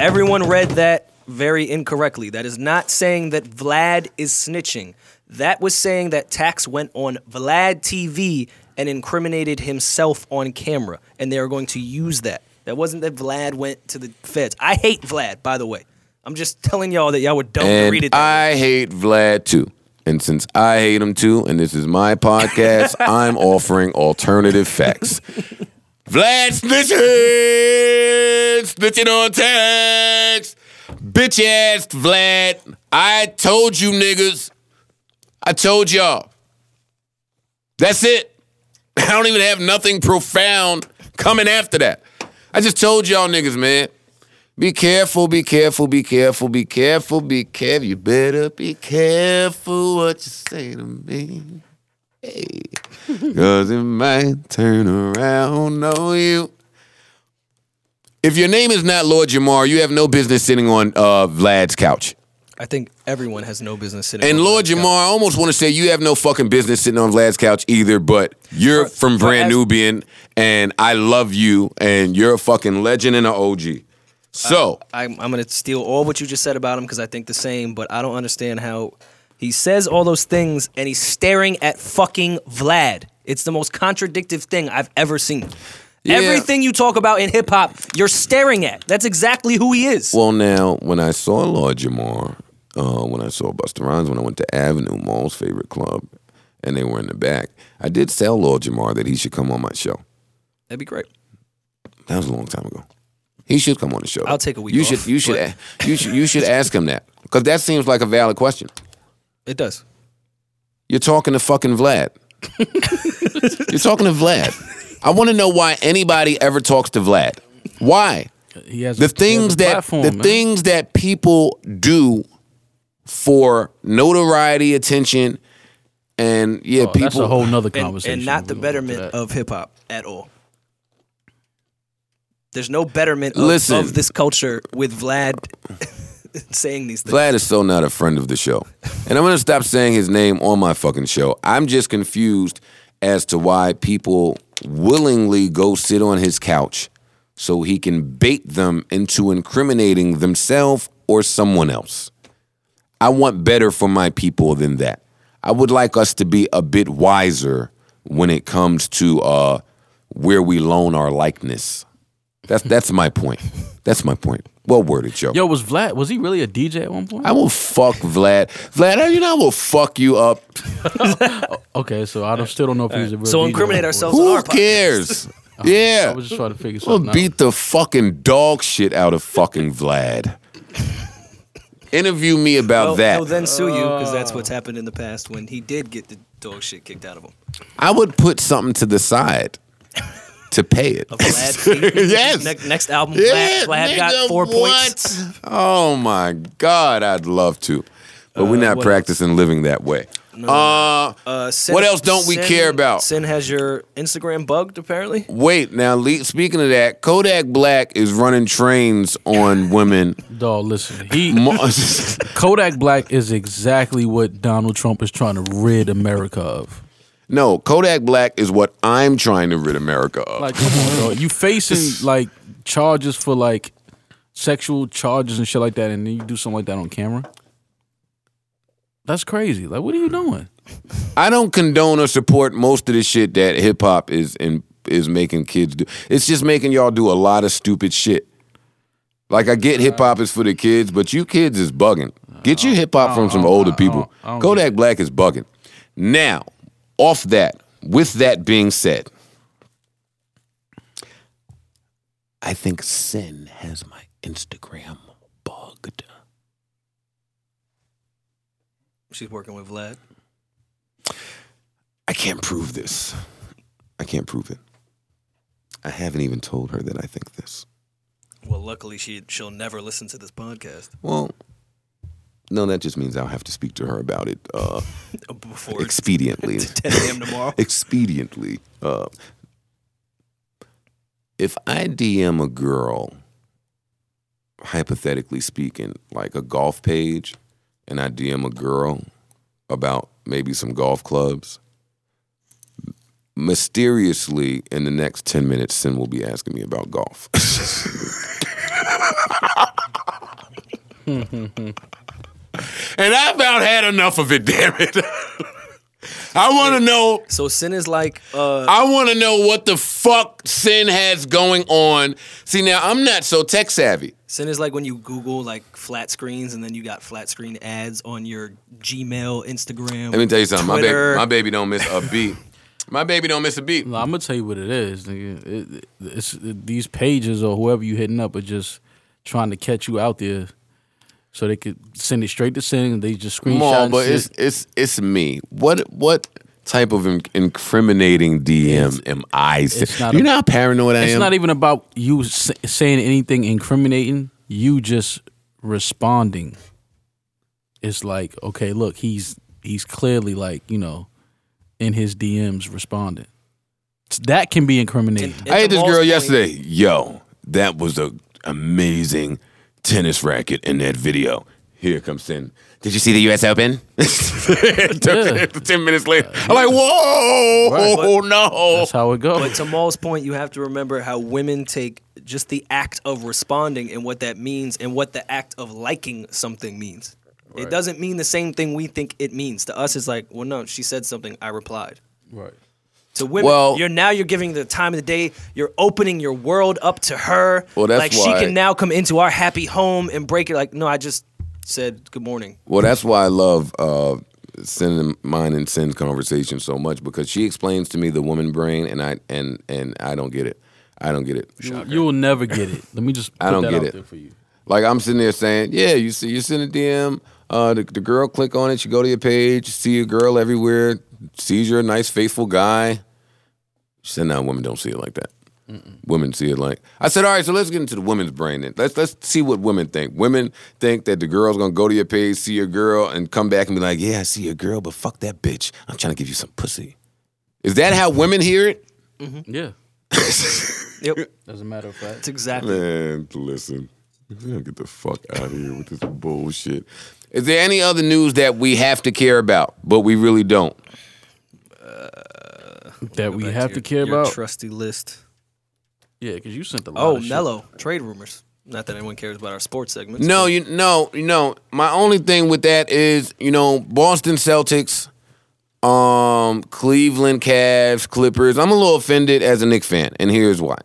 Speaker 2: everyone read that very incorrectly. That is not saying that Vlad is snitching. That was saying that Tax went on Vlad TV and incriminated himself on camera, and they are going to use that. That wasn't that Vlad went to the feds. I hate Vlad, by the way. I'm just telling y'all that y'all were dumb to read it.
Speaker 1: And
Speaker 2: that way.
Speaker 1: I hate Vlad too. And since I hate him too, and this is my podcast, I'm offering alternative facts. Vlad snitching, snitching on tax. Bitch ass Vlad. I told you niggas. I told y'all. That's it. I don't even have nothing profound coming after that. I just told y'all niggas, man. Be careful, be careful, be careful, be careful, be careful. You better be careful what you say to me. Hey. Cause it might turn around on you. If your name is not Lord Jamar, you have no business sitting on uh, Vlad's couch.
Speaker 2: I think everyone has no business sitting.
Speaker 1: And
Speaker 2: on
Speaker 1: Lord
Speaker 2: Vlad's
Speaker 1: Jamar,
Speaker 2: couch.
Speaker 1: I almost want to say you have no fucking business sitting on Vlad's couch either, but you're
Speaker 2: But-
Speaker 1: from
Speaker 2: but
Speaker 1: Brand
Speaker 2: as-
Speaker 1: Nubian and I love you and you're a fucking legend and an OG. So,
Speaker 2: I'm, I'm going to steal all what you just said about him because I think the same, but I don't understand how he says all those things and he's staring at fucking Vlad. It's the most contradictive thing I've ever seen.
Speaker 1: Yeah.
Speaker 2: Everything you talk about in hip hop, you're staring at. That's exactly who he is.
Speaker 1: Well, now when I saw Lord Jamar, uh, when I saw Busta Rhymes, when I went to Avenue Mall's favorite club, and they were in the back, I did tell Lord Jamar that he should come on my show.
Speaker 2: That'd be great.
Speaker 1: That was a long time ago. He should come on the show.
Speaker 2: I'll take a week
Speaker 1: You
Speaker 2: off,
Speaker 1: should. You should.
Speaker 2: but-
Speaker 1: a- You should. You should ask him that because that seems like a valid question.
Speaker 2: It does.
Speaker 1: You're talking to fucking Vlad. You're talking to Vlad. I want to know why anybody ever talks to Vlad. Why?
Speaker 3: He has
Speaker 1: the
Speaker 3: a- he has
Speaker 1: things
Speaker 3: a
Speaker 1: that
Speaker 3: platform,
Speaker 1: the
Speaker 3: man.
Speaker 1: things that people do for notoriety, attention, and yeah,
Speaker 3: Oh,
Speaker 1: people.
Speaker 3: that's a whole nother
Speaker 2: and,
Speaker 3: conversation.
Speaker 2: and not the
Speaker 3: We'll go into
Speaker 2: betterment
Speaker 3: that.
Speaker 2: of hip hop at all. There's no betterment of,
Speaker 1: Listen.
Speaker 2: of this culture with Vlad saying these things.
Speaker 1: Vlad is so not a friend of the show, and I'm gonna stop saying his name on my fucking show. I'm just confused as to why people willingly go sit on his couch so he can bait them into incriminating themselves or someone else. I want better for my people than that. I would like us to be a bit wiser when it comes to uh, where we loan our likeness. That's that's my point. That's my point. Well worded, Joe.
Speaker 3: Yo, was Vlad? Was he really a DJ at one point?
Speaker 1: I will fuck Vlad. Vlad, you know I will fuck you up.
Speaker 3: okay, so I don't, still don't know if he was a real.
Speaker 2: So
Speaker 3: DJ
Speaker 2: incriminate
Speaker 3: at one
Speaker 2: ourselves. on
Speaker 3: point.
Speaker 1: Who
Speaker 2: our Oh, podcast.
Speaker 1: cares?
Speaker 3: I
Speaker 1: yeah.
Speaker 3: was just trying to figure
Speaker 1: We'll
Speaker 3: something out.
Speaker 1: beat the fucking dog shit out of fucking Vlad. Interview me about
Speaker 2: Well,
Speaker 1: that.
Speaker 2: Oh, He'll then sue you because that's what's happened in the past when he did get the dog shit kicked out of him.
Speaker 1: I would put something to the side to pay it.
Speaker 2: Of Vlad.
Speaker 1: Yes.
Speaker 2: Ne- next album,
Speaker 1: Yeah,
Speaker 2: Vlad, Vlad
Speaker 1: nigga,
Speaker 2: got four points.
Speaker 1: what? Oh my god, I'd love to. But we're not
Speaker 2: Uh, what
Speaker 1: practicing living that way. uh,
Speaker 2: Uh, Sin-
Speaker 1: What else don't we
Speaker 2: Sin-
Speaker 1: care about?
Speaker 2: Sin has your Instagram bugged, apparently.
Speaker 1: Wait, now le- speaking of that, Kodak Black is running trains on women.
Speaker 3: Dog, listen, he
Speaker 1: Mo-
Speaker 3: Kodak Black is exactly what Donald Trump is trying to rid America of.
Speaker 1: no, Kodak Black is what I'm trying to rid America of.
Speaker 3: Like, come on, dog. you facing like charges for like sexual charges and shit like that, and then you do something like that on camera. That's crazy. Like, what are you doing?
Speaker 1: I don't condone or support most of the shit that hip hop is in, is making kids do. It's just making y'all do a lot of stupid shit. Like I get hip hop is for the kids, but you kids is bugging. Get your hip hop from some older people.
Speaker 3: I don't get
Speaker 1: Kodak Black is bugging. Now, off that, with that being said, I think Sin has my Instagram bugged.
Speaker 2: She's working with Vlad.
Speaker 1: I can't prove this. I can't prove it. I haven't even told her that I think this.
Speaker 2: Well, luckily she she'll never listen to this podcast
Speaker 1: Well, no, that just means I'll have to speak to her about it uh,
Speaker 2: before it's
Speaker 1: expediently.
Speaker 2: 10 a.m. tomorrow.
Speaker 1: expediently. Uh, if I DM a girl, hypothetically speaking, like a golf page, and I DM a girl about maybe some golf clubs, mysteriously in the next 10 minutes, Sin will be asking me about golf. and I've about had enough of it, damn it. I want to know
Speaker 2: So Sin is like, uh,
Speaker 1: I want to know what the fuck Sin has going on. See, now I'm not so tech savvy.
Speaker 2: Sin is like when you Google like flat screens and then you got flat screen ads on your Gmail, Instagram.
Speaker 1: Let me tell you something. My
Speaker 2: Twitter.
Speaker 1: baby, my baby don't miss a beat. My baby don't miss a beat.
Speaker 3: No, I'm gonna tell you what it is. Nigga. It, it- it's these pages or whoever you hitting up are just trying to catch you out there, so they could send it straight to send. They just screenshot.
Speaker 1: Come on, but
Speaker 3: and
Speaker 1: it's
Speaker 3: shit.
Speaker 1: it's it's me. What what type of in- incriminating DM am I? sen-
Speaker 3: it's not
Speaker 1: you
Speaker 3: a-
Speaker 1: know how paranoid I
Speaker 3: It's
Speaker 1: am.
Speaker 3: not even about you s- saying anything incriminating. You just responding. It's like, okay, look, he's he's clearly like you know, in his DMs responding. That can be incriminating.
Speaker 2: And-
Speaker 1: I
Speaker 2: and
Speaker 1: had
Speaker 2: to
Speaker 1: this
Speaker 2: Maul's
Speaker 1: girl
Speaker 2: point,
Speaker 1: yesterday. Yo, that was a amazing tennis racket in that video. Here comes Sin. Did you see the U.S. Open? It took
Speaker 3: Yeah.
Speaker 1: Ten minutes later, I'm like, whoa, oh no.
Speaker 3: That's how it goes.
Speaker 2: But to Maul's point, you have to remember how women take just the act of responding and what that means and what the act of liking something means. It doesn't mean the same thing we think it means. To us, it's like, well, no, she said something, I replied.
Speaker 3: right.
Speaker 2: To women,
Speaker 1: Well-
Speaker 2: you're now you're giving the time of the day. You're opening your world up to her.
Speaker 1: Well, that's
Speaker 2: like
Speaker 1: why-
Speaker 2: she can now come into our happy home and break it. Like, no, I just said good morning.
Speaker 1: Well, that's why I love uh, sending mine and Sin's conversation so much because she explains to me the woman brain, and I and and I don't get it. I don't get it.
Speaker 3: You will never get it. Let me just. Put
Speaker 1: I don't
Speaker 3: that
Speaker 1: get
Speaker 3: out
Speaker 1: it.
Speaker 3: there for you.
Speaker 1: Like I'm sitting there saying, yeah, you see, you send a DM. Uh, the, the girl click on it. She go to your page. See a girl everywhere. Sees you're a nice, faithful guy. She said, "No, women don't see it like that. Women see it like." I said, "All right, so let's get into the women's brain. Then. Let's let's see what women think. Women think that the girl's gonna go to your page, see your girl, and come back and be like, "Yeah, I see your girl, but fuck that bitch. I'm trying to give you some pussy." Is that how women hear it?
Speaker 3: Yeah.
Speaker 2: Yep,
Speaker 3: Doesn't matter if
Speaker 2: that's exactly.
Speaker 1: Man, listen, we gonna get the fuck out of here with this bullshit. Is there any other news that we have to care about, but we really don't?
Speaker 3: that we
Speaker 2: Back
Speaker 3: have
Speaker 2: your-
Speaker 3: to care
Speaker 2: your
Speaker 3: about.
Speaker 2: trusty list.
Speaker 3: yeah, because you sent a lot.
Speaker 2: Oh,
Speaker 3: of shit.
Speaker 2: Nello, trade rumors. Not that anyone cares about our sports segments.
Speaker 1: No, you no, you know, my only thing with that is, you know, Boston Celtics, um, Cleveland Cavs, Clippers. I'm a little offended as a Knicks fan, and here's why.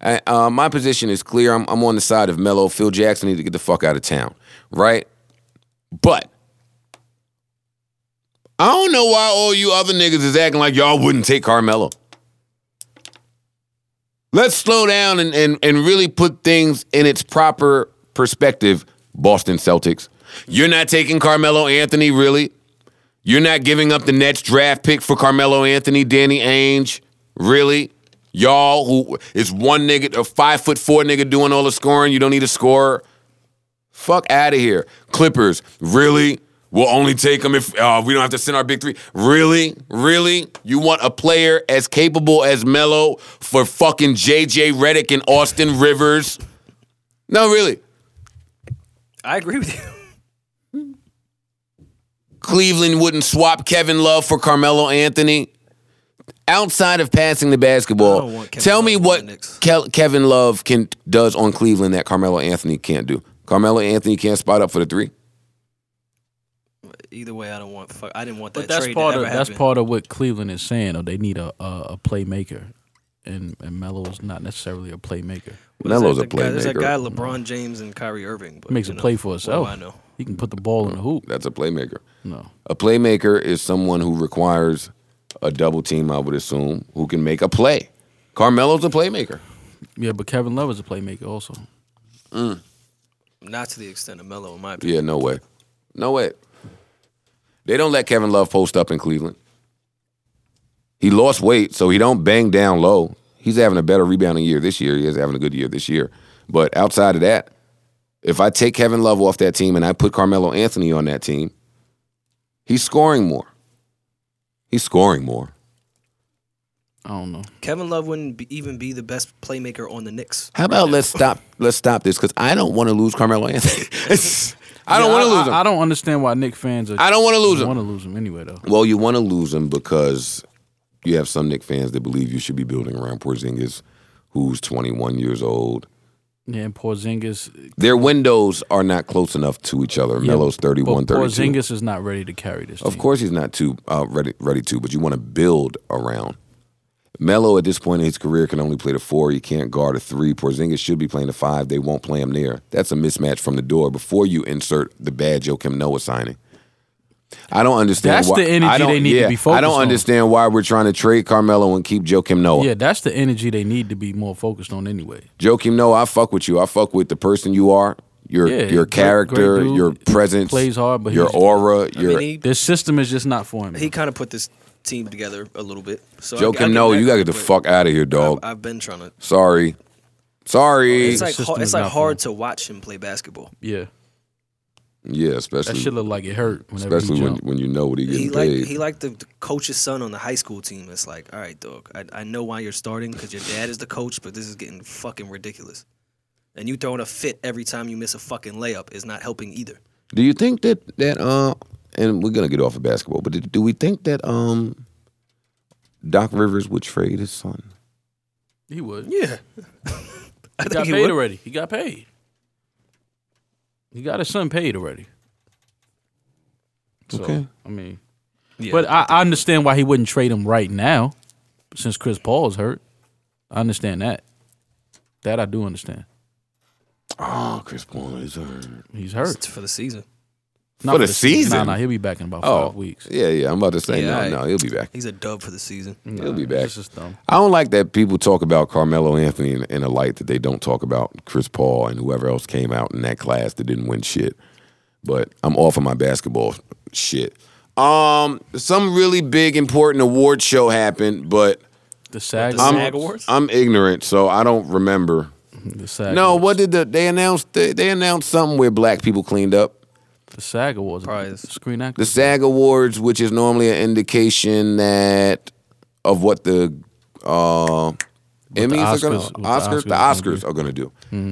Speaker 1: I, uh, my position is clear. I'm, I'm on the side of Melo. Phil Jackson need to get the fuck out of town, right? But I don't know why all you other niggas is acting like y'all wouldn't take Carmelo. Let's slow down and, and, and really put things in its proper perspective, Boston Celtics. You're not taking Carmelo Anthony, really. You're not giving up the next draft pick for Carmelo Anthony, Danny Ainge, really. Y'all, who is one nigga, a five foot four nigga doing all the scoring. You don't need a scorer. Fuck out of here. Clippers, really? We'll only take them if uh, we don't have to send our big three. Really? Really? You want a player as capable as Melo for fucking JJ Redick and Austin Rivers? No, really.
Speaker 2: I agree with you.
Speaker 1: Cleveland wouldn't swap Kevin Love for Carmelo Anthony. Outside of passing the
Speaker 2: I
Speaker 1: basketball,
Speaker 2: don't want Kevin
Speaker 1: tell
Speaker 2: Love
Speaker 1: me
Speaker 2: on the
Speaker 1: what
Speaker 2: Knicks.
Speaker 1: Kel- Kevin Love can does on Cleveland that Carmelo Anthony can't do. Carmelo Anthony can't spot up for the three.
Speaker 2: Either way, I don't want. Fuck, I didn't want that
Speaker 3: But that's
Speaker 2: trade
Speaker 3: part
Speaker 2: to
Speaker 3: of
Speaker 2: ever
Speaker 3: that's
Speaker 2: happen.
Speaker 3: part of what Cleveland is saying. Though they need a a, a playmaker, and and Melo is not necessarily a playmaker.
Speaker 2: What is
Speaker 1: Melo's
Speaker 2: that?
Speaker 1: a
Speaker 2: The guy- There's that
Speaker 1: playmaker.
Speaker 2: guy, LeBron James and Kyrie Irving. But,
Speaker 3: Makes
Speaker 2: you
Speaker 3: a
Speaker 2: know,
Speaker 3: play for
Speaker 2: what do
Speaker 3: himself.
Speaker 2: I know.
Speaker 3: He can put the ball in the hoop.
Speaker 1: That's a playmaker.
Speaker 3: No,
Speaker 1: A playmaker is someone who requires a double team, I would assume, who can make a play. Carmelo's a playmaker.
Speaker 3: yeah, but Kevin Love is a playmaker also.
Speaker 2: Not to the extent of Melo, in my opinion.
Speaker 1: Yeah, no way. No way. They don't let Kevin Love post up in Cleveland. He lost weight, so he don't bang down low. He's having a better rebounding year this year. He is having a good year this year. But outside of that, if I take Kevin Love off that team and I put Carmelo Anthony on that team, he's scoring more. He's scoring more.
Speaker 3: I don't know.
Speaker 2: Kevin Love wouldn't be, even be the best playmaker on the Knicks.
Speaker 1: How about let's stop let's stop this because I don't want to lose Carmelo Anthony. It's- I don't
Speaker 3: Yeah,
Speaker 1: want to lose
Speaker 3: I,
Speaker 1: him.
Speaker 3: I don't understand why Nick fans are.
Speaker 1: I don't wanna lose him.
Speaker 3: Want to lose him anyway though.
Speaker 1: well, you want to lose him because you have some Nick fans that believe you should be building around Porzingis, who's 21 years old.
Speaker 3: Yeah, and Porzingis.
Speaker 1: Their windows are not close enough to each other.
Speaker 3: yeah,
Speaker 1: Melo's 31,
Speaker 3: but
Speaker 1: 32.
Speaker 3: Porzingis is not ready to carry this.
Speaker 1: Of
Speaker 3: team.
Speaker 1: course, he's not too uh, ready ready to, but you want to build around. Melo at this point in his career can only play the four. He can't guard a three. Porzingis should be playing the five. They won't play him there. That's a mismatch from the door before you insert the bad Joakim Noah signing. I don't understand.
Speaker 3: That's
Speaker 1: why,
Speaker 3: the energy
Speaker 1: I don't,
Speaker 3: they need to
Speaker 1: yeah,
Speaker 3: be focused
Speaker 1: I don't
Speaker 3: on.
Speaker 1: understand why we're trying to trade Carmelo and keep Joakim Noah.
Speaker 3: Yeah, that's the energy they need to be more focused on anyway.
Speaker 1: Joakim Noah, I fuck with you. I fuck with the person you are, your
Speaker 3: Yeah,
Speaker 1: your
Speaker 3: great- great
Speaker 1: character,
Speaker 3: dude.
Speaker 1: your presence,
Speaker 3: Plays hard, but
Speaker 1: your
Speaker 3: he's-
Speaker 1: aura,
Speaker 2: I
Speaker 1: your
Speaker 2: mean, he,
Speaker 3: This system is just not for him.
Speaker 2: he kind of put this team together a little bit. So I- I get
Speaker 1: Joakim Noah.
Speaker 2: that,
Speaker 1: You gotta get the
Speaker 2: but
Speaker 1: fuck out of here, dog.
Speaker 2: I've, I've been trying to.
Speaker 1: Sorry. Sorry.
Speaker 2: Oh, It's like
Speaker 3: system
Speaker 2: hard-
Speaker 3: is
Speaker 2: it's like
Speaker 3: not
Speaker 2: hard to watch him play basketball.
Speaker 3: yeah,
Speaker 1: yeah,
Speaker 3: that
Speaker 1: especially
Speaker 3: shit look like it hurt whenever
Speaker 1: especially
Speaker 3: he
Speaker 1: when,
Speaker 3: jumped.
Speaker 1: when you know what he
Speaker 2: He
Speaker 1: getting
Speaker 2: like
Speaker 1: paid.
Speaker 2: he like the, the coach's son on the high school team. It's like, all right, dog, I, I know why you're starting because your dad is the coach, but this is getting fucking ridiculous. And you throwing a fit every time you miss a fucking layup is not helping either.
Speaker 1: do you think that that uh and we're gonna get off of basketball, but do, do we think that um Doc Rivers would trade his son?
Speaker 3: he would.
Speaker 2: Yeah, I
Speaker 3: He
Speaker 2: think
Speaker 3: got
Speaker 2: he
Speaker 3: paid
Speaker 2: would.
Speaker 3: already. He got paid. He got his son paid already. So,
Speaker 1: Okay.
Speaker 3: I mean,
Speaker 2: Yeah.
Speaker 3: but I, I understand why he wouldn't trade him right now, since Chris Paul is hurt. I understand that. That I do understand.
Speaker 1: Oh, Chris Paul is hurt.
Speaker 3: He's hurt
Speaker 2: it's for the season.
Speaker 3: Not
Speaker 1: For the
Speaker 3: No,
Speaker 1: season?
Speaker 3: no, he'll be back in about
Speaker 1: Oh,
Speaker 3: five weeks.
Speaker 1: yeah, yeah. I'm about to say
Speaker 2: Yeah,
Speaker 1: no,
Speaker 2: I-
Speaker 1: no. He'll be back.
Speaker 2: He's a dub for the season.
Speaker 1: He'll be back.
Speaker 3: This is dumb.
Speaker 1: I don't like that people talk about Carmelo Anthony in, in a light that they don't talk about Chris Paul and whoever else came out in that class that didn't win shit. But I'm off of my basketball shit. Um, some really big important award show happened, but
Speaker 3: The SAG.
Speaker 2: the
Speaker 1: I'm,
Speaker 2: SAG Awards?
Speaker 1: I'm ignorant, so I don't remember.
Speaker 3: The SAG.
Speaker 1: No,
Speaker 3: Awards.
Speaker 1: what did the, they announced? They, they announced something where black people cleaned up.
Speaker 3: The SAG Awards.
Speaker 2: Prize.
Speaker 3: Screen
Speaker 1: The
Speaker 3: Actors.
Speaker 1: SAG Awards, which is normally an indication that of what the uh, Emmys are
Speaker 3: Oscars-
Speaker 1: going
Speaker 3: what
Speaker 1: to
Speaker 3: the
Speaker 1: Oscars, the
Speaker 3: Oscars
Speaker 1: Oscars
Speaker 3: are gonna Mm-hmm.
Speaker 1: are going to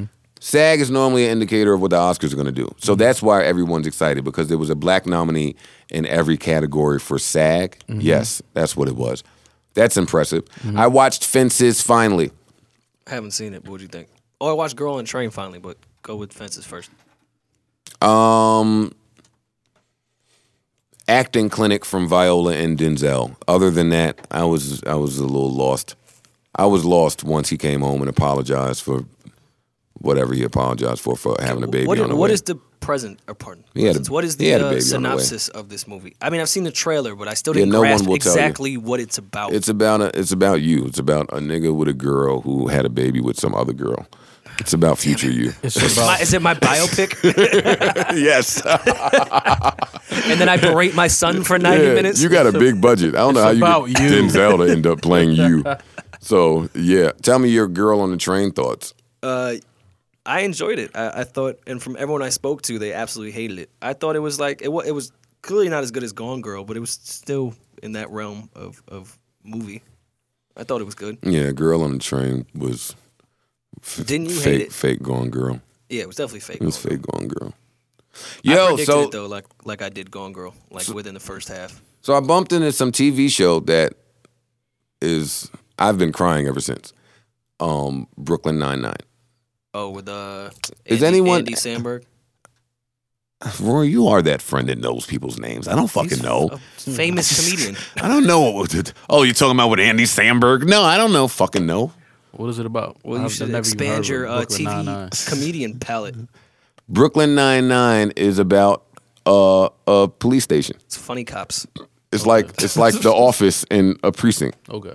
Speaker 1: do. SAG is normally an indicator of what the Oscars are going to do. So that's why everyone's excited because there was a black nominee in every category for SAG.
Speaker 3: Mm-hmm.
Speaker 1: Yes, that's what it was. That's impressive. I watched Fences finally.
Speaker 2: I haven't seen it. But what do you think? Oh, I watched Girl on Train finally, but go with Fences first.
Speaker 1: Um, acting clinic from Viola and Denzel. Other than that, I was I was a little lost. I was lost once he came home and apologized for whatever he apologized for for having a baby
Speaker 2: What,
Speaker 1: on the
Speaker 2: what
Speaker 1: way.
Speaker 2: is the present? Or pardon.
Speaker 1: He had a-
Speaker 2: presents, what is
Speaker 1: he
Speaker 2: the
Speaker 1: had a baby
Speaker 2: uh,
Speaker 1: on the
Speaker 2: synopsis of this movie? I mean, I've seen the trailer, but I still
Speaker 1: Yeah,
Speaker 2: didn't
Speaker 1: no one
Speaker 2: grasp
Speaker 1: will tell you.
Speaker 2: exactly what it's about.
Speaker 1: It's about a, it's about you. It's about a nigga with a girl who had a baby with some other girl. It's about future you.
Speaker 3: It's
Speaker 2: My-
Speaker 1: Oh.
Speaker 3: about.
Speaker 2: is it my biopic?
Speaker 1: yes.
Speaker 2: and then I berate my son for ninety
Speaker 1: Yeah,
Speaker 2: minutes.
Speaker 1: You got a big budget. I don't know how you
Speaker 3: about
Speaker 1: get
Speaker 3: you.
Speaker 1: Denzel to end up playing you. So yeah, tell me your girl on the train thoughts.
Speaker 2: uh, I enjoyed it. I, I thought, and from everyone I spoke to, they absolutely hated it. I thought it was like it, wa- it was clearly not as good as Gone Girl, but it was still in that realm of of movie. I thought it was good.
Speaker 1: Yeah, girl on the train was f-
Speaker 2: Didn't you
Speaker 1: fake
Speaker 2: hate it?
Speaker 1: fake gone girl.
Speaker 2: Yeah, it was definitely fake.
Speaker 1: It was
Speaker 2: Gone Girl.
Speaker 1: fake gone girl.
Speaker 2: I
Speaker 1: Yo,
Speaker 2: predicted
Speaker 1: so
Speaker 2: it though, like like I did Gone Girl, like within the first half.
Speaker 1: so I bumped into some TV show that is I've been crying ever since. Um, Brooklyn Nine Nine.
Speaker 2: Oh, with uh,
Speaker 1: Is
Speaker 2: Andy,
Speaker 1: anyone-
Speaker 2: Andy Sandberg?
Speaker 1: Roy, you are that friend that knows people's names. I don't fucking know.
Speaker 2: A famous comedian.
Speaker 1: I don't know. What, oh, you're talking about with Andy Sandberg? No, I don't know. Fucking know.
Speaker 3: What is it about?
Speaker 2: Well, you
Speaker 3: I've
Speaker 2: should
Speaker 3: never even heard
Speaker 2: expand
Speaker 3: of
Speaker 2: your
Speaker 3: it.
Speaker 2: uh, TV
Speaker 3: Brooklyn Nine-Nine.
Speaker 2: comedian palette.
Speaker 1: Brooklyn Nine Nine is about uh, a police station.
Speaker 2: It's funny cops.
Speaker 1: It's like it's like the office in a precinct.
Speaker 3: Okay.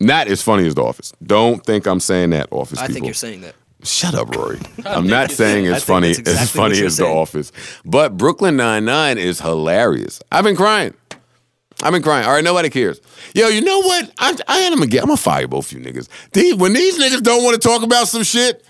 Speaker 1: Not as funny as The Office. Don't think I'm saying that, Office
Speaker 2: I
Speaker 1: people.
Speaker 2: think you're saying that.
Speaker 1: Shut up, Rory. I'm not saying
Speaker 2: I
Speaker 1: it's
Speaker 2: think
Speaker 1: funny
Speaker 2: that's
Speaker 1: as
Speaker 2: exactly what
Speaker 1: funny
Speaker 2: you're
Speaker 1: as The
Speaker 2: saying.
Speaker 1: Office, but Brooklyn Nine Nine is hilarious. I've been crying. I've been crying. All right, nobody cares. Yo, you know what? I, I am gonna get. I'm gonna fire both you niggas. These, when these niggas don't want to talk about some shit,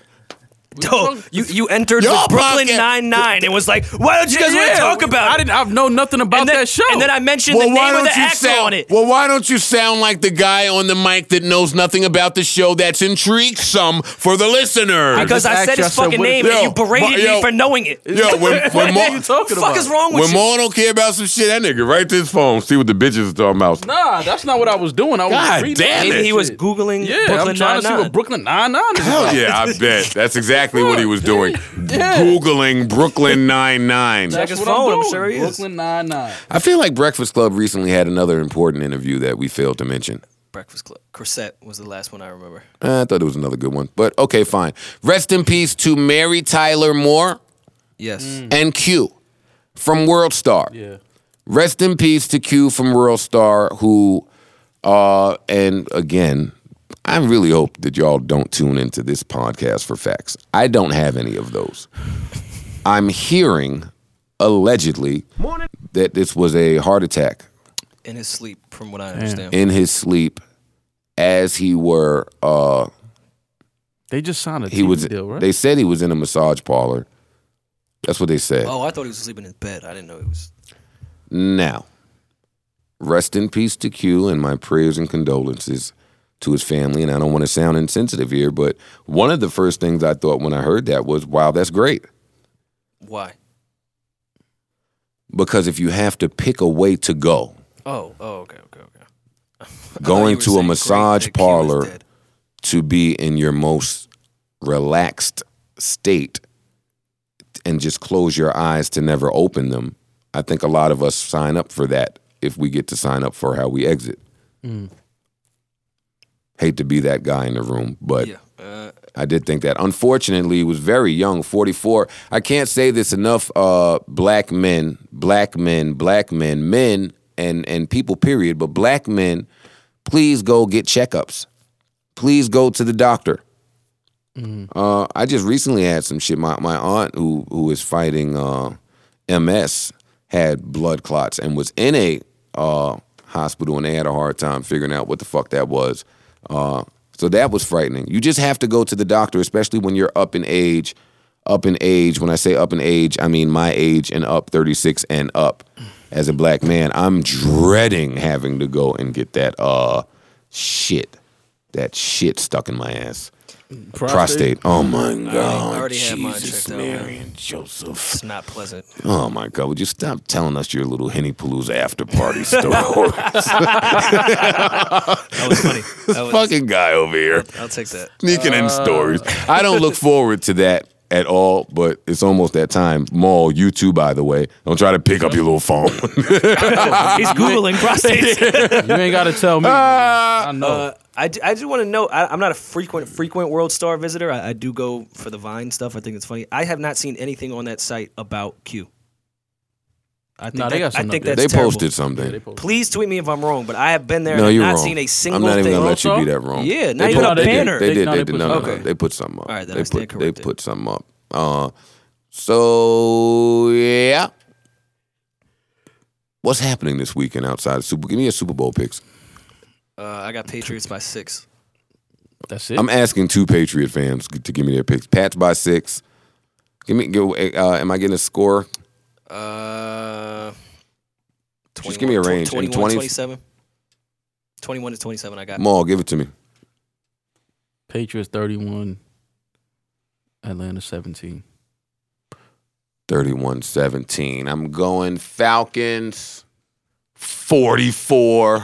Speaker 2: No, you you entered
Speaker 1: Y'all
Speaker 2: with Brooklyn
Speaker 1: podcast-
Speaker 2: Nine Nine and was like, why don't you guys want to talk about
Speaker 3: I
Speaker 2: it?
Speaker 3: didn't. I've known nothing about
Speaker 2: and then,
Speaker 3: that show.
Speaker 2: And then I mentioned the name of the actor
Speaker 1: sound,
Speaker 2: on it.
Speaker 1: Well, why don't you sound like the guy on the mic that knows nothing about the show that's intriguesome for the listeners?
Speaker 2: Because
Speaker 3: this
Speaker 2: I said
Speaker 3: actor, I
Speaker 2: his
Speaker 3: said,
Speaker 2: fucking
Speaker 3: what
Speaker 2: name
Speaker 1: if-
Speaker 2: and you
Speaker 1: Yo,
Speaker 2: berated
Speaker 1: but- yo.
Speaker 2: me for knowing it. What
Speaker 1: Yo, when, when
Speaker 3: What are
Speaker 1: Mar-
Speaker 3: you talking
Speaker 2: the fuck
Speaker 3: about?
Speaker 2: is wrong with
Speaker 1: When
Speaker 2: you?
Speaker 1: Maul don't care about some shit, that nigga right to his phone, see what the bitches is talking about.
Speaker 3: Nah, that's not what I was doing. I was
Speaker 1: God
Speaker 3: reading
Speaker 1: damn
Speaker 3: that
Speaker 1: it.
Speaker 2: Maybe he was
Speaker 3: shit.
Speaker 2: Googling
Speaker 3: Yeah, I'm
Speaker 2: Brooklyn
Speaker 3: trying
Speaker 2: Nine
Speaker 3: to see what
Speaker 2: Nine.
Speaker 3: Brooklyn Nine Nine is
Speaker 1: Hell
Speaker 3: about.
Speaker 1: yeah, I bet. That's exactly what he was doing.
Speaker 3: Yeah.
Speaker 1: Googling Brooklyn Nine Nine.
Speaker 3: That's
Speaker 2: his
Speaker 3: what I'm
Speaker 2: phone, I'm
Speaker 3: doing.
Speaker 2: sure he is.
Speaker 3: Brooklyn Nine Nine.
Speaker 1: I feel like Breakfast Club recently had another important interview that we failed to mention.
Speaker 2: Breakfast Club. Corsette was the last one I remember.
Speaker 1: Uh, I thought it was another good one, but okay, fine. Rest in peace to Mary Tyler Moore
Speaker 2: Yes.
Speaker 1: and Q from World Star.
Speaker 3: Yeah.
Speaker 1: Rest in peace to Q from World Star, who, uh, and again, I really hope that y'all don't tune into this podcast for facts. I don't have any of those. I'm hearing, allegedly, that this was a heart attack
Speaker 2: In his sleep, from what I understand.
Speaker 1: in his sleep as he were, uh,
Speaker 3: They just signed a
Speaker 1: he
Speaker 3: TV
Speaker 1: was,
Speaker 3: deal, right?
Speaker 1: they said he was in a massage parlor. That's what they said.
Speaker 2: Oh, I thought he was sleeping in his bed. I didn't know he was.
Speaker 1: Now, rest in peace to Q and my prayers and condolences to his family. And I don't want to sound insensitive here, but one of the first things I thought when I heard that was, wow, that's great.
Speaker 2: Why?
Speaker 1: Because if you have to pick a way to go,
Speaker 2: Oh, oh, okay, okay, okay.
Speaker 1: going to a massage parlor
Speaker 2: Dead.
Speaker 1: to be in your most relaxed state and just close your eyes to never open them, I think a lot of us sign up for that if we get to sign up for how we exit. Hate to be that guy in the room, but
Speaker 2: Yeah. Uh,
Speaker 1: I did think that. Unfortunately, he was very young, 44. I can't say this enough. Uh, black men, black men, black men, men, and and people. Period. But black men, please go get checkups. Please go to the doctor. Uh, I just recently had some shit. My my aunt who who is fighting uh, MS had blood clots and was in a uh, hospital, and they had a hard time figuring out what the fuck that was. Uh, so that was frightening. You just have to go to the doctor, especially when you're up in age. Up in age. When I say up in age, I mean my age and up, 36 and up. As a black man, I'm dreading having to go and get that uh shit, that shit stuck in my ass. Prostate. Oh my god.
Speaker 2: Mm. I already had mine
Speaker 1: Jesus,
Speaker 2: checked out, man.
Speaker 1: Mary and Joseph.
Speaker 2: It's not pleasant.
Speaker 1: Oh my God! Would you stop telling us your little Henny Palooza after party stories?
Speaker 2: That was funny. That was,
Speaker 1: Fucking guy over here
Speaker 2: I'll take that.
Speaker 1: sneaking
Speaker 2: Uh.
Speaker 1: in stories. I don't look forward to that at all, but it's almost that time. Maul, you too, by the way. Don't try to pick up your little phone.
Speaker 2: He's googling prostates.
Speaker 3: You ain't got to tell me. I know.
Speaker 2: Uh, I, d- I do want to know. I, I'm not a frequent frequent World Star visitor. I, I do go for the Vine stuff. I think it's funny. I have not seen anything on that site about Q. I think
Speaker 3: Nah, they
Speaker 2: that-
Speaker 3: got some
Speaker 2: I think
Speaker 3: up there.
Speaker 2: that's
Speaker 1: they
Speaker 2: terrible.
Speaker 1: posted something.
Speaker 2: Please tweet me if I'm wrong, but I have been there
Speaker 1: no,
Speaker 2: and
Speaker 1: you're
Speaker 2: have not
Speaker 1: wrong.
Speaker 2: seen a single
Speaker 1: I'm not even
Speaker 2: thing.
Speaker 1: gonna let you
Speaker 3: Also?
Speaker 1: be that wrong.
Speaker 2: Yeah, not
Speaker 1: They put-
Speaker 2: even a
Speaker 1: they did-
Speaker 2: banner.
Speaker 1: They did. They
Speaker 3: No, they
Speaker 1: did.
Speaker 3: put
Speaker 1: No, no,
Speaker 3: something
Speaker 1: no.
Speaker 2: up.
Speaker 1: They put something up.
Speaker 2: All right, then I
Speaker 1: they
Speaker 2: stand
Speaker 1: put. They
Speaker 2: corrected.
Speaker 1: put something up. Uh, so yeah. What's happening this weekend outside of Super? Give me a Super Bowl picks.
Speaker 2: Uh, I got Patriots by six.
Speaker 3: That's it.
Speaker 1: I'm asking two Patriot fans to give me their picks. Pats by six. Give me. Give, uh, am I getting a score?
Speaker 2: Uh, 21,
Speaker 1: Just give me a range. Any
Speaker 2: 21,
Speaker 1: 20s?
Speaker 2: 27. 21 to 27 I got.
Speaker 1: Maul, give it to me.
Speaker 8: Patriots 31, Atlanta 17.
Speaker 1: 31 17. I'm going Falcons 44.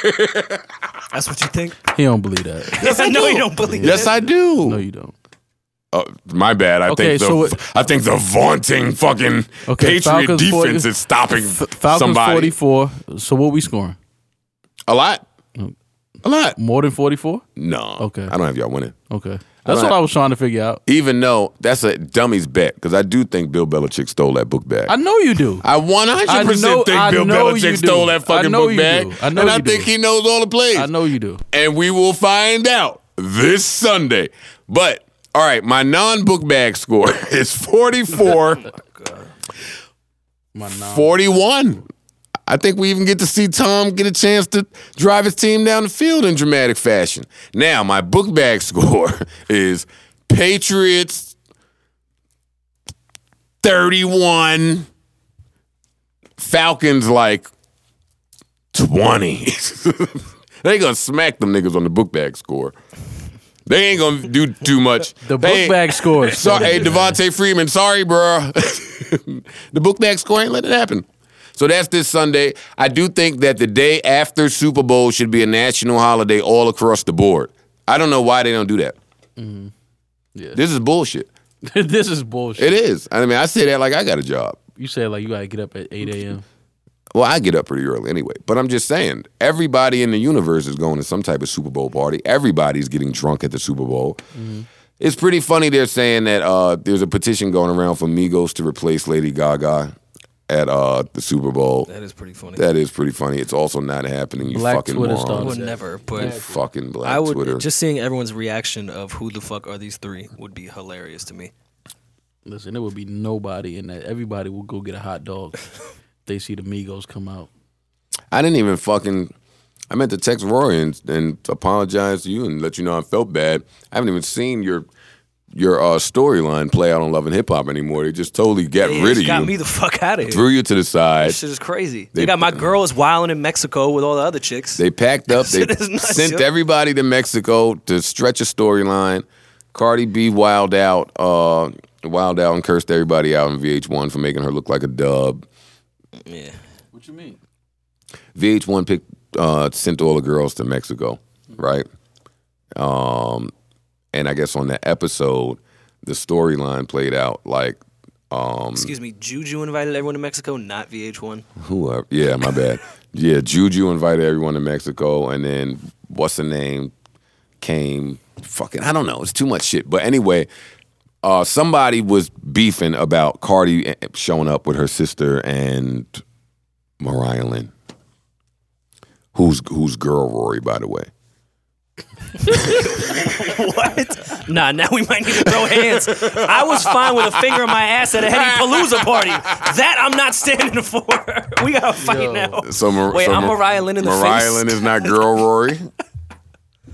Speaker 2: That's what you think?
Speaker 8: He don't believe that.
Speaker 2: I know you don't believe
Speaker 1: yes, I do.
Speaker 8: No, you don't.
Speaker 1: Uh, my bad. I
Speaker 3: Okay,
Speaker 1: think the
Speaker 3: so what-
Speaker 1: I think the vaunting fucking
Speaker 8: Okay,
Speaker 1: Patriot
Speaker 8: Falcons
Speaker 1: defense
Speaker 8: 40
Speaker 1: is stopping
Speaker 8: Falcons
Speaker 1: somebody
Speaker 8: 44. So what we scoring?
Speaker 1: a lot. A lot.
Speaker 8: More than 44?
Speaker 1: No.
Speaker 8: Mm. Okay.
Speaker 1: I don't have y'all winning.
Speaker 8: Okay. That's
Speaker 1: All right.
Speaker 8: what I was trying to figure out.
Speaker 1: Even though that's a dummy's bet, because I do think Bill Belichick stole that book bag.
Speaker 8: I know you do.
Speaker 1: I 100%
Speaker 8: know-
Speaker 1: think
Speaker 8: I
Speaker 1: Bill
Speaker 8: know you
Speaker 1: Belichick
Speaker 8: do.
Speaker 1: stole that
Speaker 8: I
Speaker 1: fucking
Speaker 8: know
Speaker 1: book
Speaker 8: you
Speaker 1: bag.
Speaker 8: do. I know
Speaker 1: and I
Speaker 8: you do.
Speaker 1: think he knows all the plays.
Speaker 8: I know you do.
Speaker 1: and we will find out this Sunday. But all right, my non-book bag score is 44
Speaker 8: My non-
Speaker 1: 41. I think we even get to see Tom get a chance to drive his team down the field in dramatic fashion. Now, my book bag score is Patriots 31 Falcons like 20. they going to smack them niggas on the book bag score. They ain't going to do too much.
Speaker 3: the
Speaker 1: They
Speaker 3: book
Speaker 1: ain't-
Speaker 3: bag scores.
Speaker 1: Sorry, hey, Devontae Freeman. Sorry, bro. the book bag score ain't let it happen. So that's this Sunday. I do think that the day after Super Bowl should be a national holiday all across the board. I don't know why they don't do that. This is bullshit.
Speaker 3: this is bullshit.
Speaker 1: It is. I mean, I say that like I got a job.
Speaker 8: You said like you gotta get up at 8 a.m.
Speaker 1: Well, I get up pretty early anyway. But I'm just saying, everybody in the universe is going to some type of Super Bowl party. Everybody's getting drunk at the Super Bowl.
Speaker 2: Mm-hmm.
Speaker 1: It's pretty funny they're saying that uh, there's a petition going around for Migos to replace Lady Gaga at uh, the Super Bowl.
Speaker 2: That is pretty funny.
Speaker 1: That is pretty funny. It's also not happening. You
Speaker 8: Black
Speaker 1: fucking
Speaker 8: Twitter
Speaker 2: I
Speaker 8: stars.
Speaker 1: morons.
Speaker 2: would never,
Speaker 1: You
Speaker 2: but
Speaker 1: fucking black
Speaker 2: I would
Speaker 1: Twitter.
Speaker 2: just seeing everyone's reaction of who the fuck are these three would be hilarious to me.
Speaker 8: Listen, there would be nobody in that. Everybody will go get a hot dog. they see the Migos come out.
Speaker 1: I didn't even fucking. I meant to text Roy and, and apologize to you and let you know I felt bad. I haven't even seen your your uh, storyline play out on Love and Hip Hop anymore. They just totally got
Speaker 2: They
Speaker 1: rid
Speaker 2: just
Speaker 1: of
Speaker 2: got
Speaker 1: you,
Speaker 2: me the fuck out of here.
Speaker 1: threw you to the side.
Speaker 2: This shit is crazy.
Speaker 1: They-
Speaker 2: They got my girls wilding in Mexico with all the other chicks.
Speaker 1: They packed up. They
Speaker 2: Shit is nuts,
Speaker 1: sent
Speaker 2: yo.
Speaker 1: everybody to Mexico to stretch a storyline. Cardi B wild out, uh, wild out and cursed everybody out on VH1 for making her look like a dub.
Speaker 2: yeah.
Speaker 1: Mm.
Speaker 8: What you mean?
Speaker 1: VH1 picked uh, sent all the girls to Mexico, right? Um, and I guess on that episode, the storyline played out like um,
Speaker 2: Excuse me, Juju invited everyone to Mexico, not VH1.
Speaker 1: whoever. uh, Yeah, my bad. yeah, Juju invited everyone to Mexico, and then what's the name came? Fucking, I don't know. It's too much shit. But anyway, uh, somebody was beefing about Cardi eh, showing up with her sister and Mariah Lynn. Who's who's girl Rory, by the way?
Speaker 2: What? Nah, now we might need to throw hands. I was fine with a finger in my ass at a heady palooza party. That I'm not standing for. We gotta fight now.
Speaker 1: So Mar-
Speaker 2: Wait,
Speaker 1: so
Speaker 2: I'm
Speaker 1: Mar-
Speaker 2: Mariah Lynn in the
Speaker 1: Mariah
Speaker 2: face.
Speaker 1: Lynn is not girl Rory.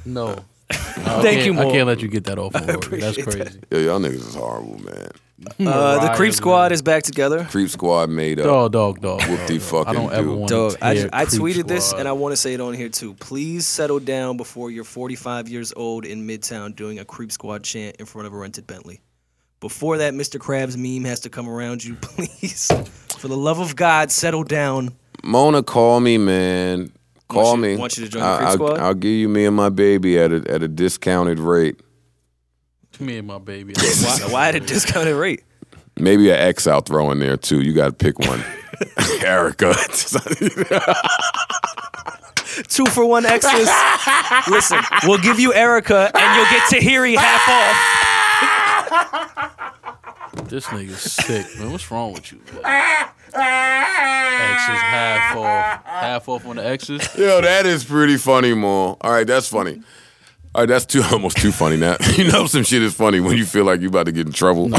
Speaker 3: No.
Speaker 2: Thank you,
Speaker 3: I
Speaker 2: more.
Speaker 3: can't let you get that off. Of Rory. That's crazy.
Speaker 1: Yo, y'all niggas is horrible, man.
Speaker 2: Uh, the
Speaker 3: Mariah,
Speaker 2: Creep Squad
Speaker 3: man.
Speaker 2: is back together.
Speaker 1: Creep Squad made up.
Speaker 3: Dog, dog, dog.
Speaker 1: Whoop
Speaker 3: dog,
Speaker 1: the
Speaker 3: dog. I
Speaker 1: fucking
Speaker 3: don't ever
Speaker 1: dude.
Speaker 3: want
Speaker 2: Dog,
Speaker 3: to.
Speaker 2: I, I tweeted this and I want to say it on here too. Please settle down before you're 45 years old in Midtown doing a Creep Squad chant in front of a rented Bentley. Before that Mr. Krabs meme has to come around you, please, for the love of God, settle down.
Speaker 1: Mona, call me, man. Call
Speaker 2: you-
Speaker 1: me.
Speaker 2: want you to join the
Speaker 1: I-
Speaker 2: Creep
Speaker 1: I'll-
Speaker 2: Squad?
Speaker 1: I'll, give you me and my baby at a, at a discounted rate.
Speaker 3: me and my baby.
Speaker 2: Why, why at a discounted rate?
Speaker 1: Maybe an X I'll throw in there too. You got to pick one. Erica.
Speaker 2: Two for one extras. Listen, we'll give you Erica and you'll get Tahiri half off.
Speaker 3: This nigga's sick, man. What's wrong with you? man? X's half off, half off on the X's.
Speaker 1: Yo, that is pretty funny, Mo. All right, that's funny. All right, that's too almost too funny now. you know some shit is funny when you feel like you about to get in trouble.
Speaker 3: Yeah,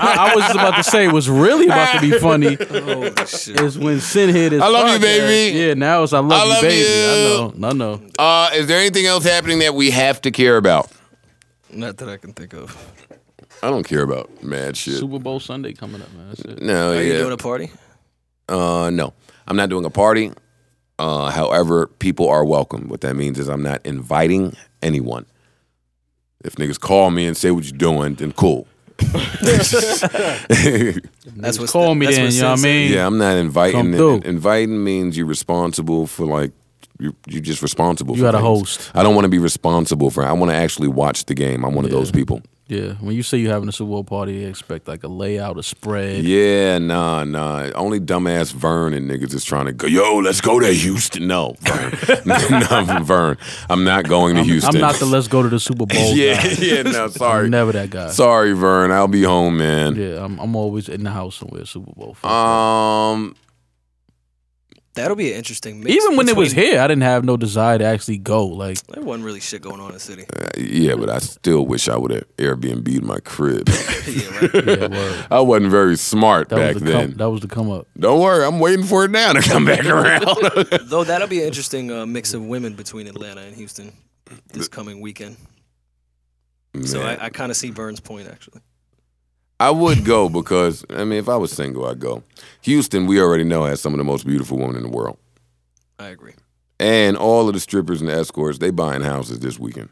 Speaker 3: I, I was just about to say what's really about to be funny is when Sin hit his.
Speaker 1: Oh, I love you,
Speaker 3: podcast.
Speaker 1: baby.
Speaker 3: Yeah, now it's I love,
Speaker 1: I love
Speaker 3: you, baby.
Speaker 1: you.
Speaker 3: I know, I know.
Speaker 1: Uh, is there anything else happening that we have to care about?
Speaker 2: Not that I can think of.
Speaker 1: I don't care about mad shit.
Speaker 3: Super Bowl Sunday coming up, man. That's it.
Speaker 1: No,
Speaker 2: Are
Speaker 1: yeah.
Speaker 2: you doing a party?
Speaker 1: Uh, no, I'm not doing a party. Uh, however, people are welcome. What that means is I'm not inviting anyone. If niggas call me and say what you doing, then cool.
Speaker 2: That's what's
Speaker 3: Call me
Speaker 2: that's
Speaker 3: then,
Speaker 2: what
Speaker 3: you know what I
Speaker 2: Sin said.
Speaker 3: mean?
Speaker 1: yeah, I'm not
Speaker 3: Come
Speaker 1: inviting.
Speaker 3: through.
Speaker 1: Inviting means you're responsible for like you're, you're just responsible.
Speaker 3: You
Speaker 1: for
Speaker 3: gotta
Speaker 1: things.
Speaker 3: host.
Speaker 1: I don't want to be responsible for. I want to actually watch the game. I'm one of those people.
Speaker 3: Yeah, when you say you're having a Super Bowl party, they expect like a layout, a spread.
Speaker 1: Yeah, nah, nah. Only dumbass Vern and niggas is trying to go. Yo, let's go to Houston. No, Vern. no, Vern. I'm not going to Houston.
Speaker 3: I'm not the let's go to the Super Bowl.
Speaker 1: yeah,
Speaker 3: guy.
Speaker 1: yeah. No, sorry.
Speaker 3: I'm never that guy.
Speaker 1: Sorry, Vern. I'll be home, man.
Speaker 3: Yeah, I'm, I'm always in the house somewhere Super Bowl.
Speaker 1: Um,
Speaker 2: That'll be an interesting mix.
Speaker 3: Even when it was
Speaker 2: between-
Speaker 3: here, I didn't have no desire to actually go. Like,
Speaker 2: There wasn't really shit going on in the city.
Speaker 1: yeah, but I still wish I would have Airbnb'd my crib.
Speaker 2: yeah, right.
Speaker 3: yeah, word.
Speaker 1: I wasn't very smart
Speaker 3: That
Speaker 1: back
Speaker 3: was the come,
Speaker 1: then.
Speaker 3: that was the come up.
Speaker 1: Don't worry, I'm waiting for it now to come back around.
Speaker 2: Though that'll be an interesting uh, mix of women between Atlanta and Houston this coming weekend. So I, I kind of see Burns' point actually.
Speaker 1: I would go because I mean, if I was single, I'd go. Houston, we already know has some of the most beautiful women in the world,
Speaker 2: I agree.
Speaker 1: and all of the strippers and the escorts they buying houses this weekend.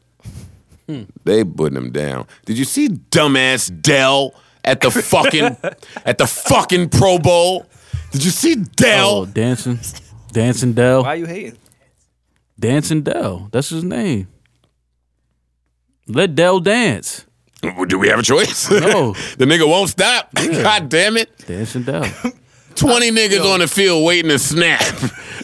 Speaker 1: They putting them down. Did you see dumbass Dell at the fucking at the fucking Pro Bowl? Did you see
Speaker 3: Oh,
Speaker 1: Dell?
Speaker 3: dancing, dancing Dell,
Speaker 2: Why are you hating?
Speaker 3: dancing Dell. That's his name. Let Dell dance,
Speaker 1: Do we have a choice?
Speaker 3: Oh. No.
Speaker 1: the nigga won't stop. God damn it.
Speaker 3: dancing Dell.
Speaker 1: 20 niggas on the field waiting to snap.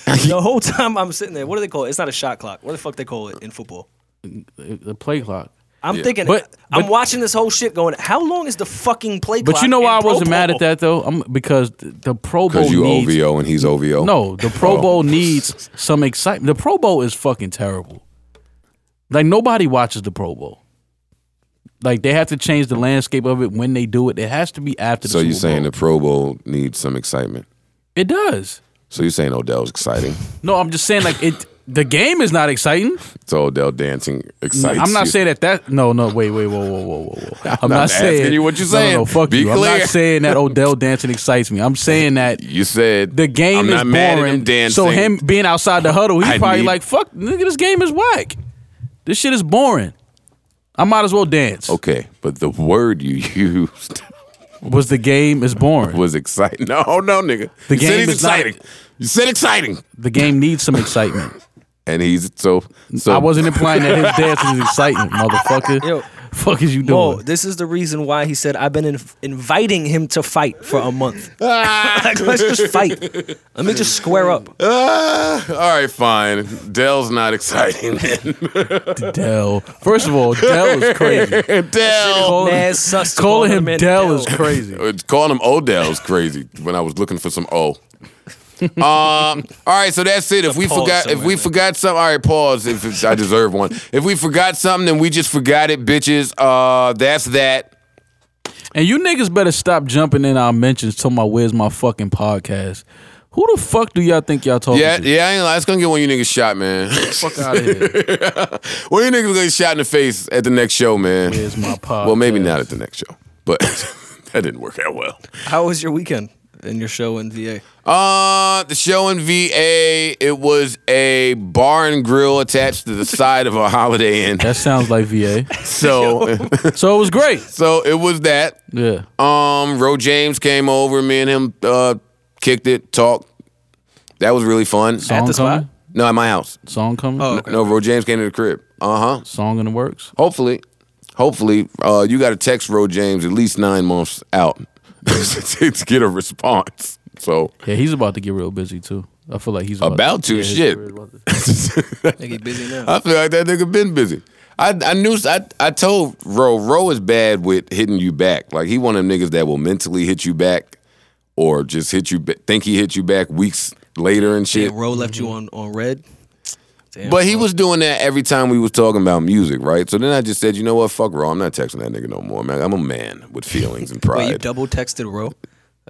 Speaker 2: The whole time I'm sitting there, what do they call it? It's not a shot clock. What the fuck they call it in football?
Speaker 3: the play clock.
Speaker 2: I'm thinking.
Speaker 3: But-
Speaker 2: I'm
Speaker 3: but-
Speaker 2: watching this whole shit going. How long is the fucking play clock?
Speaker 3: But you know
Speaker 2: in
Speaker 3: why I
Speaker 2: Pro
Speaker 3: wasn't mad
Speaker 2: Bowl?
Speaker 3: at that though? I'm because th- the Pro Bowl
Speaker 1: Because you
Speaker 3: needs
Speaker 1: OVO and he's OVO.
Speaker 3: no. The Pro
Speaker 1: Oh.
Speaker 3: Bowl needs some excitement. The Pro Bowl is fucking terrible. Like nobody watches the Pro Bowl. Like they have to change the landscape of it when they do it. It has to be after. The
Speaker 1: So you're
Speaker 3: Super
Speaker 1: saying
Speaker 3: Bowl.
Speaker 1: the Pro Bowl needs some excitement.
Speaker 3: it does?
Speaker 1: So you're saying Odell's exciting.
Speaker 3: No, I'm just saying like it. The game is not exciting.
Speaker 1: So Odell dancing excites
Speaker 3: I'm not
Speaker 1: you.
Speaker 3: saying that. That no, no. Wait, wait, whoa, whoa, whoa, whoa, whoa. I'm,
Speaker 1: not
Speaker 3: not
Speaker 1: asking
Speaker 3: saying
Speaker 1: you what you're
Speaker 3: no, No, no,
Speaker 1: saying.
Speaker 3: fuck
Speaker 1: Be
Speaker 3: you. I'm
Speaker 1: clear.
Speaker 3: not saying that Odell dancing excites me. I'm saying that
Speaker 1: You said
Speaker 3: the game
Speaker 1: I'm
Speaker 3: is
Speaker 1: not
Speaker 3: boring.
Speaker 1: mad at him dancing.
Speaker 3: So him being outside the huddle, he's
Speaker 1: I
Speaker 3: probably
Speaker 1: need-
Speaker 3: like, "Fuck, nigga, this game is whack. This shit is boring. I might as well dance."
Speaker 1: Okay, but the word you used
Speaker 3: Was the game is boring?
Speaker 1: was exciting. No, no, nigga.
Speaker 3: The
Speaker 1: you
Speaker 3: game
Speaker 1: said he's
Speaker 3: is not-
Speaker 1: exciting. you said exciting,
Speaker 3: the game needs some excitement.
Speaker 1: and he's so. So
Speaker 3: I wasn't implying that his dance is exciting, motherfucker.
Speaker 2: Yo.
Speaker 3: fuck is you
Speaker 2: Mo,
Speaker 3: doing?
Speaker 2: this is the reason why he said I've been inv- inviting him to fight for a month. like, let's just fight. Let me just square up.
Speaker 1: Ah, all right, fine. Dell's not exciting.
Speaker 3: Dell. First of all, Dell is crazy.
Speaker 1: Dell.
Speaker 3: Calling-
Speaker 2: Mad sus to
Speaker 3: calling
Speaker 2: call
Speaker 3: him
Speaker 2: man
Speaker 3: Dell is crazy.
Speaker 1: Uh, Calling him Odell is crazy when I was looking for some O. um. All right, so that's it. If we
Speaker 2: pause
Speaker 1: forgot, if
Speaker 2: somewhere
Speaker 1: we
Speaker 2: there.
Speaker 1: forgot something, all right, pause. If, if I deserve one, if we forgot something, then we just forgot it, bitches. Uh, that's that.
Speaker 3: And you niggas better stop jumping in our mentions talking about where's my fucking podcast.
Speaker 8: Who the fuck do y'all think y'all talking
Speaker 1: Yeah,
Speaker 8: to?
Speaker 1: yeah, I ain't lying. It's gonna get one of you niggas shot, man.
Speaker 8: Fuck out of here.
Speaker 1: one of you niggas gonna get shot in the face at the next show, man.
Speaker 8: Where's my podcast?
Speaker 1: Well, maybe not at the next show, but that didn't work out well.
Speaker 2: How was your weekend and your show in VA?
Speaker 1: Uh, the show in VA, it was a bar and grill attached to the side of a Holiday Inn.
Speaker 8: That sounds like VA.
Speaker 1: So,
Speaker 8: So it was great.
Speaker 1: so it was that.
Speaker 8: Yeah.
Speaker 1: Um, Ro James came over. Me and him uh, kicked it, talked. That was really fun.
Speaker 8: Song
Speaker 2: the spot?
Speaker 8: coming.
Speaker 1: No, at my house.
Speaker 8: Song coming.
Speaker 2: Oh.
Speaker 1: No, Ro James came to the crib. Uh huh.
Speaker 8: Song in the works.
Speaker 1: Hopefully, hopefully, uh, you got to text Ro James at least nine months out to get a response. So
Speaker 8: Yeah, he's about to get real busy too. I feel like he's about,
Speaker 1: about to
Speaker 8: yeah, his
Speaker 1: shit.
Speaker 8: career is about to-
Speaker 2: Think he busy
Speaker 3: Uh,
Speaker 2: now?
Speaker 1: I feel like that nigga been busy. I, I knew I, I told Ro Ro is bad with hitting you back. Like he one of them niggas that will mentally hit you back, or just hit you ba- think he hit you back weeks later and shit.
Speaker 2: Damn, Ro left you on on red. Damn,
Speaker 1: But he
Speaker 2: Ro.
Speaker 1: was doing that every time we was talking about music, right? So then I just said, you know what, fuck Ro, I'm not texting that nigga no more, man. I'm a man with feelings and pride.
Speaker 2: Wait, you double texted Ro.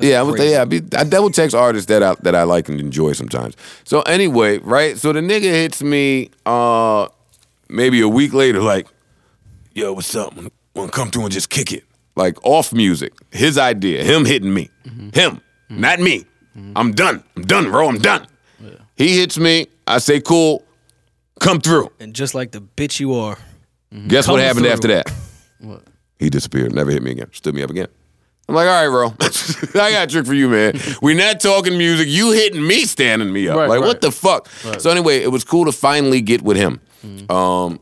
Speaker 1: Yeah, I would
Speaker 2: crazy.
Speaker 1: yeah, I, be, I double text artists that I that I like and enjoy sometimes. So anyway, right? So the nigga hits me uh maybe a week later, like, yo, what's up? Wanna, wanna come through and just kick it? Like off music, his idea, him hitting me, him, not me. I'm done. I'm done, bro. I'm done. He hits me. I say, cool. Come through.
Speaker 2: And just like the bitch you are,
Speaker 1: Guess what
Speaker 8: Mm-hmm. Coming
Speaker 1: happened
Speaker 8: through.
Speaker 1: after that? He disappeared. Never hit me again. Stood me up again. I'm like, all right, bro. I got a trick for you, man. We're not talking music. You hitting me, standing me up.
Speaker 8: Right,
Speaker 1: like,
Speaker 8: right. Mm-hmm.
Speaker 1: what the fuck? So anyway, it was cool to finally get with him. Um,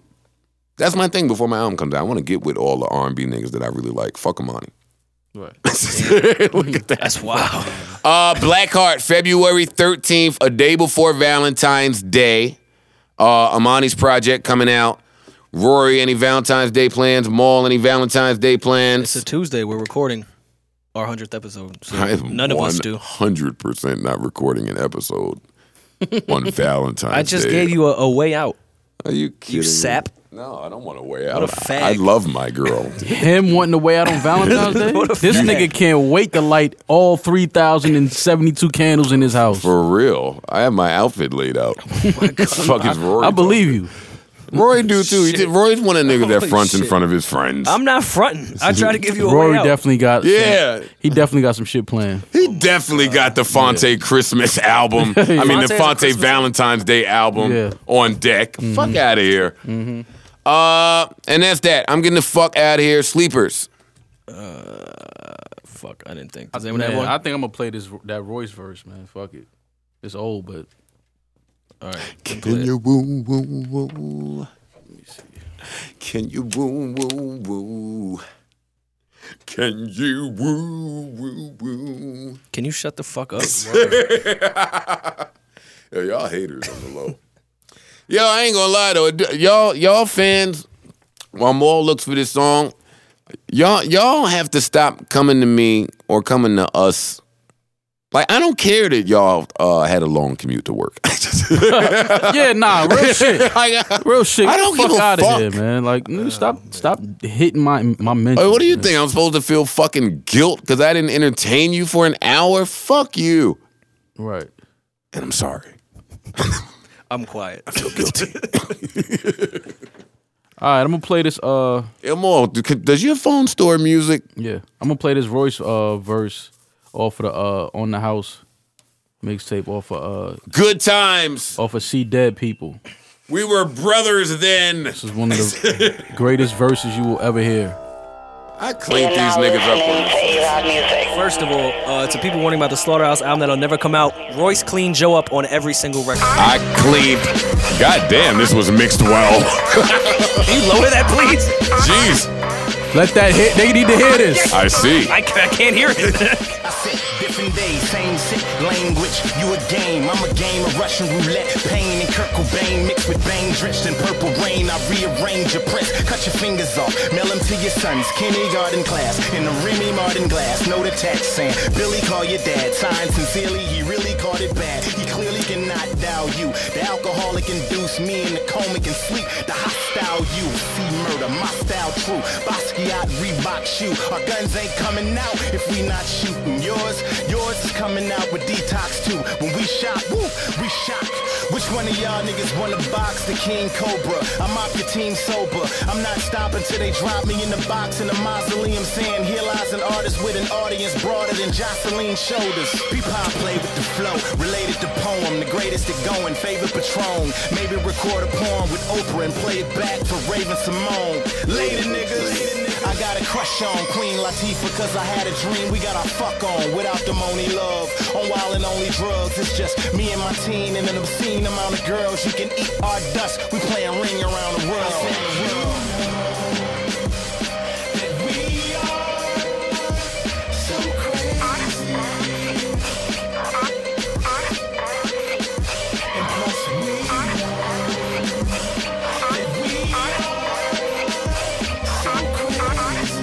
Speaker 1: that's my thing. Before my album comes out, I want to get with all the R&B niggas that I really like. Fuck Amani. Look at that.
Speaker 2: that's wow.
Speaker 1: Uh, Blackheart, February 13th, a day before Valentine's Day. Uh, Amani's project coming out. Rory, any Valentine's Day plans? Maul, any Valentine's Day plans?
Speaker 2: It's a Tuesday. We're recording our hundredth episode. So
Speaker 1: I am
Speaker 2: none of us do.
Speaker 1: 100% not recording an episode on Valentine's
Speaker 2: I just
Speaker 1: Day.
Speaker 2: gave you a, a way out.
Speaker 1: Are you kidding?
Speaker 2: You
Speaker 1: me?
Speaker 2: sap.
Speaker 1: No, I don't want to wear out.
Speaker 2: What a
Speaker 1: I I
Speaker 2: fag.
Speaker 1: love my girl.
Speaker 8: Him wanting to weigh out on Valentine's Day.
Speaker 2: What a
Speaker 8: this
Speaker 2: fact.
Speaker 8: nigga can't wait to light all three thousand and seventy-two candles in his house.
Speaker 1: For real. I have my outfit laid out.
Speaker 2: Oh
Speaker 1: Fuck is Rory.
Speaker 8: I
Speaker 1: talking?
Speaker 8: believe you.
Speaker 1: Roy do too. He did, Roy's one of the niggas that
Speaker 2: Holy
Speaker 1: fronts in
Speaker 2: shit.
Speaker 1: front of his friends.
Speaker 2: I'm not fronting. I try to give you a
Speaker 8: Rory
Speaker 2: way out.
Speaker 8: definitely got.
Speaker 1: Yeah.
Speaker 8: he definitely got some shit planned.
Speaker 1: He definitely got the Fonte Christmas album. I mean,
Speaker 2: Fonte's
Speaker 1: the
Speaker 2: a
Speaker 1: Fonte
Speaker 2: Christmas-
Speaker 1: Valentine's Day album
Speaker 8: Yeah.
Speaker 1: on deck. Fuck out of here. Uh, and that's that. I'm getting the fuck out of here. Sleepers.
Speaker 2: Fuck, I didn't think. Does anyone have
Speaker 8: Man,
Speaker 2: one?
Speaker 8: I think I'm gonna play this that Royce verse, man. Fuck it. It's old, but
Speaker 2: All right.
Speaker 1: Can you woo woo woo? Can you woo woo woo? Can you woo woo woo?
Speaker 2: Can you shut the fuck up?
Speaker 1: Yo, y'all haters on the low. Yo, I ain't gonna lie though. it- Y'all, y'all fans, while Maul looks for this song, y'all, y'all have to stop coming to me or coming to us. Like, I don't care that y'all uh, had a long commute to work.
Speaker 8: yeah, nah, real shit.
Speaker 1: Like,
Speaker 8: Real shit.
Speaker 1: I
Speaker 8: Get the
Speaker 1: don't
Speaker 8: fuck
Speaker 1: give a
Speaker 8: outta
Speaker 1: fuck.
Speaker 8: here, man. Like, nigga, stop, stop hitting my my mentions.
Speaker 1: Like, what do you
Speaker 8: man.
Speaker 1: think? I'm supposed to feel fucking guilt because I didn't entertain you for an hour? Fuck you.
Speaker 8: Right.
Speaker 1: And I'm sorry.
Speaker 2: I'm quiet.
Speaker 8: All right, I'm gonna play this. Uh,
Speaker 1: Elmo, do- could- does your phone store music?
Speaker 8: yeah, I'm gonna play this Royce uh verse off of the uh on the house mixtape off of uh
Speaker 1: Good times.
Speaker 8: off of See Dead People.
Speaker 1: We were brothers then.
Speaker 8: This is one of the greatest verses you will ever hear.
Speaker 1: I cleaned these niggas up. on this.
Speaker 2: First of all, uh, to people warning about the Slaughterhouse album that'll never come out, Royce cleaned Joe up on every single record.
Speaker 1: I cleaned. God damn, this was mixed well.
Speaker 2: Can you lower that, please?
Speaker 1: Jeez,
Speaker 8: Let that hit. They need to hear this.
Speaker 1: I see.
Speaker 2: I, ca- I can't hear it.
Speaker 9: I sit different days, same sick language. You a game, I'm a game of Russian roulette. Pain and Kurt Cobain mixed with bang drenched in purple rain. I rearrange your press, cut your fingers off, mail them to your sons. Kindergarten class in the Remy Martin glass. Note attached saying, Billy, call your dad. Signed sincerely, he really caught it bad. He clearly cannot dial you. The alcoholic induced me in the coma can sleep. The hostile you see murder. My style true. Basquiat, Reebok, shoe. Our guns ain't coming out if we not shooting. Yours, yours is coming out with detox too. When we shot, woo, we shot. Which one of y'all niggas wanna box the King Cobra? I'm off your team sober. I'm not stopping till they drop me in the box in the mausoleum saying, here lies an artist with an audience broader than Jocelyn shoulders. Peapod play with the flow, related to poem, the greatest at going, favorite patron. Maybe record a poem with Oprah and play it back for Raven Simone. Later niggas, I got a crush on Queen Latifah cause I had a dream we got our fuck on without the money love. On wild and only drugs, it's just me and my team and an obscene amount of girls. You can eat our dust, we playing ring around the world. That we are so crazy. And plus we are that we are so crazy.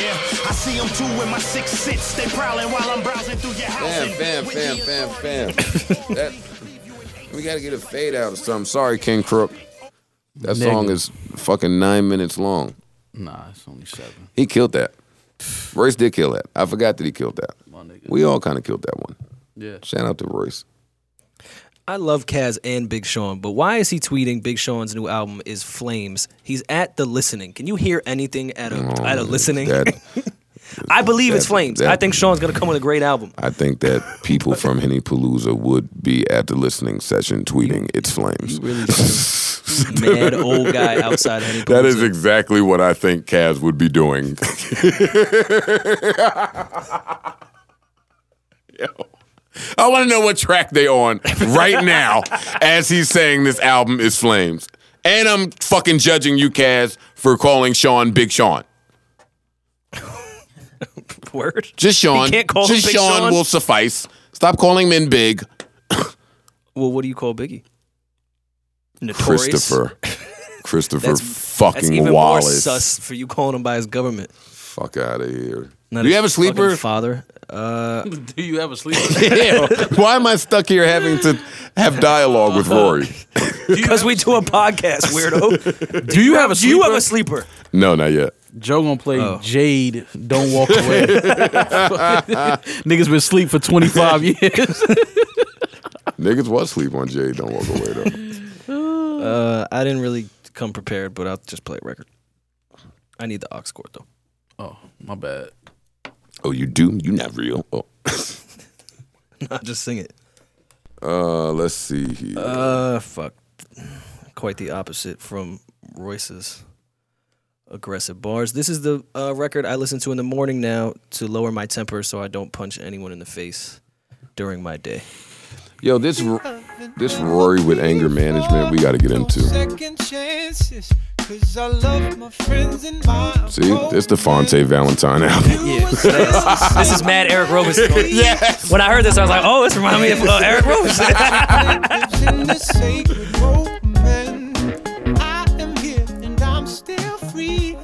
Speaker 9: Yeah, I see them too in my six sits. They prowling while I'm browsing through your house.
Speaker 1: Fam,
Speaker 9: and
Speaker 1: fam,
Speaker 9: with
Speaker 1: fam,
Speaker 9: the
Speaker 1: fam,
Speaker 9: authority
Speaker 1: fam. That, we gotta get a fade out or something. Sorry, King Crook. That song is fucking nine minutes long.
Speaker 8: Nah, it's only seven.
Speaker 1: He killed that. Royce did kill that. I forgot that he killed that. We all kind of killed that one.
Speaker 8: Yeah.
Speaker 1: Shout out to Royce.
Speaker 2: I love Kaz and Big Sean, but why is he tweeting Big Sean's new album is Flames? He's at the listening. Can you hear anything at a at a listening?
Speaker 1: That,
Speaker 2: I believe it's
Speaker 1: that-
Speaker 2: Flames.
Speaker 1: that-
Speaker 2: I think Sean's gonna come with a great album.
Speaker 1: I think that people from Henny Palooza would be at the listening session tweeting "It's flames."
Speaker 2: Mad old guy outside Henny
Speaker 1: That is
Speaker 2: Palooza.
Speaker 1: exactly what I think Cavs would be doing. Yo. I want to know what track they on right now as he's saying this album is flames. And I'm fucking judging you, Kaz, for calling Sean Big Sean.
Speaker 2: word.
Speaker 1: Just Sean.
Speaker 2: You can't call him
Speaker 1: Just
Speaker 2: Big
Speaker 1: Sean,
Speaker 2: Sean?
Speaker 1: will suffice. Stop calling men big.
Speaker 2: Well, what do you call Biggie? Notorious.
Speaker 1: Christopher. Christopher
Speaker 2: That's-
Speaker 1: fucking
Speaker 2: That's even more
Speaker 1: Wallace.
Speaker 2: sus for you calling him by his government.
Speaker 1: Fuck out of here.
Speaker 2: Not
Speaker 1: Do you
Speaker 2: his
Speaker 1: have a
Speaker 2: fucking
Speaker 1: sleeper?
Speaker 2: father? Uh,
Speaker 8: Do you ever sleep?
Speaker 1: Yeah. Why am I stuck here having to have dialogue with Rory?
Speaker 2: because we do a podcast, weirdo.
Speaker 8: Do you have a
Speaker 2: do
Speaker 8: sleeper?
Speaker 2: you have a sleeper?
Speaker 1: No, not yet.
Speaker 8: Joe gonna play
Speaker 2: Oh.
Speaker 8: Jade. Don't walk away. Niggas been asleep for twenty five years.
Speaker 1: Niggas was sleep on Jay. Don't walk away though.
Speaker 2: Uh, I didn't really come prepared, but I'll just play a record. I need the aux chord though.
Speaker 8: oh, my bad.
Speaker 1: oh, you do? You not real? Oh.
Speaker 2: Not just sing it.
Speaker 1: Uh, let's see here.
Speaker 2: Uh, fuck. Quite the opposite from Royce's aggressive bars. This is the uh, record I listen to in the morning now to lower my temper so I don't punch anyone in the face during my day.
Speaker 1: Yo, this R- this Rory with anger management we got to get into.
Speaker 4: Second chances, cause I love my friends and my
Speaker 1: See, this the Fonte Valentine album.
Speaker 4: Yeah.
Speaker 2: This is Mad Eric Robinson.
Speaker 1: Yes.
Speaker 2: When I heard this, I was like, oh, this reminds me of uh, Eric Robinson.
Speaker 4: lives in the sacred Roman. I am here and I'm still free.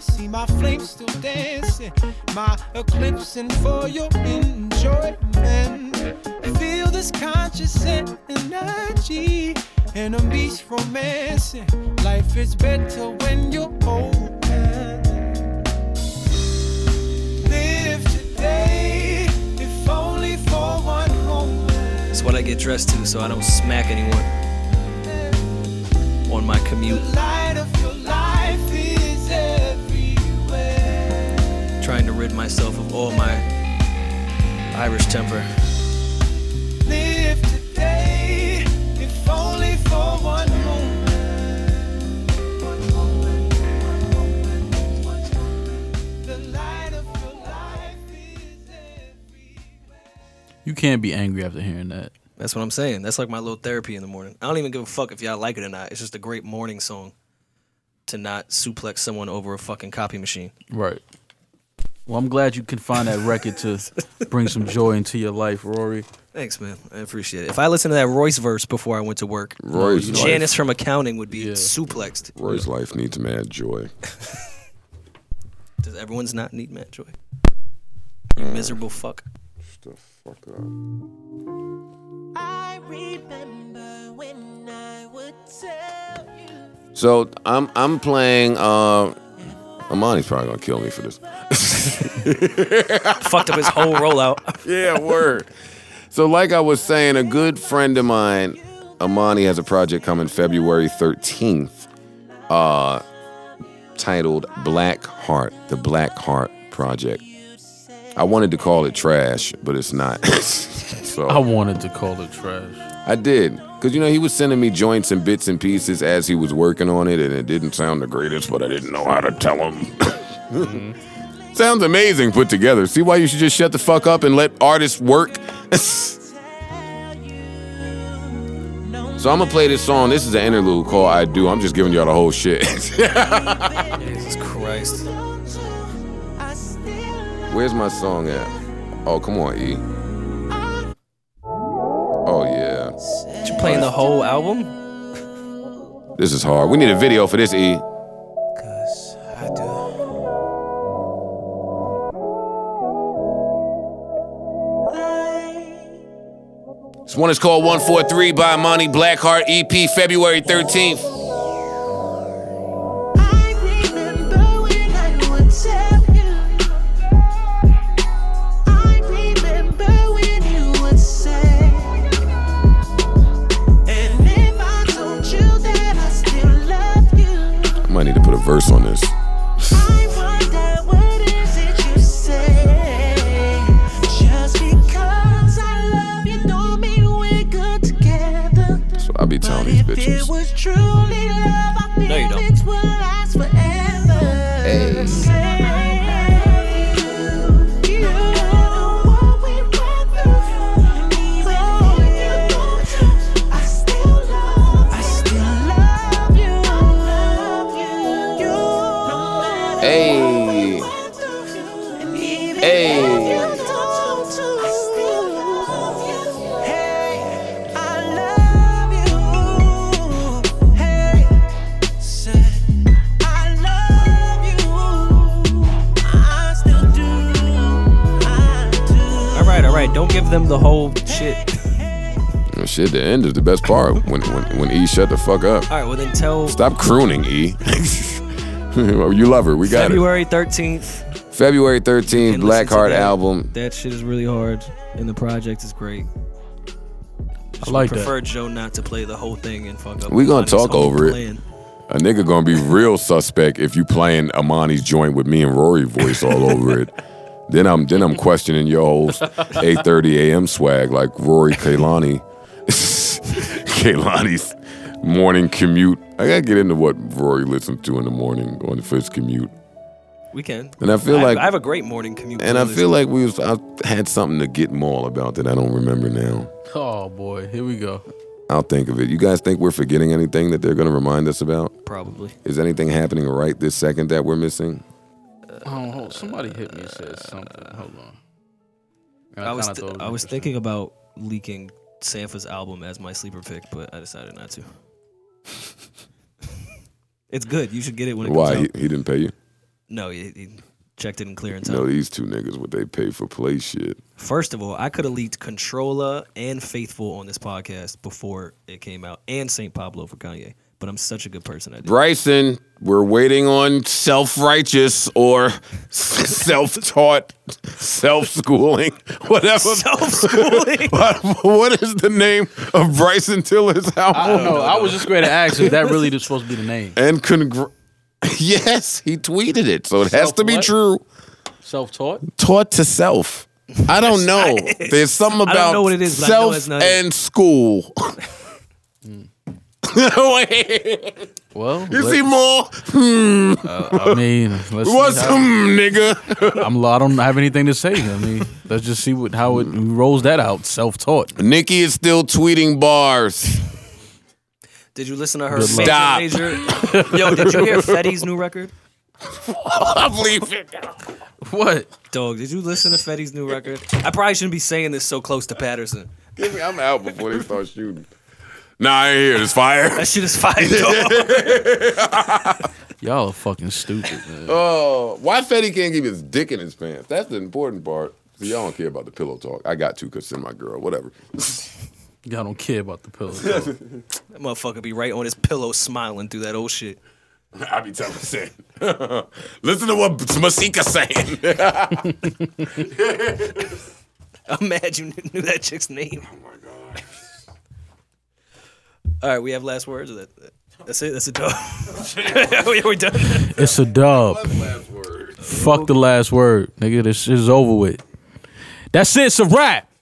Speaker 4: See my flame still dancing, my eclipsing for your enjoyment. Feel this conscious energy, enemies romancing. Life is better when you're open live today, if only for one moment.
Speaker 2: It's what I get dressed to so I don't smack anyone on my commute.
Speaker 4: The light of your life is everywhere.
Speaker 2: Trying to rid myself of all my Irish temper.
Speaker 4: Live today, if only for one moment. One moment, one moment, one moment. The light of your life is everywhere.
Speaker 8: You can't be angry after hearing that.
Speaker 2: That's what I'm saying. That's like my little therapy in the morning. I don't even give a fuck if y'all like it or not. It's just a great morning song to not suplex someone over a fucking copy machine.
Speaker 8: Right. Well, I'm glad you can find that record to bring some joy into your life, Rory.
Speaker 2: Thanks, man. I appreciate it. If I listened to that Royce verse before I went to work,
Speaker 1: Roy's life.
Speaker 2: Janice from accounting would be
Speaker 8: Yeah.
Speaker 2: suplexed.
Speaker 1: Roy's life needs mad joy.
Speaker 2: Does everyone's not need Matt Joy? You miserable fuck.
Speaker 1: Shut the fuck up.
Speaker 4: I remember when I
Speaker 1: So I'm I'm playing. Uh, Amani's probably gonna kill me for this.
Speaker 2: Fucked up his whole rollout.
Speaker 1: yeah, word. So, like I was saying, a good friend of mine, Amani, has a project coming February 13th uh, titled Black Heart, the Black Heart Project. I wanted to call it trash, but it's not. so
Speaker 8: I wanted to call it trash.
Speaker 1: I did. Because, you know, he was sending me joints and bits and pieces as he was working on it, and it didn't sound the greatest, but I didn't know how to tell him. Sounds amazing put together. See why you should just shut the fuck up and let artists work? so I'm going to play this song. This is an interlude called I Do. I'm just giving y'all the whole shit.
Speaker 2: Jesus Christ.
Speaker 1: Where's my song at? Oh, come on, E. Oh, yeah.
Speaker 2: You playing the whole album?
Speaker 1: This is hard. We need a video for this, E. This one is called 143 by Monty Blackheart EP, February 13th. I might need to put a verse on this. So I'll be telling these bitches.
Speaker 2: No, you don't.
Speaker 1: Hey. Hey.
Speaker 2: All right, all right. Don't give them the whole shit.
Speaker 1: Well, Shit, the end is the best part when, when, when E shut the fuck up.
Speaker 2: All right, well then tell
Speaker 1: Stop crooning, E. you love her. We got it.
Speaker 2: February 13th.
Speaker 1: February 13th,
Speaker 2: and listen to
Speaker 1: Blackheart
Speaker 2: that.
Speaker 1: album.
Speaker 2: That shit is really hard, and the project is great.
Speaker 8: I like
Speaker 2: Prefer Joe not to play the whole thing and fuck up.
Speaker 1: We gonna
Speaker 2: Lonnie's
Speaker 1: talk
Speaker 2: whole
Speaker 1: over it.
Speaker 2: plan.
Speaker 1: A nigga gonna be real suspect if you playing Amani's joint with me and Rory voice all over it. Then I'm then I'm questioning your whole 8:30 a.m. swag like Rory Kaylani, Kaylani's morning commute. I gotta get into what Rory listens to in the morning on for his commute.
Speaker 2: We can.
Speaker 1: And I feel like-
Speaker 2: I have a great morning commute.
Speaker 1: And I
Speaker 2: playlist.
Speaker 1: feel like we was I had something to get Maul about that I don't remember now.
Speaker 8: that. Oh boy, here we go.
Speaker 1: I'll think of it. You guys think we're forgetting anything that they're gonna remind us about?
Speaker 2: probably.
Speaker 1: Is anything happening right this second that we're missing?
Speaker 8: Hold on, hold on. Somebody hit me and said something. Hold on. And
Speaker 2: I was
Speaker 8: kinda
Speaker 2: th-
Speaker 8: thought it
Speaker 2: I was
Speaker 8: interesting.
Speaker 2: thinking about leaking Sanfa's album as my sleeper pick, but I decided not to. it's good. You should get it when it
Speaker 1: Why
Speaker 2: comes
Speaker 1: he,
Speaker 2: out.
Speaker 1: he didn't pay you?
Speaker 2: No, he, he checked it in clear in
Speaker 1: You
Speaker 2: time.
Speaker 1: know these two niggas what they pay for play shit.
Speaker 2: First of all, I could have leaked Controller and Faithful on this podcast before it came out, and St. Pablo for Kanye. But I'm such a good person. I did.
Speaker 1: Bryson, we're waiting on self-righteous or self-taught, self-schooling, whatever.
Speaker 2: Self-schooling.
Speaker 1: What- what is the name of Bryson Tiller's album?
Speaker 8: I don't know. I was just going to ask if that really just supposed to be the name.
Speaker 1: And congr- yes, he tweeted it, so it has to be
Speaker 8: Self-what?
Speaker 1: true.
Speaker 8: Self-taught.
Speaker 1: Taught to self. I don't know. There's something
Speaker 2: I
Speaker 1: about
Speaker 2: don't know what it is, but I know
Speaker 1: self
Speaker 2: it's not it.
Speaker 1: and school.
Speaker 8: Well,
Speaker 1: you
Speaker 8: let-
Speaker 1: see more?
Speaker 8: I mean, let's see
Speaker 1: What's
Speaker 8: how-
Speaker 1: hmm, nigga?
Speaker 8: I'm. I don't have anything to say. I mean, let's just see what how it rolls that out. Self-taught.
Speaker 1: Nikki is still tweeting bars.
Speaker 2: Did you listen to her?
Speaker 8: Good
Speaker 1: luck.
Speaker 2: Major, major? Yo, did you hear Fetty's new record?
Speaker 1: I believe it.
Speaker 8: What?
Speaker 2: Dog, did you listen to Fetty's new record? I probably shouldn't be saying this so close to Patterson.
Speaker 1: Give me, I'm out before they start shooting. Nah, I ain't here. It's fire.
Speaker 2: That shit is fire, dog.
Speaker 8: Y'all are fucking stupid, man.
Speaker 1: Oh, why Fetty can't keep his dick in his pants? That's the important part. See, y'all don't care about the pillow talk. I got to because it's my girl, whatever.
Speaker 3: Y'all don't care about the pills. though.
Speaker 2: That motherfucker be right on his pillow smiling through that old shit.
Speaker 1: I be telling Sin. Listen to what Masika saying.
Speaker 2: I'm mad you knew that chick's name. Oh my god. All right, we have last words. Or that, that's it. That's a dog. we, we done.
Speaker 3: it's a dub. Fuck the last word, nigga. This shit is over with. That's it. It's a wrap.